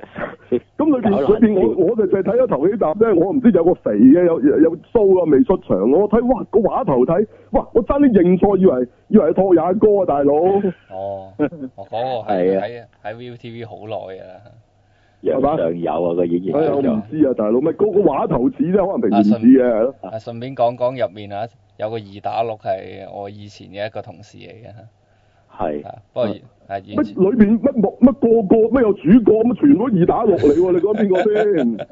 S2: 咁裏邊
S4: 搞爛
S2: 裏邊我我就淨係睇咗頭幾集啫，我唔知有個肥嘅有有有須啊未出場，我睇哇個畫頭睇，哇我爭啲認錯，以為以為係拓也哥啊大佬，
S3: 啲。哦，我嗰個係
S2: 啊
S3: 喺喺 ViuTV 好耐㗎啦。
S4: 樣
S2: 係嘛
S4: 上有啊個演員
S2: 哎呀我
S4: 叫
S2: 唔
S4: 做
S2: 知啊大佬，咪嗰個畫頭似啫，可能平時唔似嘅，係咯
S3: 啊，順便講講入面啊，有個二打六係我以前嘅一個同事嚟嘅嚇，
S4: 係
S3: 啊不過
S2: 嗯
S3: 係完
S2: 乜
S3: 全
S2: 裏邊乜幕乜個個乜有主角咁，全部都二打六嚟喎，你講邊個先？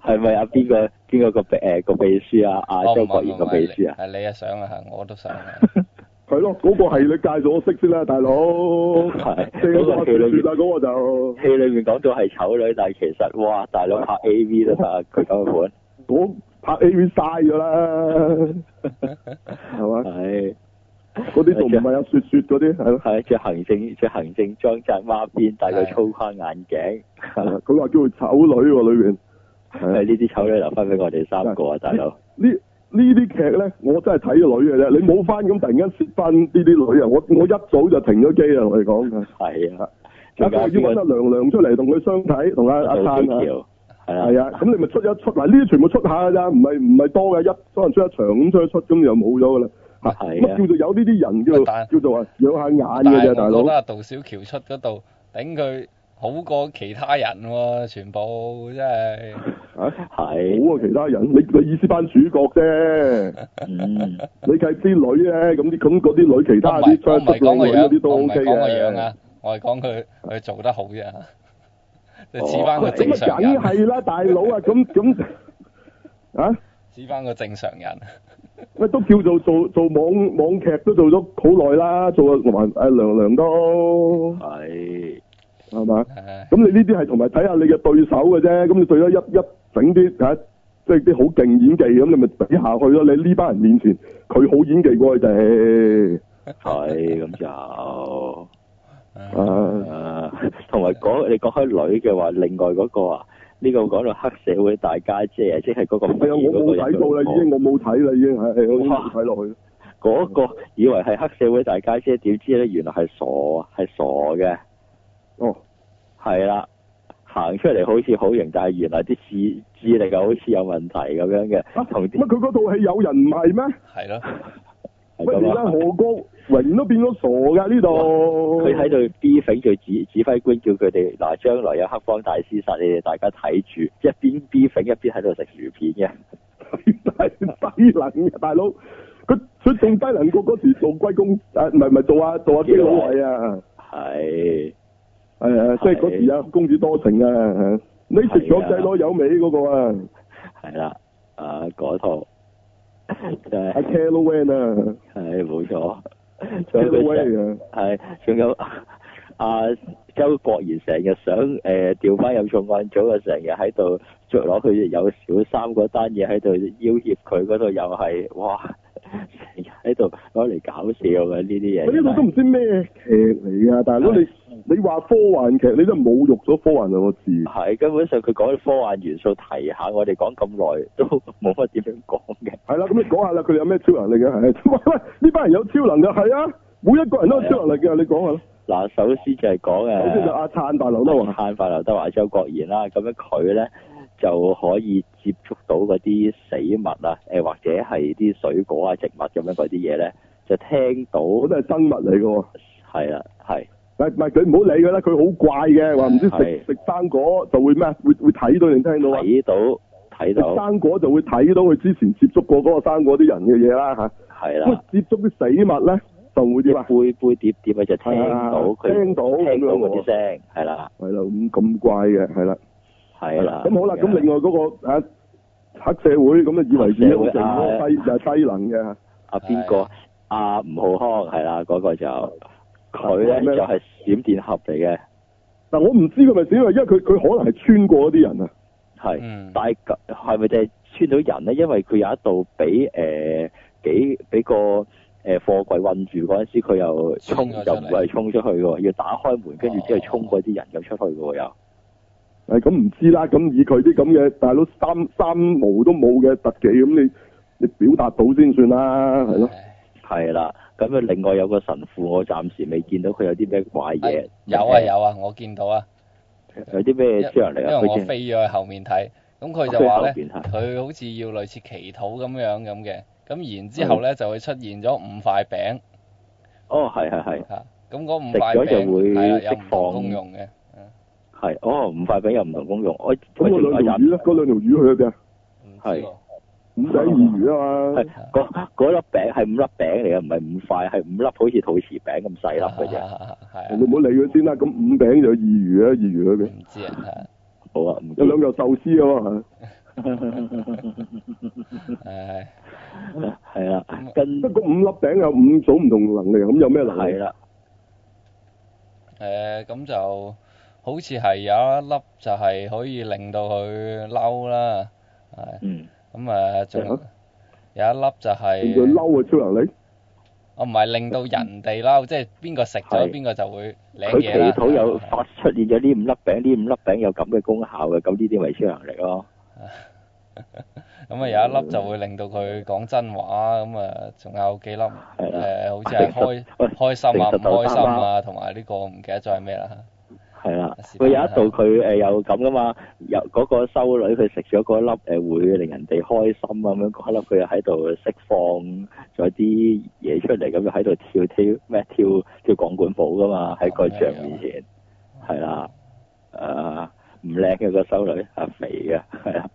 S4: 係咪啊？邊個邊個個秘誒個秘書啊？阿
S3: 哦
S4: 周
S3: 唔係
S4: 國
S3: 唔
S4: 賢
S3: 係
S4: 個
S3: 唔
S4: 秘
S3: 係
S4: 書啊？
S3: 係你啊想啊嚇，我都
S2: [LAUGHS]
S3: 想啊，
S2: 係咯，嗰個係你介紹我識先啦，大佬。
S4: 係
S2: 四個
S4: 嗰個
S2: 話
S4: 戲
S2: 説
S4: 裏邊
S2: 啦，嗰個就。
S4: 戲裏面講到係醜女，但係其實哇，大佬拍 A V 都得啊，佢咁嘅
S2: 我拍 A V 嘥咗啦，係嘛？
S4: 款，係
S2: 嗰啲仲唔係有雪雪嗰啲係咯？
S4: 係着行政着行政裝扎孖邊，戴個粗框眼 [LAUGHS] 鏡，
S2: 係啦佢話叫佢醜女喎裏邊，
S4: 係呢
S2: 係啊
S4: 啲醜女留翻俾我哋三個啊，大佬
S2: 呢呢啲劇咧，我真係睇女嘅啫。你冇翻咁突然間蝕翻呢啲女啊！我我一早就停咗機啊！我哋
S3: [LAUGHS]
S2: 講，
S4: 係啊，
S2: 我
S4: 仲有
S2: 要揾阿
S4: 邊
S2: 娘娘出嚟同佢相睇，同阿
S4: 個
S2: 阿
S4: 杜
S2: 燦啊，
S4: 小橋係
S2: 係
S4: 啦，
S2: 啊，咁你咪出一出嗱，呢啲全部出下㗎咋，唔係唔係多嘅，一可能出一場咁出一出咁就冇咗㗎啦。嚇
S4: 係啊
S2: 乜叫做有呢啲人叫做
S3: 但
S2: 叫做話養下眼
S3: 但
S2: 嘅啫，
S3: 係
S2: 大
S3: 我
S2: 佬
S3: 覺。得啊杜小喬出嗰度頂佢好過其他人喎，全部真
S2: [LAUGHS]
S3: 係
S2: 啊
S4: 係
S2: 冇啊！其他人，你你意思班主角啫，
S4: 嗯
S2: 你計啲女咧，咁啲咁嗰啲女，其
S3: 我
S2: 他
S3: 唔
S2: 啲
S3: 係
S2: 出
S3: 我唔
S2: 出
S3: 係講個
S2: 靚女嗰啲
S3: 樣，
S2: 都
S3: 我唔
S2: O K
S3: 係講個樣
S2: 嘅
S3: 啊。，我係講佢佢做得好啫嚇，就 [LAUGHS]
S4: 哦
S3: 似翻個
S2: 咁
S3: 正
S2: 啊
S3: 常，
S2: 梗
S3: 人，
S2: 係啦，大佬啊，咁咁啊，
S3: 似翻個正常人，啊
S2: 喂，都叫做做做網網劇都做咗好耐啦，做啊還誒娘娘都
S4: 係
S2: 係嘛？
S3: 唉
S2: 咁你呢啲係同埋睇下你嘅對手嘅啫，咁你對手一一整啲嚇，即係啲好勁演技咁，你咪比下去咯。你呢班人面前，佢好演技過佢哋。
S4: 係咁就。
S2: 啊
S4: 啊，同埋講你講開女嘅話，另外嗰個啊，呢、個講到黑社會大家姐啊，即係嗰個肥
S2: 係啊，
S4: 嗰個
S2: 我冇睇到啦，已經我冇睇啦，已經係我已經冇睇落去。
S4: 嗰、個以為係黑社會大家姐，點知咧原來係傻，啊係傻嘅，
S2: 哦，
S4: 係啦，行出嚟好似好型，但係原來啲智智力啊好似有問題咁樣
S2: 啊
S4: 嘅，同
S2: 乜
S4: 啲
S2: 佢嗰套戲有人唔係咩？
S3: 係咯，
S4: 係
S2: 喂，
S4: 咁
S2: 而家
S4: 啊
S2: 何國榮都變咗傻㗎呢度。
S4: 佢
S2: [LAUGHS]
S4: 喺度 B 揈佢指指揮官叫佢哋嗱，將來有黑幫大厮殺，你哋大家睇住，一邊 B 揈一邊喺度食薯片嘅。
S2: 低能嘅大佬，佢佢仲低能過嗰時做龜公誒，唔係唔係做啊做啊基佬偉啊，
S4: 係
S2: 係啊，即係嗰時啊公子多情啊，你食咗仔攞有尾嗰個啊，
S4: 係啦，啊嗰套 [LAUGHS] 就
S2: 阿
S4: 係
S2: Calloway 啊 [LAUGHS]
S4: 係冇錯，仲有佢
S2: ，Calloway 啊，
S4: 係仲有阿周國賢成日想誒調翻入重案組啊，成日喺度着攞佢有小三嗰單嘢喺度要挾佢嗰度，又係哇，成日喺度攞嚟搞笑嘅呢啲嘢。
S2: 呢度都唔知咩劇嚟噶，大佬你你話科幻劇，你都侮辱咗科幻兩個字。
S4: 係根本上佢講啲科幻元素提下，我哋講咁耐都冇乜點樣講嘅。
S2: 係啦，咁你講下啦，佢哋有咩超能力嘅？係
S4: [LAUGHS]
S2: 喂喂，呢班人有超能力係啊，每一個人都有超能力啊嘅，你講下啦。
S4: 嗱，首先就係講呃
S2: 首先就
S4: 誒
S2: 阿燦大劉德華，
S4: 慳翻劉德華、周國賢啦，咁樣佢咧就可以接觸到嗰啲死物啊，誒或者係啲水果啊、植物咁樣嗰啲嘢咧，就聽到
S2: 我都係生物嚟嘅喎。
S4: 係啦，係
S2: 但係唔係佢唔好理佢啦，佢好怪嘅，話唔知
S4: 係
S2: 食食生果就會咩？會會睇到定聽到啊？
S4: 睇到睇
S2: 食
S4: 到
S2: 生果就會睇到佢之前接觸過嗰個生果啲人嘅嘢啦嚇。
S4: 係
S2: 咁
S4: 啦
S2: 啊，接觸啲死物咧就會
S4: 即
S2: 點啊？
S4: 係杯杯碟碟啊，就聽到佢
S2: 聽到咁樣喎
S4: 聽到嗰啲聲，係啦，
S2: 係啦，咁咁怪嘅係啦。
S4: 係啦。
S2: 咁好啦，咁另外嗰個啊黑社會咁啊，以為自己好勁
S4: 黑社啊
S2: 咯，
S4: 會
S2: 低就係低能嘅。
S4: 阿啊邊個
S2: 啊
S3: 係？
S4: 阿吳浩康係啦，嗰個就佢咧
S2: 咩
S4: 就係閃電俠嚟嘅，
S2: 嗱，我唔知佢咪點啊，因為佢佢可能係穿過嗰啲人啊。
S4: 係。
S3: 嗯，
S4: 但係咁係咪就係穿到人咧？因為佢有一度俾誒幾俾個誒、呃、貨櫃韞住嗰陣時，佢又衝
S3: 衝咗出嚟哦
S4: 又唔係衝出去嘅喎，要打開門，跟住之後衝嗰啲人咁出去嘅喎又。
S2: 誒咁唔知啦，咁以佢啲咁嘅大佬三三毛都冇嘅特技，咁你你表達到先算啦，係咯。
S3: 唉
S4: 係啦，咁啊，另外有個神父，我暫時未見到佢有啲咩怪嘢。
S3: 有啊有啊，我見到啊，
S4: 有啲
S3: 因
S4: 咩超能
S3: 因
S4: 力
S3: 為
S4: 啊？
S3: 我
S4: 佢
S3: 飛咗去後面睇，咁佢就
S4: 飛
S3: 話
S4: 後
S3: 咧，
S4: 邊係
S3: 佢好似要類似祈禱咁樣咁嘅，咁然之後咧就會出現咗五塊餅
S4: 哦，係係係
S3: 嚇，咁嗰五
S4: 食
S3: 塊
S4: 咗就會
S3: 餅係啦，有
S4: 釋
S3: 唔
S4: 放
S3: 同功用嘅，
S4: 係，哦，五塊餅有唔同功用。哦我
S2: 咁
S4: 我
S2: 嗰兩條魚咧，嗰兩條魚去咗邊啊？
S3: 唔知
S4: 係
S3: 喎，
S2: 五仔二魚啊嘛
S4: 係。嗰嗰粒餅係五粒餅嚟嘅，唔係五塊，係五粒好似肚匙餅咁細粒
S3: [LAUGHS]
S4: 嘅啫。
S3: 啊係啊
S2: 你唔好理佢先啦，咁五餅就有二魚啊，二魚裏邊
S3: 唔知啊，係啊
S4: 好啊，唔
S2: 有
S4: 知
S2: 兩嚿壽司啊嘛，
S3: 唉。
S4: 係啦，跟
S2: 即係嗰五粒餅有五種唔同能力，咁有咩能
S4: 係
S2: 力？
S4: 啦，
S3: 誒咁就好似係有一粒就係可以令到佢嬲啦，係
S4: 嗯，
S3: 咁誒仲
S2: 係
S3: 有一粒就
S2: 令佢
S3: 係
S2: 嬲嘅超能力，
S3: 哦我唔係令到人哋嬲，即係邊個食咗
S4: 係
S3: 邊個就會領
S4: 佢
S3: 嘢啦。
S4: 祈禱有
S3: 係啊
S4: 發出現咗呢五粒餅，呢五粒餅有咁嘅功效嘅，咁呢啲咪超能力咯。
S3: 咁啊有一粒就會令到佢講真話，咁啊仲有幾粒誒
S4: 係啦
S3: 好似係開
S4: [LAUGHS] 喂
S3: 開心啊、唔
S4: 誠實就
S3: 開心
S4: 三
S3: 啊，同埋呢個唔記得咗係咩啦。
S4: 係啦，
S3: 是
S4: 佢有
S3: 但
S4: 一度佢誒有咁噶嘛，有嗰個修女佢食咗嗰粒誒會令人哋開心啊咁樣，嗰粒佢又喺度呃釋放咗啲嘢出嚟，咁就喺度跳跳咩跳跳鋼管舞噶嘛，喺個像面前，係啦，誒唔靚嘅個修女，啊肥嘅，係啦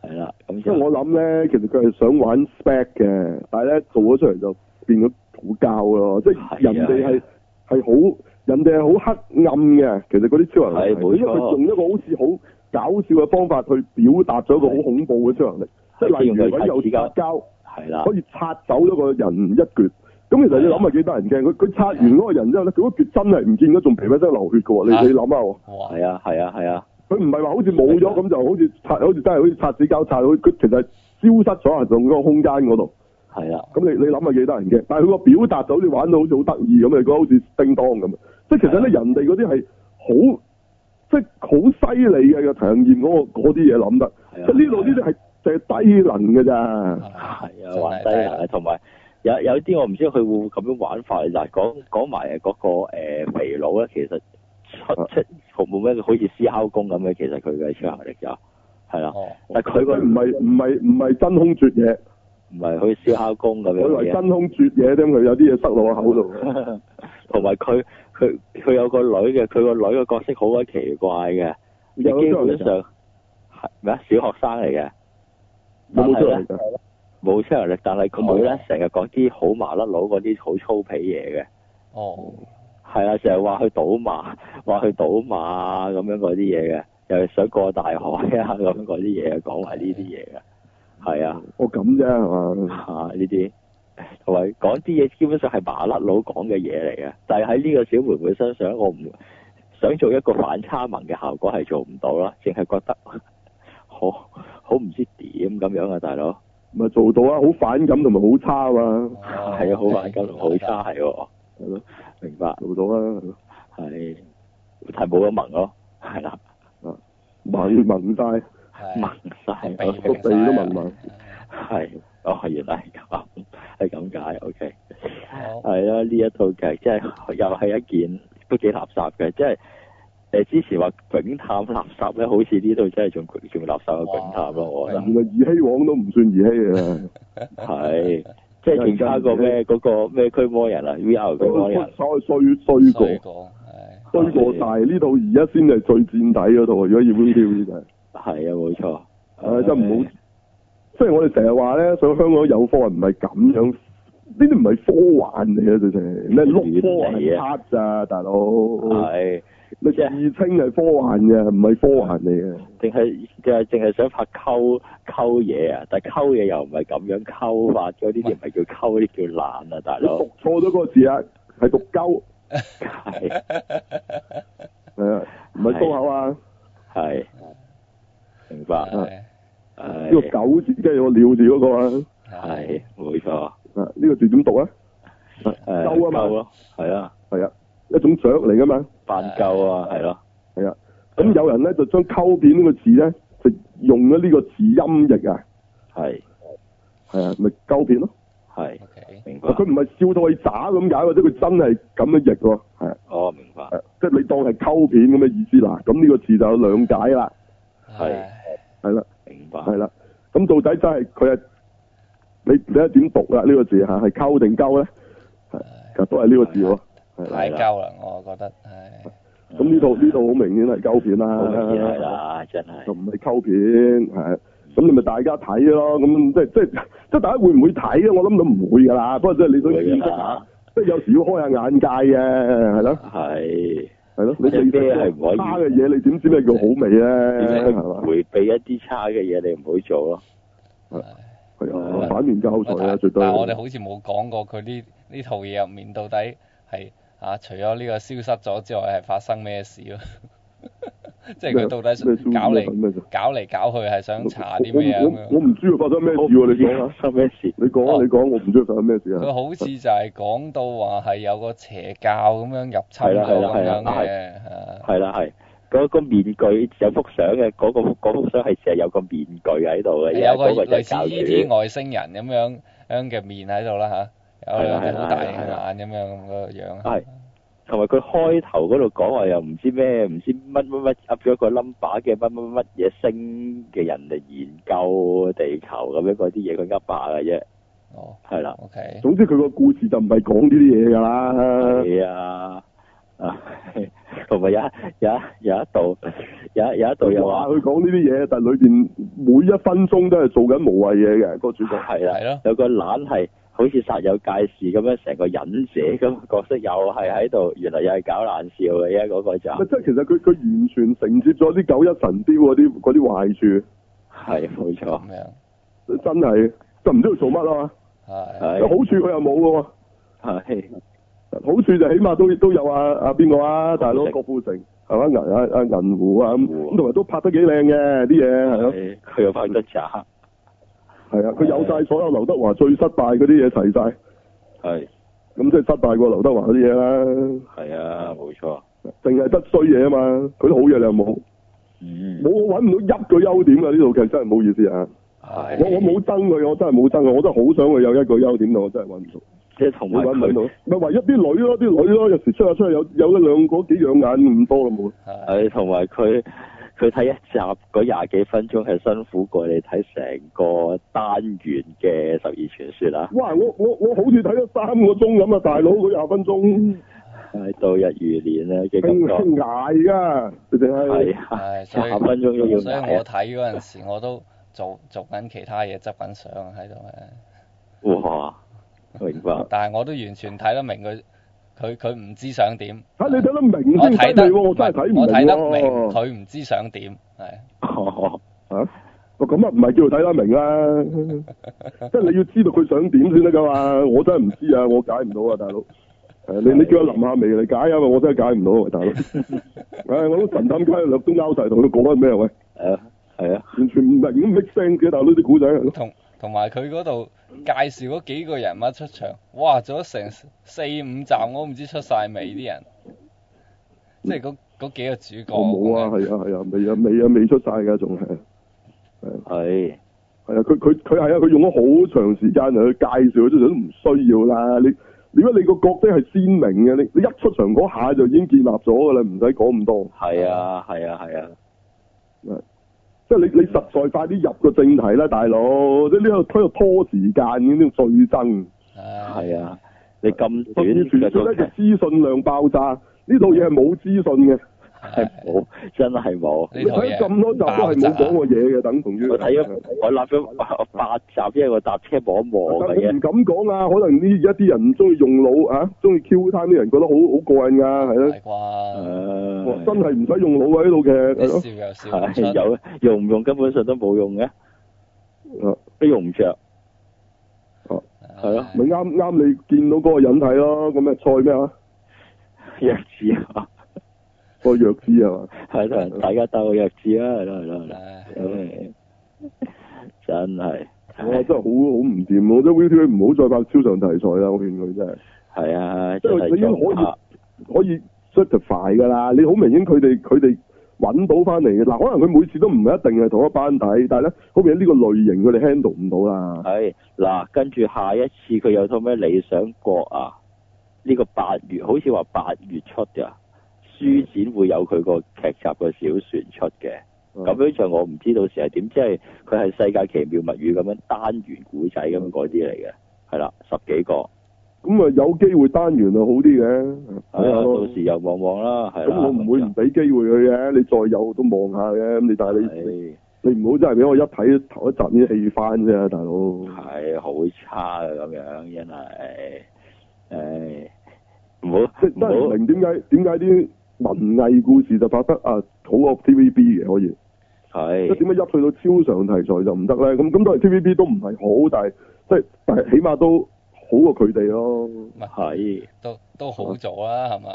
S3: 係
S4: 係啦，咁
S2: 即係
S4: 就
S2: 我諗咧，其實佢係想玩 spec 嘅，但係咧做咗出嚟就變咗好膠咯，即係
S4: 係啊
S2: 人哋係係好人哋係好黑暗嘅，其實嗰啲超能力
S4: 係冇錯
S2: 因為佢用一個好似好搞笑嘅方法去表達咗一個好恐怖嘅超能力，即係例如佢有擦膠。
S4: 係啦。
S2: 可以拆走咗個人一橛。咁其實你諗下幾得人驚？佢佢拆完嗰個人之後咧，佢嗰橛真係唔見咗，仲皮皮聲流血嘅喎。
S3: 啊
S2: 你你諗下喎，
S3: 哇！
S4: 係啊，係啊，係啊，
S2: 佢唔係話好似冇咗咁就好似拆，好似真係好似擦紙膠擦到，佢其實係消失咗喺仲嗰個空間嗰度。
S4: 係啊啦，
S2: 咁你你諗下幾得人驚？但係佢個表達就好似玩到好似好得意咁，你覺得好似叮當咁。即係其實咧，人哋嗰啲係好即係好犀利嘅個強驗嗰個嗰啲嘢諗得。
S4: 係啊
S2: 即係呢度呢啲係就係低能嘅咋。
S4: 係
S3: 係
S4: 啊，玩低能，同埋有有啲我唔知佢會唔會咁樣玩法。嗱，講講埋嗰個誒肥佬咧，其實出
S2: 啊
S4: 出服冇咩好似思考工咁嘅，其實佢嘅超能力就係啊啦，
S3: 哦，
S4: 但係佢個
S2: 佢唔係唔係唔係真空絕嘢，
S4: 唔係好似思考工咁
S2: 我以為
S4: 樣
S2: 真空絕嘢啫，佢有啲嘢塞落我口度。
S4: 嘅， [LAUGHS] 同埋佢佢佢有個女嘅，佢個女嘅角色好鬼奇怪嘅，即
S2: 有
S4: 係基
S2: 超能力
S4: 本
S2: 㗎
S4: 上係咩啊？小學生嚟嘅。啊
S2: 有冇出嚟㗎？
S4: 冇超能力，但係佢咧成日講啲好麻甩佬嗰啲好粗鄙嘢嘅，
S3: 哦，
S4: 係啊，成日話去賭馬， [LAUGHS] 話去賭馬咁樣嗰啲嘢嘅，又係想過大海啊 [LAUGHS] 咁樣
S2: 哦
S4: 嗰啲嘢，講埋呢啲嘢嘅，係
S2: 嗯
S4: 啊，啊
S2: 我咁啫係嘛？
S4: 嚇呢啲，係咪？講啲嘢基本上係麻甩佬講嘅嘢嚟嘅，但係喺呢個小妹妹身上，我唔想做一個反差萌嘅效果係做唔到啦，淨係覺得 [LAUGHS] 好好唔知點咁樣啊，大佬
S2: 咪做到啊，好反感同埋好差啊嘛，
S4: 係啊，好反感同好差係喎，
S2: 係咯，
S4: 明白
S2: 做到啊，係咯
S4: 係，但係冇咗萌咯，係啦，
S2: 蒙蒙晒，啊
S4: 萌晒
S3: 係，
S4: 咯
S3: 鼻
S2: 個鼻都蒙埋。
S4: 係，哦，原來係咁，係咁解，OK。
S3: 好
S4: 係啊，呢一套劇即係又係一件都幾垃圾嘅，即係誒之前話囧探垃圾咧，好似呢度真係仲仲垃圾過囧探
S3: 哦
S4: 咯，我覺得
S2: 原來兒戲王都唔算兒戲啊，
S4: 係
S3: [LAUGHS]
S4: 即係仲加過咩嗰個咩驅魔人啊，VR 驅魔人
S2: [LAUGHS] 所謂衰衰過
S3: 衰過
S2: 衰
S3: 係
S2: 過晒，呢套而家先係最墊底嗰套，啊如果要 v i d 就係，
S4: 係啊，冇錯，
S2: 唉哦真唔好。即係我哋成日話咧，想香港有科幻唔係咁樣，呢啲唔係科幻嚟嘅，直情你係碌科幻
S4: 亂嚟
S2: 拍咋，大佬。
S4: 係
S2: 你自稱係科幻嘅，唔係科幻嚟嘅。
S4: 淨係淨係淨係想拍溝溝嘢啊，但係溝嘢又唔係咁樣溝法咗，呢啲唔係叫溝，呢啲叫懶啊，大
S2: 你 [LAUGHS]
S4: 佬
S2: 讀錯咗個字啊，係讀鳩，
S4: 係
S2: 係啊，唔係粗口啊。
S4: 係明白
S3: 係
S2: 呢
S4: 係
S2: 個狗字跟住個鳥字嗰個啊，
S4: 係冇
S2: [LAUGHS]
S4: 錯。
S2: 啊呢個字點讀啊？
S4: 誒
S2: 鳩啊嘛
S4: 鳩咯，係啊，
S2: 係啊，一種雀嚟噶嘛，
S4: 扮鳩啊，係咯，
S2: 係啊。咁有人咧就將溝片呢個字咧，就用咗呢個字音譯啊，
S4: 係
S2: 係啊，咪溝片咯。
S4: 係
S3: OK
S4: 明白
S2: 啊佢，唔係笑到佢渣咁解，或者佢真係咁樣譯喎，係啊
S4: 哦明白，
S2: 係啊，即係你當係溝片咁嘅意思啦。咁呢個字就有兩解啦，
S4: 係
S2: 係啦。
S4: 明白，
S2: 係啦，咁到底真係佢係你你係點讀啦？呢、個字嚇係溝定鳩咧？係其實都係呢個字喎。係啦
S3: 太鳩啦，我覺得係
S2: 咁呢度呢度好明顯係鳩片啦，
S4: 好明顯係啦，真係
S2: 就唔係溝片係。咁你咪大家睇咯，咁即係即係即係大家會唔會睇咧？我諗到唔會㗎啦，不過即係你都
S4: 會
S2: 見
S4: 㗎
S2: 識下
S4: 啦，，
S2: 即係有時要開下眼界嘅，係咯
S4: 係
S2: 係咯。你
S4: 即係
S2: 你
S4: 咩係唔可以
S2: 差嘅嘢，你點知咩叫好味咧？係嘛？
S4: 迴避一啲差嘅嘢，你唔好做咯，
S2: 係啊，反面教材啊，
S3: 但
S2: 絕對。
S3: 但我哋好似冇講過佢呢呢套嘢入面到底係啊，除咗呢個消失咗之外，係發生咩事咯？ [LAUGHS] 即係
S4: 啊
S3: 佢到底想
S2: 咩咩
S3: 搞嚟
S2: 咩咩
S3: 搞嚟搞去係想查啲咩啊
S2: 我
S3: 咁
S2: 我我
S3: 樣？
S2: 唔知佢發生咩事喎，你講啊，
S4: 發生咩事？
S2: 你講啊，
S3: 哦
S2: 你講，我唔知佢發生咩事
S3: 佢
S2: 啊。
S3: 好似就係講到話係有個邪教咁樣入侵
S4: 係啦係
S3: 咗
S4: 啦
S3: 咁樣
S4: 係啦
S3: 嘅，啊係
S4: 係啦係。嗰個面具有幅相嘅，嗰、個嗰幅相係成日有個面具喺度嘅，因為
S3: 有個
S4: 嗰個就
S3: 類
S4: 係
S3: 似
S4: 教
S3: E.T.
S4: 主，
S3: 外星人咁樣樣嘅面喺度啦吓，有
S4: 係
S3: 兩
S4: 啦係啦
S3: 隻好大
S4: 係啦
S3: 眼咁樣咁個樣啊。
S4: 係同埋佢開頭嗰度講話又唔知咩，唔知乜乜乜噏咗個 number 嘅乜乜乜嘢星嘅人嚟研究地球咁樣嗰啲嘢，佢噏下嘅啫，
S3: 哦
S4: 係啦，
S3: ，OK，
S2: 總之佢個故事就唔係講呢啲嘢㗎啦。
S4: 係啊，啊，同埋有一有一有一度有一有一啊度
S2: 佢
S4: 又
S2: 話
S4: 話
S2: 佢講呢啲嘢，但係裏邊每一分鐘都係做緊無謂嘢嘅個主角。
S4: 係
S3: 係
S4: 啦
S3: 咯，
S4: 有個懶係好似煞有介事咁樣，成個忍者咁嘅角色又係喺
S3: [LAUGHS]
S4: 度，原來又係搞爛笑嘅啫，嗰個就
S2: 咪即係其實佢佢完全承接咗啲九一神雕嗰啲嗰啲壞處，
S4: 係啊冇錯
S3: 咁，樣
S2: 真係就唔知佢做乜啊嘛。
S3: 係
S2: 有好
S4: 係
S2: 處佢又冇嘅喎，
S4: 係
S2: 好處就起碼都都有啊啊邊個啊大佬郭
S4: 郭
S2: 富城係嘛銀啊啊銀狐啊咁
S4: 銀狐
S2: 咁同埋都拍得幾靚嘅啲嘢係咯。
S4: 係佢又拍得渣，
S2: 係啊，佢有晒所有劉德華最失敗嗰啲嘢齊晒，
S4: 係
S2: 咁即係失敗過劉德華嗰啲嘢啦，
S4: 係啊，
S3: 嗯
S4: 冇錯，
S2: 淨係得衰嘢啊嘛，佢啲好嘢你又冇，
S4: 嗯，
S2: 冇我揾唔到一個優點啊！呢套劇真係唔好意思啊，
S4: 係
S2: 我我冇憎佢，我真係冇憎佢，我真係好想佢有一個優點，但我真係揾唔到，
S4: 即係同
S2: 你
S4: 埋
S2: 揾唔揾
S4: 佢
S2: 到？咪唯一啲女咯，啲女咯，有時出下出下有有一兩個幾養眼咁多啦冇，
S3: 係
S4: 誒，同埋佢佢睇一集嗰廿幾分鐘係辛苦過你睇成個單元嘅十二啊傳說啦，
S2: 哇！我我我好似睇咗三個鐘咁啊，大佬嗰廿分鐘
S4: 係度日如年咧嘅感
S2: 傾
S4: 覺，
S2: 傾捱㗎，佢淨係
S4: 係啊，
S3: 係，所以
S4: 廿分鐘都要
S3: 所以
S4: 捱
S3: 我
S4: 啊，
S3: 睇嗰陣時，我都做做緊其他嘢，執緊相喺度嘅。
S4: 哇，明白，
S3: 但係我都完全睇得明佢，佢佢唔知想點。
S2: 睇啊你睇得明
S3: 我
S2: 先
S3: 睇
S2: 犀
S3: 得
S2: 利喎，我真係
S3: 係
S2: 睇唔明
S3: 我睇得
S2: 喎 [LAUGHS]
S3: 明，佢唔知想點，係
S4: 哦
S2: 啊！哦咁啊，唔係叫做睇得明啦，即係你要知道佢想點先得㗎嘛。我真係唔知啊，我解唔到啊，大佬。誒你你叫阿林夏薇嚟解啊嘛，我真係解唔到啊，大佬。唉，我都神探伽略都拗晒同佢講緊咩喂，
S4: 誒係啊，
S2: 完全唔明咁 make sense 嘅，大佬啲古仔係咯。
S3: 同同埋佢嗰度介紹嗰幾個人物出場，哇！做咗成四五集，我都唔知出晒未啲人，即係嗰嗰幾個主角。
S2: 我冇啊，
S3: 哦
S2: 係啊係啊，未啊未啊未出晒㗎，仲係。
S4: 係
S2: 係啊，佢佢佢係啊，佢用咗好長時間嚟去介紹佢出場都唔需要啦。你你如果你個角色係鮮明嘅，你你一出場嗰下就已經建立咗㗎啦，唔使講咁多。
S4: 係啊係啊係啊，
S2: 即係你你實在快啲入個正題啦，大佬！即係呢個喺度拖時間已經最憎。
S3: 係
S4: 係啊，你咁短
S2: 甚至傳
S4: 嘅
S2: 說
S4: 套
S2: 咧就
S4: 劇
S2: 資訊量爆炸，呢套嘢係冇資訊嘅。
S4: 係冇，真係冇。
S2: 你
S3: 呢套
S2: 睇
S3: 嘢
S2: 咁多集都係冇講過嘢嘅，等同於啊
S4: 我睇咗我立咗八八集，因為我搭車望一望
S2: 但係
S4: 嘅
S2: 佢
S4: 啫
S2: 唔。敢講啊，可能呢而家啲人唔中意用腦啊，中意 Q time 啲人覺得好好過癮㗎，係咯。
S3: 係啩？
S2: 哇
S4: 誒
S2: 真係唔使用腦啊！呢套劇係咯
S3: 你笑又笑唔出
S4: 係，有用唔用根本上都冇用嘅，
S2: 啊，
S4: 都用唔着。係啊
S3: À,
S4: 咯
S2: 咪啱啱你見到嗰個人睇咯，咁啊蔡咩啊？
S4: 弱智啊，
S2: 個弱智係嘛？
S4: 係啦，大家鬥弱智啦，係啦係啦係啦，
S3: 唉
S4: 唉真係
S2: 哇！哎真係好好唔掂，啊我覺得 VTV 唔好再拍超常題材啦，我勸佢真係。
S4: 係啊，
S2: 即
S4: 真
S2: 係你
S4: 係
S2: 已經
S4: 做
S2: 可
S4: 唔
S2: 以
S4: 下
S2: 可以 certify 㗎啦。你好明顯佢哋佢哋揾到翻嚟嘅嗱，可能佢每次都唔係一定係同一班底，但係咧好明顯呢個類型佢哋 handle 唔到啦。
S4: 係嗱，跟住下一次佢有套咩理想國啊？呢、個八月好似話八月出㗎，書展會有佢個劇集個小說出嘅。
S2: 嗯
S4: 咁樣就我唔知道時係點，即係佢係世界奇妙物語咁樣單元古仔咁嗰啲嚟嘅，係啦，十幾個，
S2: 咁啊有機會單元啊好啲嘅，
S4: 係啊，
S2: 咯
S4: 到時又望望啦，係啊
S2: 咁
S4: 啦。
S2: 我唔會唔俾機會佢嘅，你再有都望下嘅。咁你但係你
S4: 係
S2: 你唔好真係俾我一睇頭一集已經氣翻啫，大佬。
S4: 係好差嘅咁樣，真係，唉，唔好
S2: 即係
S4: 唔
S2: 真係唔
S4: 好
S2: 明點解點解啲文藝故事就拍得啊好過 TVB 嘅可以。即係
S4: 係
S2: 點解一去到超常題材就唔得咧？咁咁當然 TVB 都唔係好，但係即係但係起碼都好過佢哋咯。
S4: 係
S3: 都都好做啦，係嘛？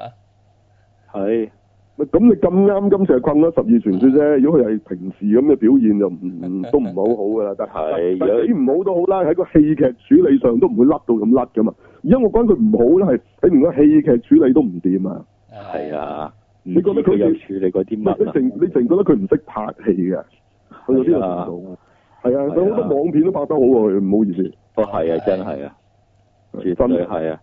S4: 係
S2: 咪咁你咁啱今次係困咗十二傳説啫。如果佢係平時咁嘅表現
S4: [LAUGHS]
S2: 就唔唔都唔係好好噶啦。但
S4: 係
S2: 但
S4: 如果
S2: 係幾唔好都好啦，喺個戲劇處理上都唔會甩到咁甩噶嘛。而家我講佢唔好咧，係喺連個戲劇處理都唔掂啊！
S3: À,
S4: 係啊，唔
S2: 你覺得
S4: 知
S2: 佢
S4: 佢有
S2: 哋
S4: 處理嗰啲
S2: 你
S4: 乜
S2: 你
S4: 啊？
S2: 成你成覺得佢唔識拍戲嘅，去到呢
S4: 係啊
S2: 個程度。係啊，
S4: 係啊
S2: 佢好多網片都拍得好喎，佢唔好意思。
S4: 都係啊，真係啊，絕對係啊，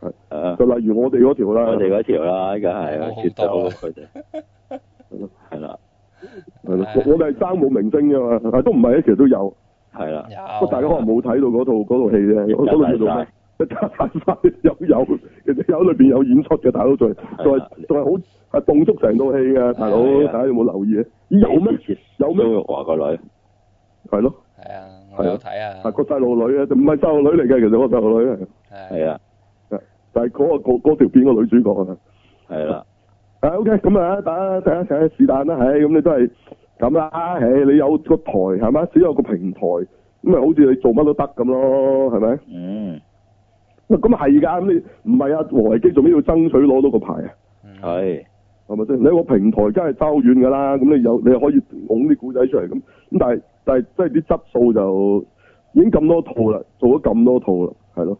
S2: 係
S4: 啊。
S2: 就例如我哋嗰條啦，
S4: 我哋嗰條啦，梗係啊
S3: 好，好
S4: 絕對好
S3: 多
S4: 過
S3: 啊
S4: 佢哋，係啦，
S2: 係咯，
S3: 係
S2: 我我哋係爭冇明星噶嘛，啊都唔係，其實都有，
S4: 係啦，
S3: dạ,
S2: 不過大家可能冇睇到嗰套嗰套戲啫，嗰套叫做咩？一打大晒有有，其實有裏邊有演出嘅，大佬仲係仲係仲係好係動足成套戲嘅，大佬
S4: 係啊
S2: 大家有冇留意啊？咦有咩？？有咩
S4: 蘇玉華個女
S2: 係咯，
S3: 係啊，我有睇啊，
S2: 係個細路女啊，就唔係細路女嚟嘅，其實個細路女係，
S3: 係
S4: 係啊，
S2: 但係嗰個嗰嗰條片個女主角啊。
S4: 係啦，
S2: 啊，OK，咁啊，大家睇下睇下是但啦，唉，咁你都係咁啦，唉，你有個台係嘛，只有個平台，咁咪好似你做乜都得咁咯，係咪？
S4: 嗯，
S2: 喂咁啊係㗎，咁你唔係啊，王維基做咩要爭取攞到個牌啊？
S3: 嗯
S4: 係
S2: 係咪先？你有個平台梗係周遠㗎啦，咁你有你可以拱啲古仔出嚟咁，咁但係但係即係啲質素就已經咁多套啦，做咗咁多套啦，係咯。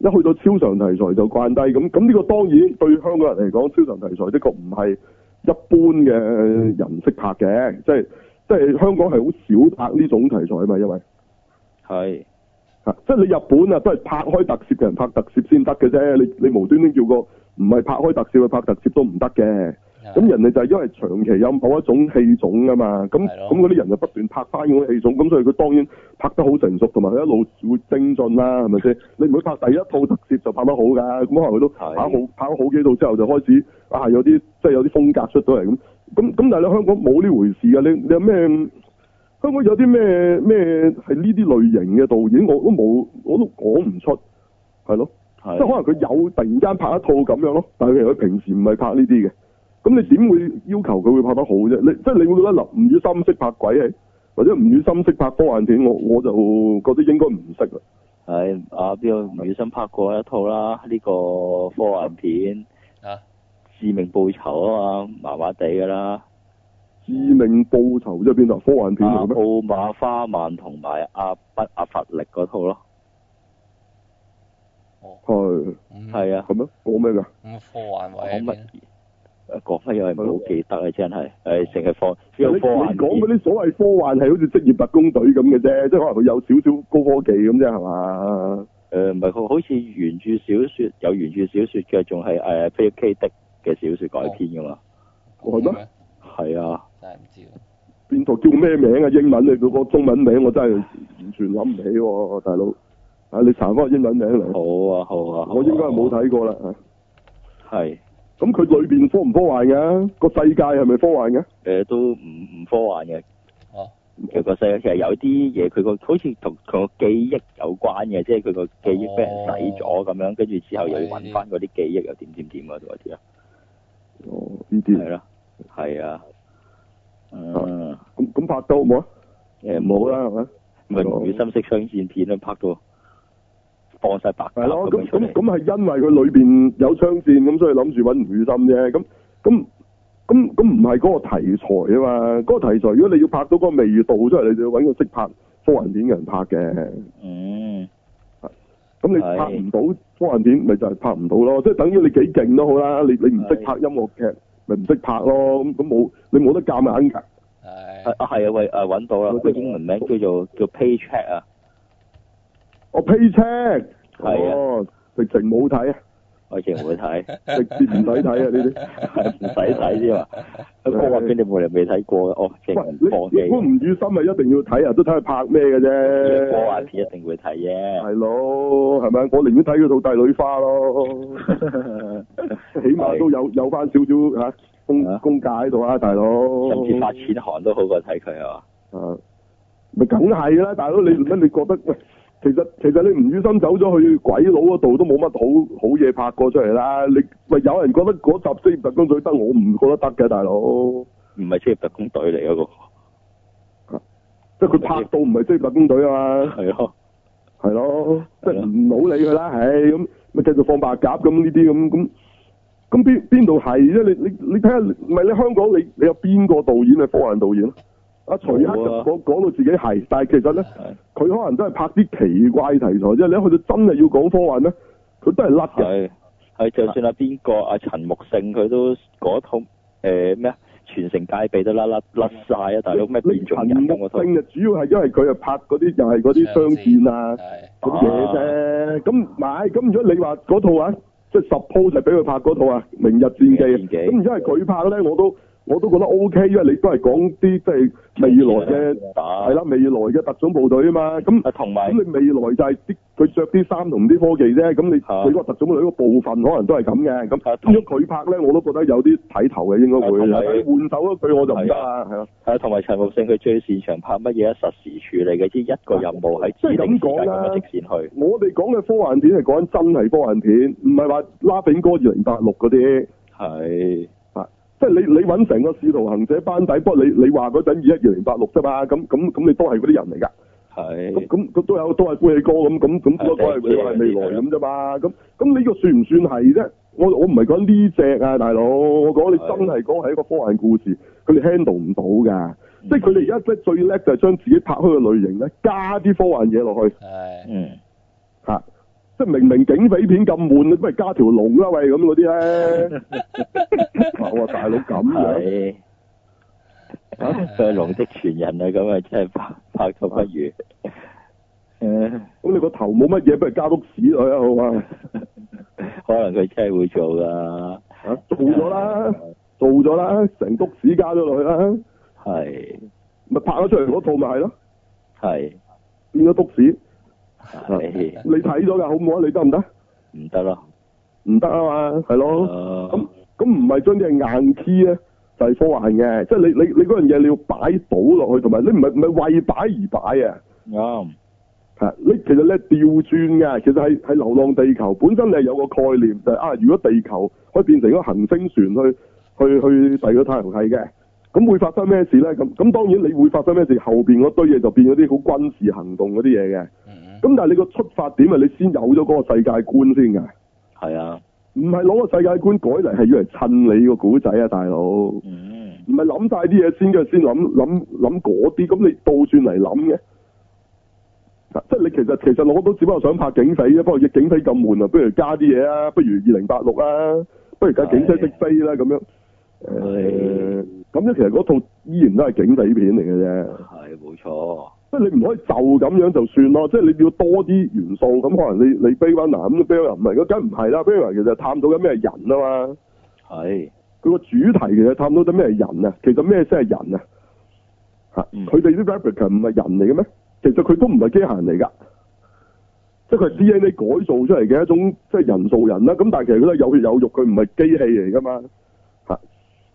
S2: 一去到超常題材就慣低咁，咁呢個當然對香港人嚟講，超常題材的確唔係一般嘅呃人識拍嘅，即係即係香港係好少拍呢種題材啊嘛，因為
S4: 係
S2: 嚇，即係你日本啊都係拍開特攝嘅人拍特攝先得嘅啫，你你無端端叫個唔係拍開特攝去拍特攝都唔得嘅。
S3: 啊 dạ,
S2: 咁人哋就係因為長期有某一種戲種㗎嘛，咁
S3: 係咯
S2: 咁嗰啲人就不斷拍翻嗰種戲種，咁所以佢當然拍得好成熟，同埋佢一路會精進啦，係咪
S3: [LAUGHS]
S2: 先？你唔會拍第一套特攝就拍得好㗎，咁可能佢都
S4: 係
S2: 拍好拍咗好幾套之後就開始啊有啲即係有啲風格出到嚟咁，咁咁但係你香港冇呢回事㗎，你你有咩？香港有啲咩咩係呢啲類型嘅導演，我都冇，我都講唔出，係咯。即係
S4: 係
S2: 可能佢有突然間拍一套咁樣咯，但係其實佢平時唔係拍呢啲嘅，咁你點會要求佢會拍得好啫？你即係你會覺得林吳宇森識拍鬼戲，或者吳宇森識拍科幻片，我我就覺得應該唔識啦。
S4: 係啊，邊個吳宇森拍過一套啦？呢、個科幻片
S3: 啊，
S4: 致命報仇啊嘛，麻麻地噶啦。
S2: 致命報仇即係邊度？科幻片
S4: 啊，
S2: 嚟嘅咩？
S4: 奧馬花曼同埋阿不阿佛力嗰套咯，
S2: 係
S3: 咁
S4: 係啊，
S2: 咁樣講咩㗎？
S3: 咁科幻位
S4: 講
S3: 喺
S4: 乜
S3: 邊？？
S2: 啊
S4: 講乜嘢？唔好記得啊！真係，誒，成日放
S2: 你
S4: 呢個科幻
S2: 哦你講嗰
S4: 片，
S2: 啲所謂科幻係好似職業特工隊咁嘅啫，即係可能佢有少少高科技咁啫，係嘛？
S4: 誒，唔係佢好似原著小説有原著小説嘅，仲係誒菲利 K 的嘅小説改編噶嘛？
S2: 我覺得
S3: 咩？
S4: 係啊，
S3: 真係唔知喎。
S2: 邊套叫咩名啊？英文你嗰個中文名我真係完全諗唔起喎，大佬。啊，你查翻個英文名嚟，
S4: 好啊，好啊，好啊
S2: 我應該係冇，睇過啦。啊
S4: 係
S2: 咁佢裏邊科唔科幻嘅？個世界係咪科幻嘅？
S4: 誒都唔唔科幻嘅。
S3: 哦，
S4: 其實個世界其實有啲嘢，佢個好似同同個記憶有關嘅，即係佢個記憶俾人洗咗咁樣，跟住之後又要揾翻嗰啲記憶又點點點嗰啲啊，
S2: 哦，呢
S4: 係
S2: 啲
S4: 咯，係啊，嗯，
S2: 咁咁拍得好唔好啊？啊
S4: 誒
S2: 冇
S4: 冇啦，
S2: 啦，係咪？
S4: 咪
S2: 哦
S4: 吳宇森式槍戰片啊都拍到放晒白鴿
S2: 係咯，咁
S4: 咁樣出
S2: 咁
S4: 嚟，
S2: 咁係因為佢裏邊有槍戰，咁所以諗住揾吳宇森啫。咁咁咁咁唔係嗰個題材啊嘛，嗰、個題材如果你要拍到嗰個味道出嚟，你就要揾個識拍科幻片嘅人拍嘅。
S4: 嗯，
S2: 咁你拍唔到科幻片，咪就係拍唔到咯。即係等於你幾勁都好啦，你你唔識
S4: 係
S2: 拍音樂劇，咪唔識拍咯。咁咁冇你冇得夾硬㗎。
S4: 係
S3: 係
S4: 啊係啊，喂誒揾到啦，個英文名叫做叫 Paycheck 啊，
S2: 我哦 paycheck
S4: 係啊
S2: 哦，直情冇睇
S4: [LAUGHS]
S2: 啊，
S4: 我以前會睇，
S2: [LAUGHS] 直接唔使睇啊呢啲。
S4: 唔使睇啊啫嘛，科幻片你冇人未睇過嘅，哦，
S2: 喂
S4: 淨係放
S2: 你你估呃
S4: 棄
S2: 吳。宇森咪一定要睇啊？都睇佢拍咩嘅啫。
S4: 科幻片一定會睇
S2: 大
S4: 嘅，
S2: 佬，係咪？我寧願睇佢套《帝女花》咯， [LAUGHS]
S4: [LAUGHS]
S2: 起碼都有有翻少少嚇公
S4: 啊
S2: 公價喺度啊，大佬。
S4: 甚至發錢寒都好過睇佢啊！
S2: 啊，咪梗係啦，大佬你乜你覺得喂？其實其實你吳宇森走咗去鬼佬嗰度都冇乜好好嘢拍過出嚟啦。你喂有人覺得嗰集《職業特工隊》得，我唔覺得得嘅，大佬。
S4: 唔係職業特工隊嚟嗰個，
S2: 即係佢拍到唔係《職業特工隊》啊 [LAUGHS] 嘛。
S4: 係咯，
S2: 係咯，即係
S4: 係咯
S2: 唔好理佢啦，唉，咁咪繼續放白鴿咁呢啲咁咁咁邊邊度係啫？你你你睇下，唔係你香港你你有邊個導演係科幻導演啊？阿徐克就
S4: 冇啊
S2: 講講到自己係，但係其實咧，
S4: 係
S2: 佢可能都係拍啲奇怪題材啫。你一去到真係要講科幻咧，佢都係甩嘅。
S4: 係係，就算阿邊個阿陳木勝佢都嗰套誒咩啊，全城戒備都甩甩甩晒啊！大佬咩
S2: 你
S4: 變種人咁嗰套
S2: 陳木，勝就啊主要係因為佢係拍嗰啲又係嗰啲槍戰啊。
S3: 係
S2: 嗰啲嘢
S4: 啊
S2: 啫。咁買咁如果你話嗰套啊，即係十鋪就俾佢拍嗰套啊，《明日戰記》
S4: 明日戰記
S2: 咁因為佢拍咧，我都我都覺得 O K，因為你都係講啲即係未來嘅
S4: 打
S2: 係啦，未來嘅特種部隊啊嘛。咁
S4: 啊，同埋
S2: 咁你未來就係啲佢着啲衫同啲科技啫。咁你
S4: 啊
S2: 佢個特種部隊個部分可能都係咁嘅。
S4: 啊
S2: 咁
S4: 同
S2: 如果佢拍咧，我都覺得有啲睇頭嘅，應該會。
S4: 啊同埋
S2: 但係你換手咗佢我就唔得啦，係啊。
S4: 係啊同埋陳木勝佢最擅長拍乜嘢啊？實時處理嘅，即係一個任務喺指定時間咁樣直線去，
S2: 我哋講嘅科幻片係講緊真係科幻片，唔係話拉炳哥二零八六嗰啲。啊
S4: 係
S2: 即係你你揾成個使徒行者班底，不過你你話嗰陣二一二零八六啫嘛，咁咁咁你都係嗰啲人嚟㗎，咁
S4: 係
S2: 咁咁都有都係歡喜哥咁咁咁
S4: 係
S2: 都啊係
S4: 即係
S2: 都係未來咁啫嘛，咁咁呢個算唔算係啫？我我唔係講呢只啊，大佬，我講你
S4: 係
S2: 真係講係一個科幻故事，佢哋 handle 唔到㗎，即係佢哋而家即係最叻就係將自己拍開嘅類型咧，加啲科幻嘢落去
S3: 係
S4: 嗯
S2: 嚇。即係明明警匪片咁悶，不如加條龍啦喂咁嗰啲 [LAUGHS] 咧。我話大佬咁啊樣，
S4: 係。佢係龍的傳人啊，咁啊真係拍拍到不如。誒，
S2: 咁你個頭冇乜嘢，不如加碌屎落去啊，好嘛？
S4: [LAUGHS] 可能佢真係會做噶，
S2: 啊做咗啦，做咗啦，成篤屎加咗落去啦，
S4: 係
S2: 咪拍咗出嚟嗰套咪係咯，
S4: 係
S2: 變咗篤屎。 [LAUGHS]
S4: 係
S2: 你睇咗㗎，好唔好啊？你得唔得？
S4: 唔得咯。
S2: 唔得啊嘛，係咯。
S5: 呃
S2: 咁
S4: 咁
S2: 咁唔係將啲係硬 key 咧，就係科幻嘅，即係你你你嗰樣嘢你要擺倒落去，同埋你唔係唔係為擺而擺啊。
S4: 啱
S2: 係你其實咧調轉嘅，其實係係流浪地球本身你係有個概念就係、啊，如果地球可以變成一個行星船去去去第二個太陽系嘅，咁會發生咩事咧？咁咁當然你會發生咩事，後邊嗰堆嘢就變咗啲好軍事行動嗰啲嘢嘅。
S3: 嗯
S2: 咁但係你個出發點係你先有咗嗰個世界觀先㗎，
S5: 係啊，
S2: 唔係攞個世界觀改嚟係要嚟襯你個古仔啊，大佬。唔
S5: 嗯，
S2: 係諗晒啲嘢先嘅，先諗諗諗嗰啲，咁你倒轉嚟諗嘅。啊即係你其實其實我都只不過想拍警匪啫，不過隻警匪咁悶啊，不如加啲嘢啊，不如二零八六啊，不如加警車識飛啦咁樣。誒
S5: 係
S2: 咁咧，其實嗰套依然都係警匪片嚟嘅啫。
S5: 係冇錯，
S2: 即係你唔可以就咁樣就算咯，即係你要多啲元素咁，可能你你 b a y o n 咁 b a y o n 唔係，梗唔係啦 b a y o n 其實探到緊咩人啊嘛，
S5: 係
S2: 佢個主題其實探到緊咩人啊，其實咩先係人啊？嚇、
S5: 嗯
S2: 佢哋啲 replica 唔係人嚟嘅咩？其實佢都唔係機械人嚟㗎，即係佢係 DNA 改造出嚟嘅一種即係人造人啦。咁但係其實佢都係有血有肉，佢唔係機器嚟㗎嘛。嚇、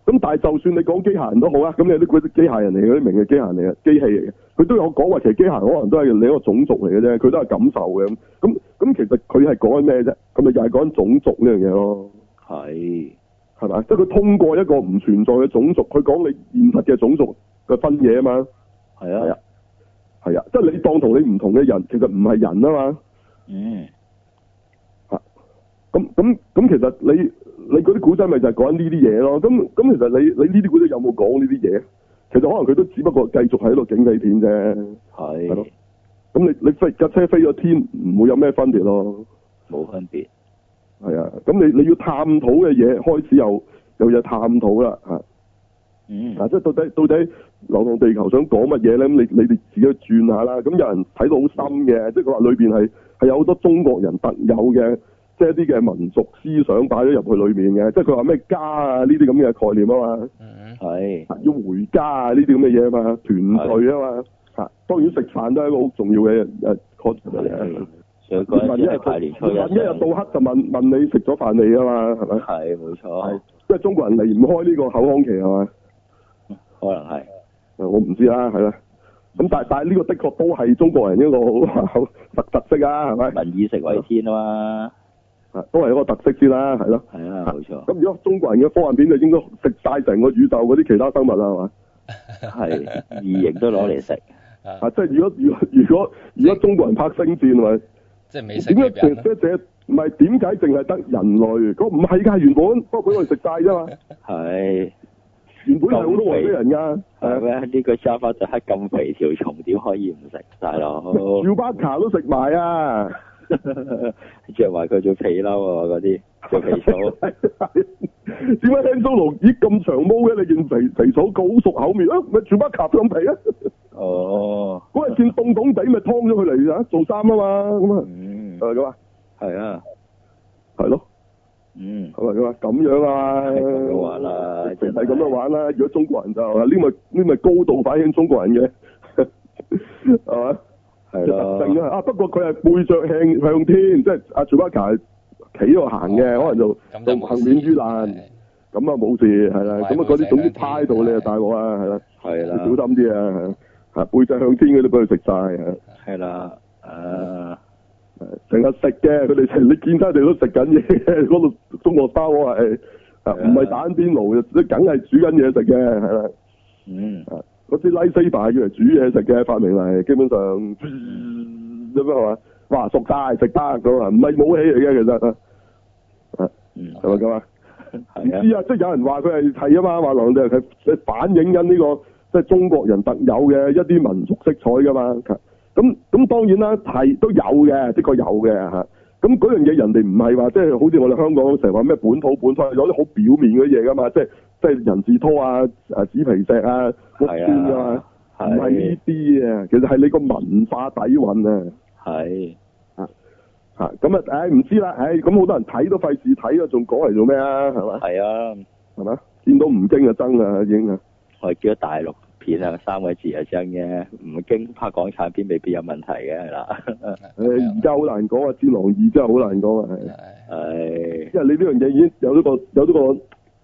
S2: 咁但係就算你講機械人都好啊，咁你都嗰啲機械人嚟嘅，你明嘅機械人嚟嘅，機器嚟嘅，佢都有講話其實機械人可能都係你一個種族嚟嘅啫，佢都係感受嘅咁。咁咁其實佢係講緊咩啫？咁咪又係講緊種族呢樣嘢咯。
S5: 係
S2: 係咪？即係佢通過一個唔存在嘅種族，佢講你現實嘅種族嘅分野啊嘛，
S5: 係
S2: 係
S5: 啊
S2: 啊，係啊，即係你當同你唔同嘅人，其實唔係人啊嘛。
S5: 嗯，
S2: 咁咁咁，其實你你嗰啲古仔咪就係講緊呢啲嘢咯。咁咁其實你你呢啲古仔有冇講呢啲嘢？其實可能佢都只不過繼續喺度警匪片啫。係咯
S5: 係
S2: 咁你你飛架車飛咗天，唔會有咩分別咯。
S5: 冇分別，
S2: 係啊，咁你你要探討嘅嘢開始有有嘢探討啦啊嚇。
S5: 嗯，
S2: 啊嗱，即係到底到底流浪地球想講乜嘢咧？咁你你哋自己轉下啦。咁有人睇到好深嘅，即係佢話裏邊係係有好多中國人特有嘅，即係一啲嘅民族思想擺咗入去裏面嘅。即係佢話咩家啊呢啲咁嘅概念啊嘛，
S3: 嗯
S5: 係
S2: 要回家啊呢啲咁嘅嘢啊嘛，團聚啊嘛。嚇，當然食飯都係一個好重要嘅誒 concept 嚟嘅。
S5: 所以嗰陣
S2: 問一
S5: 時
S2: 日
S5: 係大年初一
S2: 問一日
S5: 上，
S2: 到黑就問哦問你食咗飯未啊嘛，係咪？
S5: 係冇錯，
S2: 即係中國人離唔開呢個口腔期係嘛？
S5: 可能係
S2: 誒呃我唔知啦，係啦。咁但但係呢個的確都係中國人一個好好 [LAUGHS] 特特色啊，係咪？
S5: 民以食為天啊嘛，
S2: 啊都係一個特色先啦，係咯。
S5: 係啊，冇
S2: [LAUGHS]
S5: 錯，
S2: 咁如果中國人嘅科幻片就應該食晒成個宇宙嗰啲其他生物啦，係嘛？
S5: 係異形都攞嚟食，
S3: 啊
S2: 啊，即係如果如果如果如果中國人拍星戰咪
S3: 即係美食
S2: 點
S3: 嘅
S2: 解
S3: 人啊
S2: 淨
S3: 啦
S2: 即，係淨係唔係點解淨係得人類？嗰唔係㗎，原本不過佢哋食晒啫嘛，
S5: 係。
S2: 原本係好多外星人㗎，
S5: 係
S2: 係啊
S5: 咩？呢個沙發就黑咁肥條蟲，點可以唔食，大佬？ [LAUGHS]
S3: 哦
S2: 小巴卡都食埋啊！
S5: 着埋佢做皮褸啊，嗰啲做皮草，
S2: [LAUGHS] 點解 Han Solo 咦咁長毛嘅？你件肥肥草佢好熟口面啊，咪全班卡咁皮啊！
S5: 哦，
S2: 嗰日見凍凍地咪劏咗佢嚟啊，做衫啊嘛，咁啊，
S5: 嗯，
S2: 係咪咁啊？
S5: 係啊，
S2: 係咯，
S5: 嗯，
S2: 係咪咁啊？咁樣啊，
S5: 係咁樣玩啦
S2: 淨係咁樣玩啦。如果中國人就啊呢咪呢咪高度反映中國人嘅，係嘛？
S5: 係
S2: 嘅特性
S5: 咯，
S2: 啊！啊，不過佢係背着向向天，即係阿 c h e w b a c a 企喺度行
S5: 哦
S2: 嘅，可能就
S3: 咁就
S2: 就幸免於難。咁啊冇事，係啦，
S3: 唔係
S2: 咁啊嗰
S3: 冇事
S2: 啲總之
S3: 兩邊
S2: 派到你就
S3: 係
S2: 大鑊啦，係啦，
S5: 係
S2: 小
S5: 啦，
S2: 心啲啊，係啊，背脊向天嗰啲俾佢食晒，係啊
S5: 係啦，啊，
S2: 成日食嘅，佢哋成你見得佢哋都食緊嘢 [LAUGHS] 嘅，嗰度中國包啊係啊，
S5: 係啊
S2: 唔係打緊邊爐嘅，即梗係煮緊嘢食嘅，係啦，
S5: 嗯，
S2: 啊嗰支 light saber 要嚟煮嘢食嘅發明嚟，基本上咁樣係嘛，哇熟晒食得咁啊，唔係武器嚟嘅其實啊，啊
S5: 嗯，
S2: 係咪咁啊？唔
S5: 係啊，
S2: 知啊，即係有人話佢係係啊嘛，話梁地係係反映緊呢、個即係中國人特有嘅一啲民族色彩噶嘛。咁咁當然啦，係都有嘅，的確有嘅嚇。咁嗰樣嘢人哋唔係話即係好似我哋香港成日話咩本土本土，有啲好表面嗰啲嘢噶嘛，即係即係人字拖啊、啊紙皮石啊、木
S5: 係
S2: 邊噶嘛
S5: 啊，，
S2: 唔係呢
S5: 係，
S2: 啲啊，其實係你個文化底韻啊。
S5: 係，
S2: 嚇咁啊，唉唔知啦，唉咁好多人睇都費事睇啊，仲講嚟做咩啊？係嘛？
S5: 係啊，
S2: 係嘛？見到唔經就憎啊，已經啊，
S5: 我係叫咗大陸片啊，三個字係真嘅，唔經拍港產片未必有問題嘅，係啦， [LAUGHS]
S2: 誒而家好難講啊，《戰狼二》真係好難講啊，係
S3: 係
S5: 係。
S2: 因為你呢樣嘢已經有咗個有咗個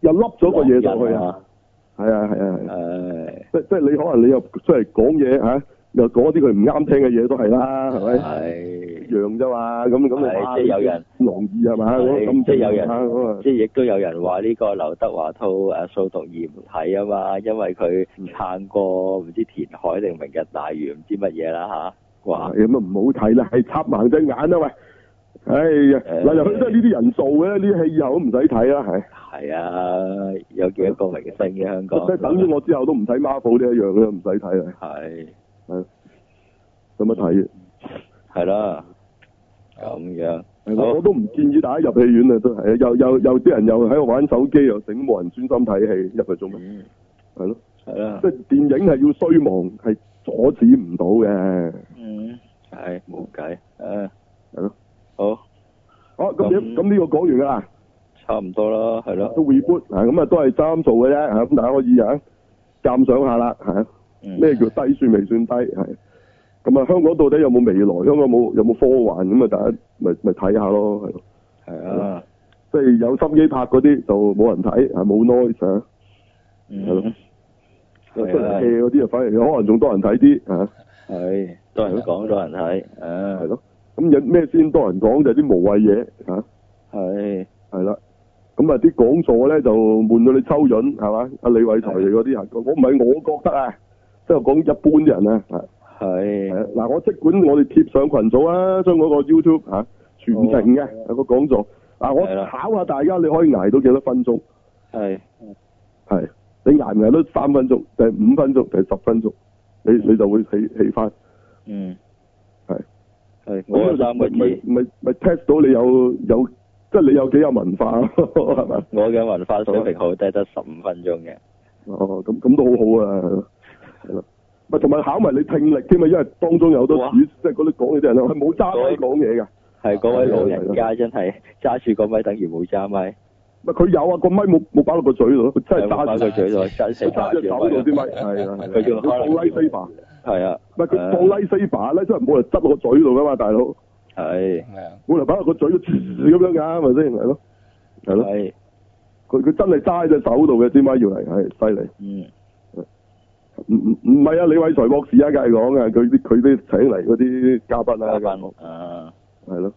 S2: 又笠咗個嘢上去啊，
S5: 啊！
S2: 係啊係啊係啊，
S4: Ờ,
S5: 唉，
S2: 即即
S4: ờ.
S2: 係你可能你又出嚟講嘢嚇，又講一啲佢唔啱聽嘅嘢都係啦，係咪？
S5: 係
S2: 樣啫嘛，咁咁
S4: 係
S2: 你哇
S4: 即係有人
S2: 龍二係嘛，
S4: 係
S2: 咁
S4: 即係有人
S2: 啊咁啊，
S4: 即係亦都有人話呢個劉德華套誒掃毒二唔睇啊嘛，因為佢撐過唔知填海定明日大嶼唔知乜嘢啦吓，
S2: 哇
S4: 哇！
S2: 咁啊唔好睇啦，係插盲隻眼啊喂，唉呀，
S4: 誒
S2: 嗱又佢都係呢啲人做嘅，呢啲戲以後都唔使睇啦，係，
S4: 係啊，有幾多個明星嘅香港？
S2: 即係等於我之後都唔睇 Marvel 呢一樣啦，唔使睇啦，
S4: 係
S2: 有乜睇？
S4: 係啦，咁樣
S2: 係
S4: 好
S2: 我我都唔建議大家入戲院啊，真係，又又又啲人又喺度玩手機，又整冇人專心睇戲，入去做咩？啊
S4: 嗯
S2: 係咯，
S4: 係啦
S2: 即，係電影係要衰亡，係阻止唔到嘅。
S4: 嗯係冇計，誒
S2: 係咯，
S4: 好
S2: 好，咁
S4: 咁
S2: 點咁呢個講完㗎啦，
S4: 差唔多啦，係咯，
S2: 都 reboot 啊，咁啊都係三做嘅啫，啊咁大家可以啊鑑賞下啦，係啊
S4: 嗯
S2: 咩叫低算未算低係。咁啊，香港到底有冇未來？香港冇有冇科幻咁啊？大家咪咪睇下咯，係咯，
S4: 係啊，
S2: 即係有心機拍嗰啲就冇人睇，啊冇 noise 啊。係咯
S4: 嗯
S2: 出嚟
S4: 係啊
S2: hea 嗰啲啊，反而可能仲多人睇啲嚇，
S4: 係多人講多人睇，啊
S2: 係咯。咁有咩先多人講就係啲無謂嘢嚇，
S4: 係
S2: 係啦。咁啊啲講座咧就悶到你抽潤係嘛？阿李偉才嚟嗰啲啊，我唔係我覺得啊，即係講一般啲人啊，係
S4: 係。
S2: 係啊嗱我即管我哋貼上群組啊，將嗰個 YouTube 嚇全程嘅有個講座，嗱我
S4: 哦係啦
S2: 考下大家你可以捱到幾多分鐘？
S4: 系
S2: 係你捱唔捱到三分鐘，定係五分鐘，定係十分鐘？你你就會起起翻。
S4: 嗯，
S2: 係
S4: 系我有三個
S2: 咪咪
S4: 字，
S2: 咪咪 test 到你有有，即係你有幾有文化 [LAUGHS] 係咪？
S4: 我嘅文化水平好低，得十五分鐘嘅。
S2: 哦，咁咁都好好啊，係咯係咯。咪同埋考埋你聽力添啊，因為當中有好多
S4: 哇
S2: 主，即係嗰啲講嘢啲人係冇揸咪講嘢㗎。
S4: 係嗰位老人
S2: 係
S4: 家真係揸住個咪等於冇揸咪，
S2: 咪佢有啊，個咪冇冇擺落個嘴度咯，佢真係
S4: 擺
S2: 揸住
S4: 個
S2: 佢，
S4: 嘴度，揸死
S2: 佢揸隻手
S4: 住
S2: 度
S4: 咪
S2: 啲咪，係啊，係啊
S4: 佢仲
S2: 佢放
S4: 可能
S2: light saver，
S4: 係啊，
S2: 唔係佢放 light saver 咧，真係冇人執落個嘴度㗎嘛，大佬，
S4: 係
S3: 咁樣
S2: 冇人擺落個嘴度咁樣㗎，係咪先？係咯，係咯，
S4: 係
S2: 佢佢真係揸喺隻手度嘅，啲咪要嚟，係犀利。
S4: 嗯
S2: 唔唔唔係啊，李偉才博士啊，梗係講啊，佢啲佢啲請嚟嗰啲嘉賓啊，
S4: 加分啊，
S2: 係咯，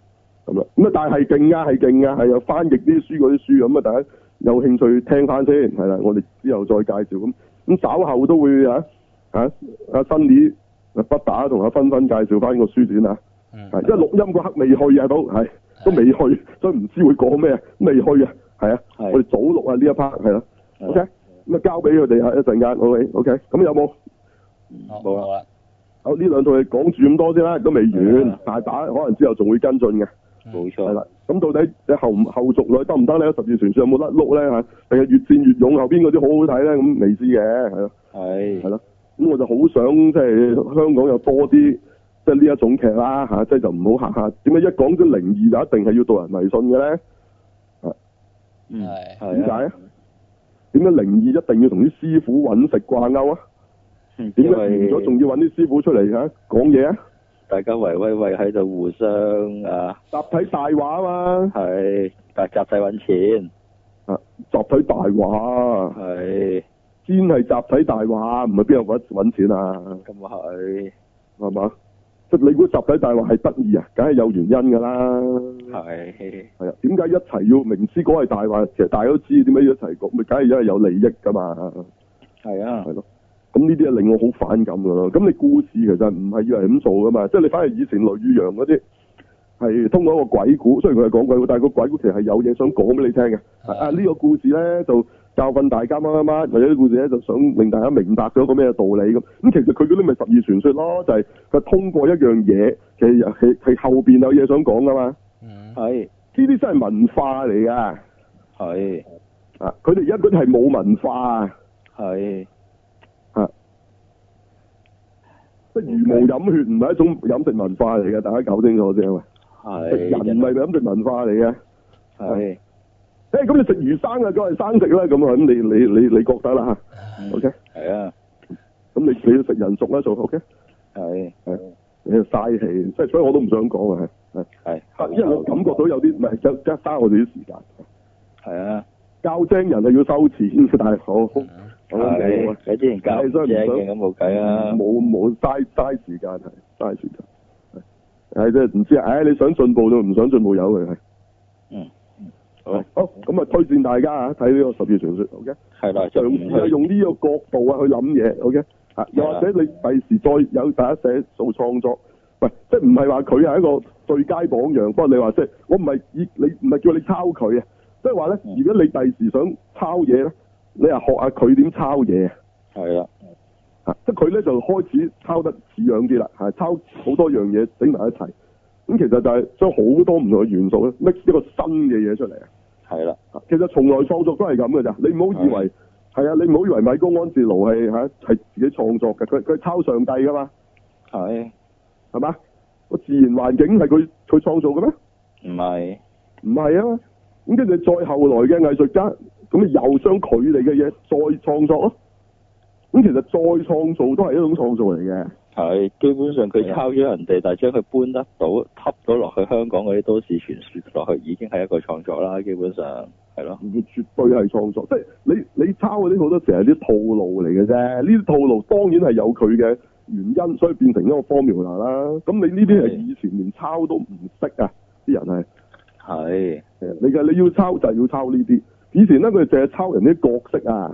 S2: 咁啦，咁啊，但係勁啊，係勁啊，係有翻譯啲書嗰啲書咁啊，大家有興趣聽翻先，係啦，我哋之後再介紹咁，咁稍後都會啊啊阿新李啊北打同阿芬芬介紹翻個書展啊，
S3: 嗯
S2: 係因為錄音嗰刻未去啊都係都未去，所以唔知會講咩，未去啊，係啊，
S4: 係
S2: 我哋早錄啊呢一 part 係啦
S4: 係
S2: ，OK，咁啊交俾佢哋啊一陣間，OK，OK，咁有冇？
S3: 好
S4: 冇啦
S3: 冇啦，
S2: 好呢兩套嘢講住咁多先啦，都未
S4: 係
S2: 完
S4: 啊，
S2: 大把可能之後仲會跟進嘅，
S4: 冇
S2: 係
S4: 錯，
S2: 啦。咁到底你後唔後續內得唔得咧？十二傳説有冇甩碌咧嚇？定係越戰越勇後邊嗰啲好好睇咧？咁未知嘅，係咯，係
S4: 係
S2: 咯。咁我就好想即係香港有多啲即係呢一種劇啦嚇，即係就唔好下下點解一講咗靈異就一定係要導人迷信嘅咧？
S4: 嗯
S3: 係
S2: 點
S4: 係
S2: 解
S4: 啊，
S2: 啊？點解靈異一定要同啲師傅揾食掛鈎啊？
S4: 嗯
S2: 點
S4: 因
S2: 解完咗
S4: 為
S2: 仲要揾啲師傅出嚟嚇講嘢啊？
S4: 大家圍威喂喺度互相啊，
S2: 集體大話啊嘛！
S4: 係集集體揾錢，
S2: 集體大話，啊
S4: 係
S2: 先係集體大話，唔係邊度揾揾錢啊？
S4: 咁啊係
S2: 係嘛？即係你估集體大話係得意啊？梗係有原因㗎啦。
S4: 係
S2: 係啊，點解一齊要明知嗰係大話，其實大家都知點解要一齊講？咪梗係因為有利益㗎嘛。
S4: 係啊
S2: 係咯。咁呢啲係令我好反感㗎咯。咁你故事其實唔係要係咁做㗎嘛，即係你反而以前雷宇陽嗰啲係通過一個鬼故，雖然佢係講鬼故，但係個鬼故其實係有嘢想講俾你聽嘅。啊，呢、個故事咧就教訓大家乜乜乜，或者呢個故事咧就想令大家明白咗個咩道理咁。咁其實佢嗰啲咪十二傳說咯，就係、佢通過一樣嘢，其實係係後邊有嘢想講㗎嘛。
S3: 嗯
S4: 係
S2: 呢啲真係文化嚟㗎，
S4: 係
S2: 啊！佢哋而家嗰啲係冇文化啊，
S4: 係
S2: 即係茹毛飲血唔係一種飲食文化嚟嘅，大家搞清楚先喂。人
S4: 係
S2: 唔係飲食文化嚟嘅。
S4: 係
S2: 誒咁你食魚生啊，梗係生食啦，咁啊咁你你你你覺得啦嚇
S4: 嗯
S2: ，OK，
S4: 係啊
S2: 咁你你食人族啦做，OK，
S4: 係啊
S2: 你就嘥氣，即係所以我都唔想講啊，係
S4: 係
S2: 係，因為我感覺到有啲唔係即係嘥我哋啲時間，
S4: 係啊
S2: 教精人係要收錢嘅大佬，
S3: 嗯
S2: 咁
S4: 係
S2: 啊
S4: 你之前教唔正嘅咁冇計啊
S2: 冇冇嘥嘥時間係嘥時間，係係即係唔知啊，唉、你想進步就唔想進步有佢係。
S4: 嗯，
S2: 好，好，咁啊，推薦大家啊睇呢個《十二傳說》，OK。
S4: 系啦，就
S2: 嘗
S4: 唔
S2: 試係
S4: 去
S2: 用呢個角度啊去諗嘢，OK？啊，又或者你第時再有大家寫做創作，喂，即係唔係話佢係一個最佳榜樣，不過你話即係我唔係以你唔係叫你抄佢啊，即係話咧，
S4: 嗯
S2: 如果你第時想抄嘢咧，你係學下佢點抄嘢啊
S4: 系啦，
S2: 啊，即係佢咧就開始抄得似樣啲啦，係抄好多樣嘢整埋一齊，咁其實就係將好多唔同嘅元素咧 mix 一個新嘅嘢出嚟啊。
S4: 系啦，
S2: 其實從來創作都係咁嘅咋，你唔好以為係啊，你唔好以為米高安志奴係嚇係自己創作嘅，佢佢係抄上帝噶嘛，
S4: 系
S2: 係嘛？個自然環境係佢佢創造嘅咩？
S4: 唔系？
S2: 唔係啊嘛。咁跟住再後來嘅藝術家，咁你又將佢哋嘅嘢再創作咯。咁其實再創造都係一種創造嚟嘅，
S4: 係，基本上
S2: 係
S4: 佢
S2: 啊
S4: 抄咗人哋，但係將佢搬得到、吸到落去香港嗰啲都市傳說落去，已經係一個創作啦。基本上係咯，
S2: 絕對係創作。即係你你抄嗰啲好多時係啲套路嚟嘅啫，呢啲套路當然係有佢嘅原因，所以變成一個 formula 啦。咁你呢啲係
S4: 係
S2: 以前連抄都唔識啊，啲人係。
S4: 係
S2: 誒你嘅你要抄就係要抄呢啲。以前咧，佢哋淨係抄人啲角色啊，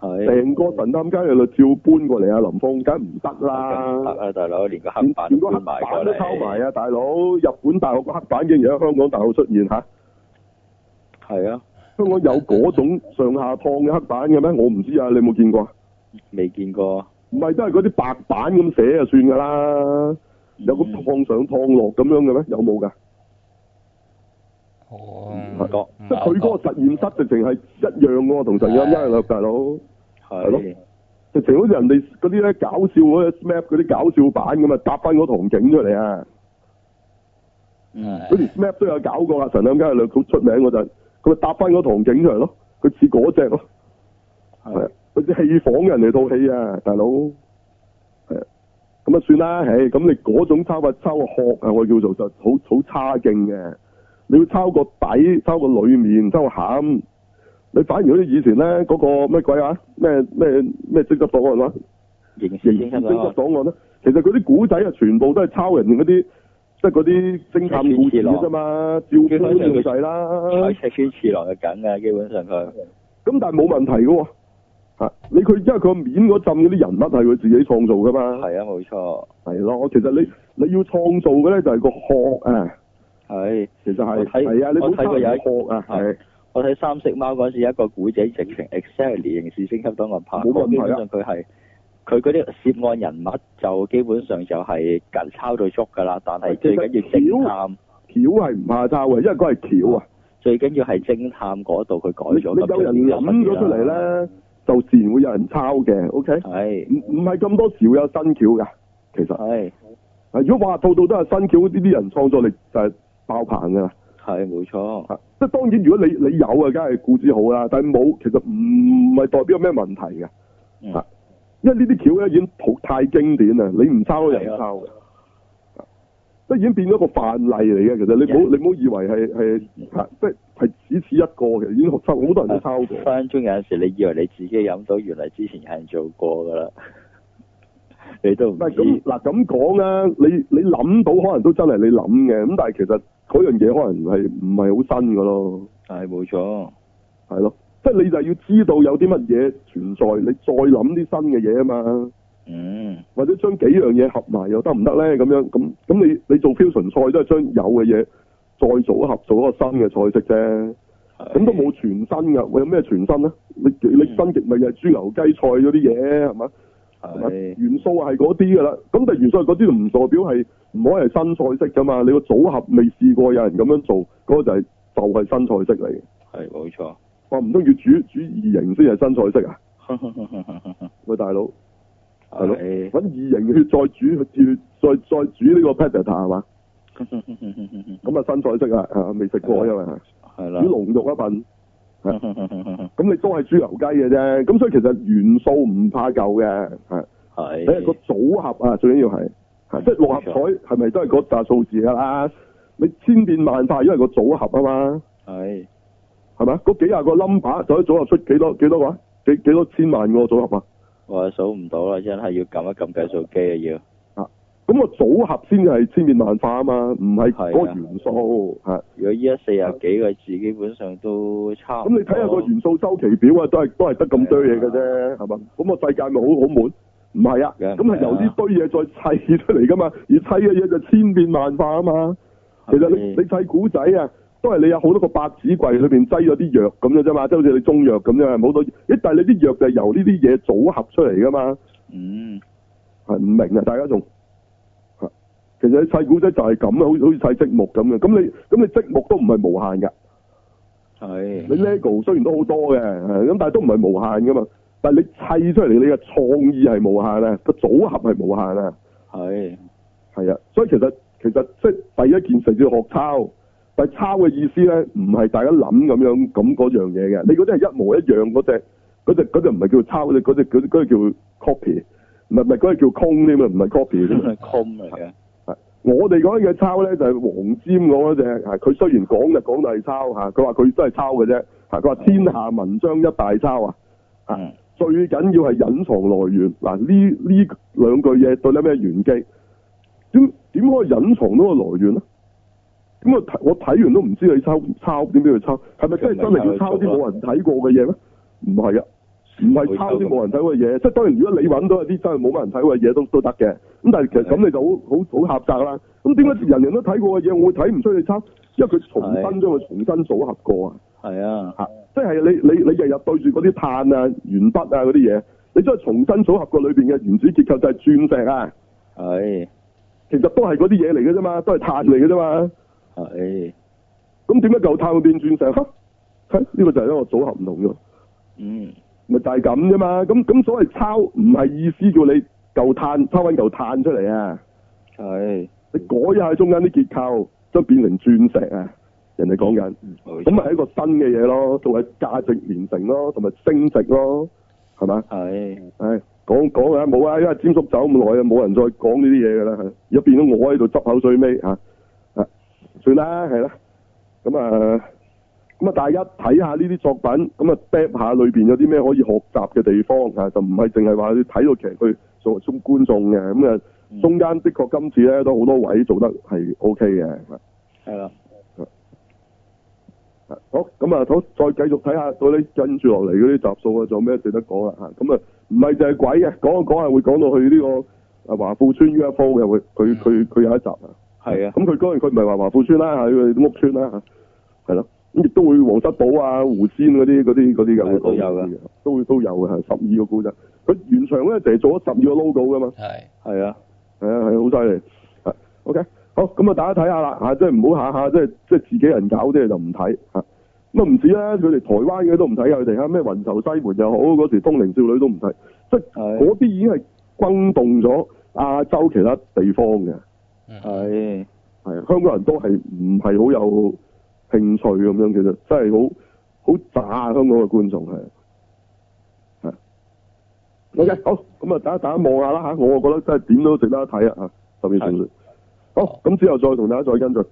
S4: 係。
S2: 成個神探伽利略照搬過嚟啊，林峰梗唔得
S4: 得
S2: 啦，
S4: 啊，大佬，連個黑
S2: 連
S4: 板
S2: 連
S4: 都
S2: 個黑
S4: 搬埋過
S2: 板都抄埋
S4: 嚟。
S2: 啊，大佬！日本大學個黑板竟然喺香港大學出現嚇，
S4: 係啊，
S2: 香港有嗰種上下燙嘅黑板嘅咩？我唔知啊，你有冇見過啊？
S4: 未見過。
S2: 唔係都係嗰啲白板咁寫就算㗎啦，有咁
S4: 嗯
S2: 燙上燙落咁樣嘅咩？有冇㗎？
S3: 我
S4: 唔
S3: 唔
S4: 覺
S2: 即係佢嗰個實驗室直情係一樣嘅喎，同神探伽利略大佬。係咯
S4: 係
S2: 直情好似人哋嗰啲咧搞笑嗰啲 SMAP 嗰啲搞笑版咁啊，搭翻嗰堂景出嚟啊！
S4: 嗯
S2: 佢連 SMAP 都有搞過啊，神探伽利略好出名嗰陣，佢咪搭翻嗰堂景出嚟咯，佢似嗰只咯，係啊
S4: 係，
S2: 佢似戲仿人哋套戲啊，大佬，係啊，咁啊算啦，唉，咁你嗰種抄法抄殼啊，我叫做就好好差勁嘅，你要抄個底，抄個裡面，抄個餡。你反而好似以前咧嗰、個咩鬼話咩咩咩職執檔案話
S4: 刑事
S2: 刑事
S4: 偵探
S2: 偵
S4: 啊
S2: 緝檔案咧，其實嗰啲古仔啊，全部都係抄人嗰啲，即係嗰啲偵探故事嘅啫嘛，照搬咁滯啦。
S4: 係
S2: 咁
S4: 赤川次郎嘅梗啊，基本上佢
S2: 但係冇問題嘅喎，嚇你佢因為佢個面嗰陣嗰啲人物係佢自己創造嘅嘛，
S4: 係啊，冇錯，
S2: 係咯。其實你你要創造嘅咧就係個殼啊，
S4: 係。
S2: 其實係
S4: 我睇
S2: 係啊，你
S4: 我
S2: 冇
S4: 睇過有一
S2: 殼啊，係
S4: 我睇三色貓嗰陣時，有一個古仔直情 exactly 刑事升級檔案拍
S2: 冇
S4: 過，
S2: 問題
S4: 基
S2: 啊
S4: 本上佢係佢嗰啲涉案人物就基本上就係緊抄到捉㗎啦，但係
S2: 其實
S4: 最緊要偵探，
S2: 橋係唔怕抄嘅，因為佢係橋啊。
S4: 最緊要係偵探嗰度佢改
S2: 你
S4: 咗。
S2: 你有人諗
S4: 啊
S2: 咗出嚟
S4: 啦？
S2: 咧，就自然會有人抄嘅。OK，
S4: 係
S2: 唔唔係咁多時會有新橋㗎，其實。
S4: 係
S2: 啊！如果話套套都係新橋，呢啲人創作力就係爆棚㗎啦。
S4: 係冇錯，
S2: 啊即係當然，如果你你有啊，梗係固之好啦。但係冇，其實唔係代表有咩問題嘅。
S4: 嗯
S2: 啊，因為呢啲橋咧已經好太經典啦，你唔抄都有人抄嘅。啊即係已經變咗個範例嚟嘅，其實你唔好你唔好以為係係啊即係係只此一個嘅，已經好好多人都抄過
S4: 分。分鐘有陣時你以為你自己飲到，原來之前有人做過㗎啦，你都唔
S2: 唔係
S4: 知
S2: 咁嗱咁講啊，你你諗到可能都真係你諗嘅，咁但係其實嗰樣嘢可能係唔係好新嘅咯。
S4: 係冇錯，
S2: 係咯，即係你就要知道有啲乜嘢存在，你再諗啲新嘅嘢啊嘛，
S4: 嗯
S2: 或者將幾樣嘢合埋又得唔得咧？咁樣咁咁你你做 fusion 菜都係將有嘅嘢再組合做一個新嘅菜式啫，咁都冇全新噶，喂有咩全新咧？你你新極咪又係豬牛雞菜嗰啲嘢係嘛？係咪
S4: 係
S2: 元素係嗰啲噶啦，咁但係元素係嗰啲唔代表係唔可以係新菜式噶嘛？你個組合未試過有人咁樣做，嗰、個就係、就係、新菜式嚟嘅。
S4: 係冇
S2: 哇，唔通要煮煮異形先係新菜式啊？
S4: 錯，
S2: 喂，大佬，係咯
S4: 係。
S2: 揾異形血再煮血，再再煮呢個 patata 係嘛？
S4: 系
S2: 咁啊新菜式啊，啊未食過因為係
S4: 啦
S2: 煮，龍肉一份，
S4: 系
S2: 咁你都係豬牛雞嘅啫。咁所以其實元素唔怕舊嘅，係睇下個組合啊，最緊要係係即係六合彩係咪都係嗰扎數字㗎啦？你千變萬化，因為個組合啊嘛，
S4: 系
S2: 係咪？嗰幾廿個 number 就可以組合出幾多幾多個啊？幾幾多千萬個組合啊？
S4: 我數唔到啦，真係要撳一撳計數機啊要。
S2: 咁、個組合先係千變萬化啊嘛，唔係嗰個
S5: 係啊
S2: 元素係。
S5: 如果依家四廿幾個字，基本上都差唔
S2: 咁
S5: 多。
S2: 你睇下個元素周期表啊，都係都係得咁多嘢嘅啫，啊係嘛？咁個世界咪好好悶？唔係啊，
S5: 梗係
S2: 咁
S5: 唔
S2: 係
S5: 係
S2: 由
S5: 啦
S2: 呢堆嘢再砌出嚟噶嘛，而砌嘅嘢就千變萬化啊嘛。其實你你砌古仔啊，都係你有好多個百子櫃裏邊擠咗啲藥咁嘅啫嘛，即係好似你中藥咁樣，好多。咦？但係你啲藥就係由呢啲嘢組合出嚟噶嘛，
S5: 嗯，
S2: 係唔明啊？大家仲係其實你砌古仔就係咁啊，好似好似砌積木咁嘅。咁你咁你積木都唔係無限㗎。
S5: 係
S2: 你 lego 雖然都好多嘅，係咁但係都唔係無限噶嘛。但係你砌出嚟，你嘅創意係無限啊，個組合係無限啊，
S5: 係
S2: 係啊。所以其實其實即係第一件事就要學抄，但係抄嘅意思咧，唔係大家諗咁樣咁嗰樣嘢嘅。你嗰啲係一模一樣嗰只，嗰只嗰只唔係叫抄，嗰只嗰隻嗰隻叫 copy，唔係唔係嗰隻叫 clone 添啊，唔係 copy 添啊。
S5: 空嚟嘅，
S2: 啊我哋講緊嘅抄咧就係黃霑嗰只，係佢雖然講就講到係抄嚇，佢話佢都係抄嘅啫，嚇佢話天下文章一大抄啊，嚇
S5: 嗯
S2: 最緊要係隱藏來源嗱，呢呢兩句嘢到底咩玄機？點點可以隱藏到個來源咧？咁我睇我睇完都唔知你抄抄點解要抄，係咪真係真係要抄啲冇人睇過嘅嘢咩？唔係啊，唔係抄啲冇人睇過嘅嘢，即係當然如果你揾到一啲真係冇乜人睇過嘅嘢都都得嘅，咁但係其實咁你就好好好狹窄啦。咁點解人人都睇過嘅嘢，我會睇唔出你抄？因為佢重
S5: 係
S2: 新將佢重新組合過啊。
S5: 係啊，
S2: 嚇，即係你你你日日對住嗰啲碳啊、鉛筆啊嗰啲嘢，你將佢重新組合過裏邊嘅原子結構就係鑽石啊，
S5: 係
S2: 其實都係嗰啲嘢嚟嘅啫嘛，都係碳嚟嘅啫嘛。
S5: 係，
S2: 咁點解嚿碳會變鑽石？哈，係呢、個就係一個組合唔同啫，
S5: 嗯
S2: 咪就係咁啫嘛。咁咁所謂抄唔係意思叫你嚿碳抄翻嚿碳出嚟啊，
S5: 係，
S2: 你改下中間啲結構，將變成鑽石啊。人哋講緊，
S5: 冇
S2: 咁
S5: 錯
S2: 咪係一個新嘅嘢咯，同埋價值連城咯，同埋升值咯，係嘛？
S5: 係
S2: 唉，講講啊，冇啊，因為詹叔走咁耐啊，冇人再講呢啲嘢噶啦，係而家變咗我喺度執口水尾嚇，啊，算啦，係啦，咁啊，咁啊，大家睇下呢啲作品，咁啊 d 下裏邊有啲咩可以學習嘅地方啊，就唔係淨係話你睇到其實佢作為中觀眾嘅，咁啊，中間的確今次咧都好多位做得係 O K 嘅，啊
S5: 係啦，
S2: 啊好，咁啊，好，再繼續睇下到底跟住落嚟嗰啲集數啊，仲有咩值得講啦嚇？咁啊，唔係就係鬼嘅，講一講係會講到去呢、個啊華富村 UFO 嘅，會佢佢佢有一集啊。
S5: 嗯係啊，
S2: 咁佢當然佢唔係話華富村啦，係佢屋村啦嚇，係咯。咁亦都會皇室堡啊、湖仙嗰啲嗰啲嗰啲嘅
S5: 係
S2: 會講
S5: 都有㗎
S2: 呢啲嘅，都會都有嘅，係十二個古仔。佢原場咧就係做咗十二個 logo 噶嘛。
S3: 係
S5: 係啊，
S2: 係啊，係好犀利。係 OK，好咁啊，大家睇下啦嚇，即係唔好下下即係即係自己人搞啲嘢就唔睇嚇。咁啊唔止啦，佢哋台灣嘅都唔睇啊，佢哋嚇咩雲囚西門又好，嗰時《東寧少女》都唔睇，即係
S5: 係
S2: 嗰啲已經係轟動咗亞洲其他地方嘅，
S3: 嗯
S5: 係
S2: 係香港人都係唔係好有興趣咁樣，其實真係好好渣啊香港嘅觀眾係。係 OK，好，咁啊，大家大家啊望下啦嚇，我覺得真係點都值得一睇啊嚇，特別小説。好，咁之後再同大家再跟進。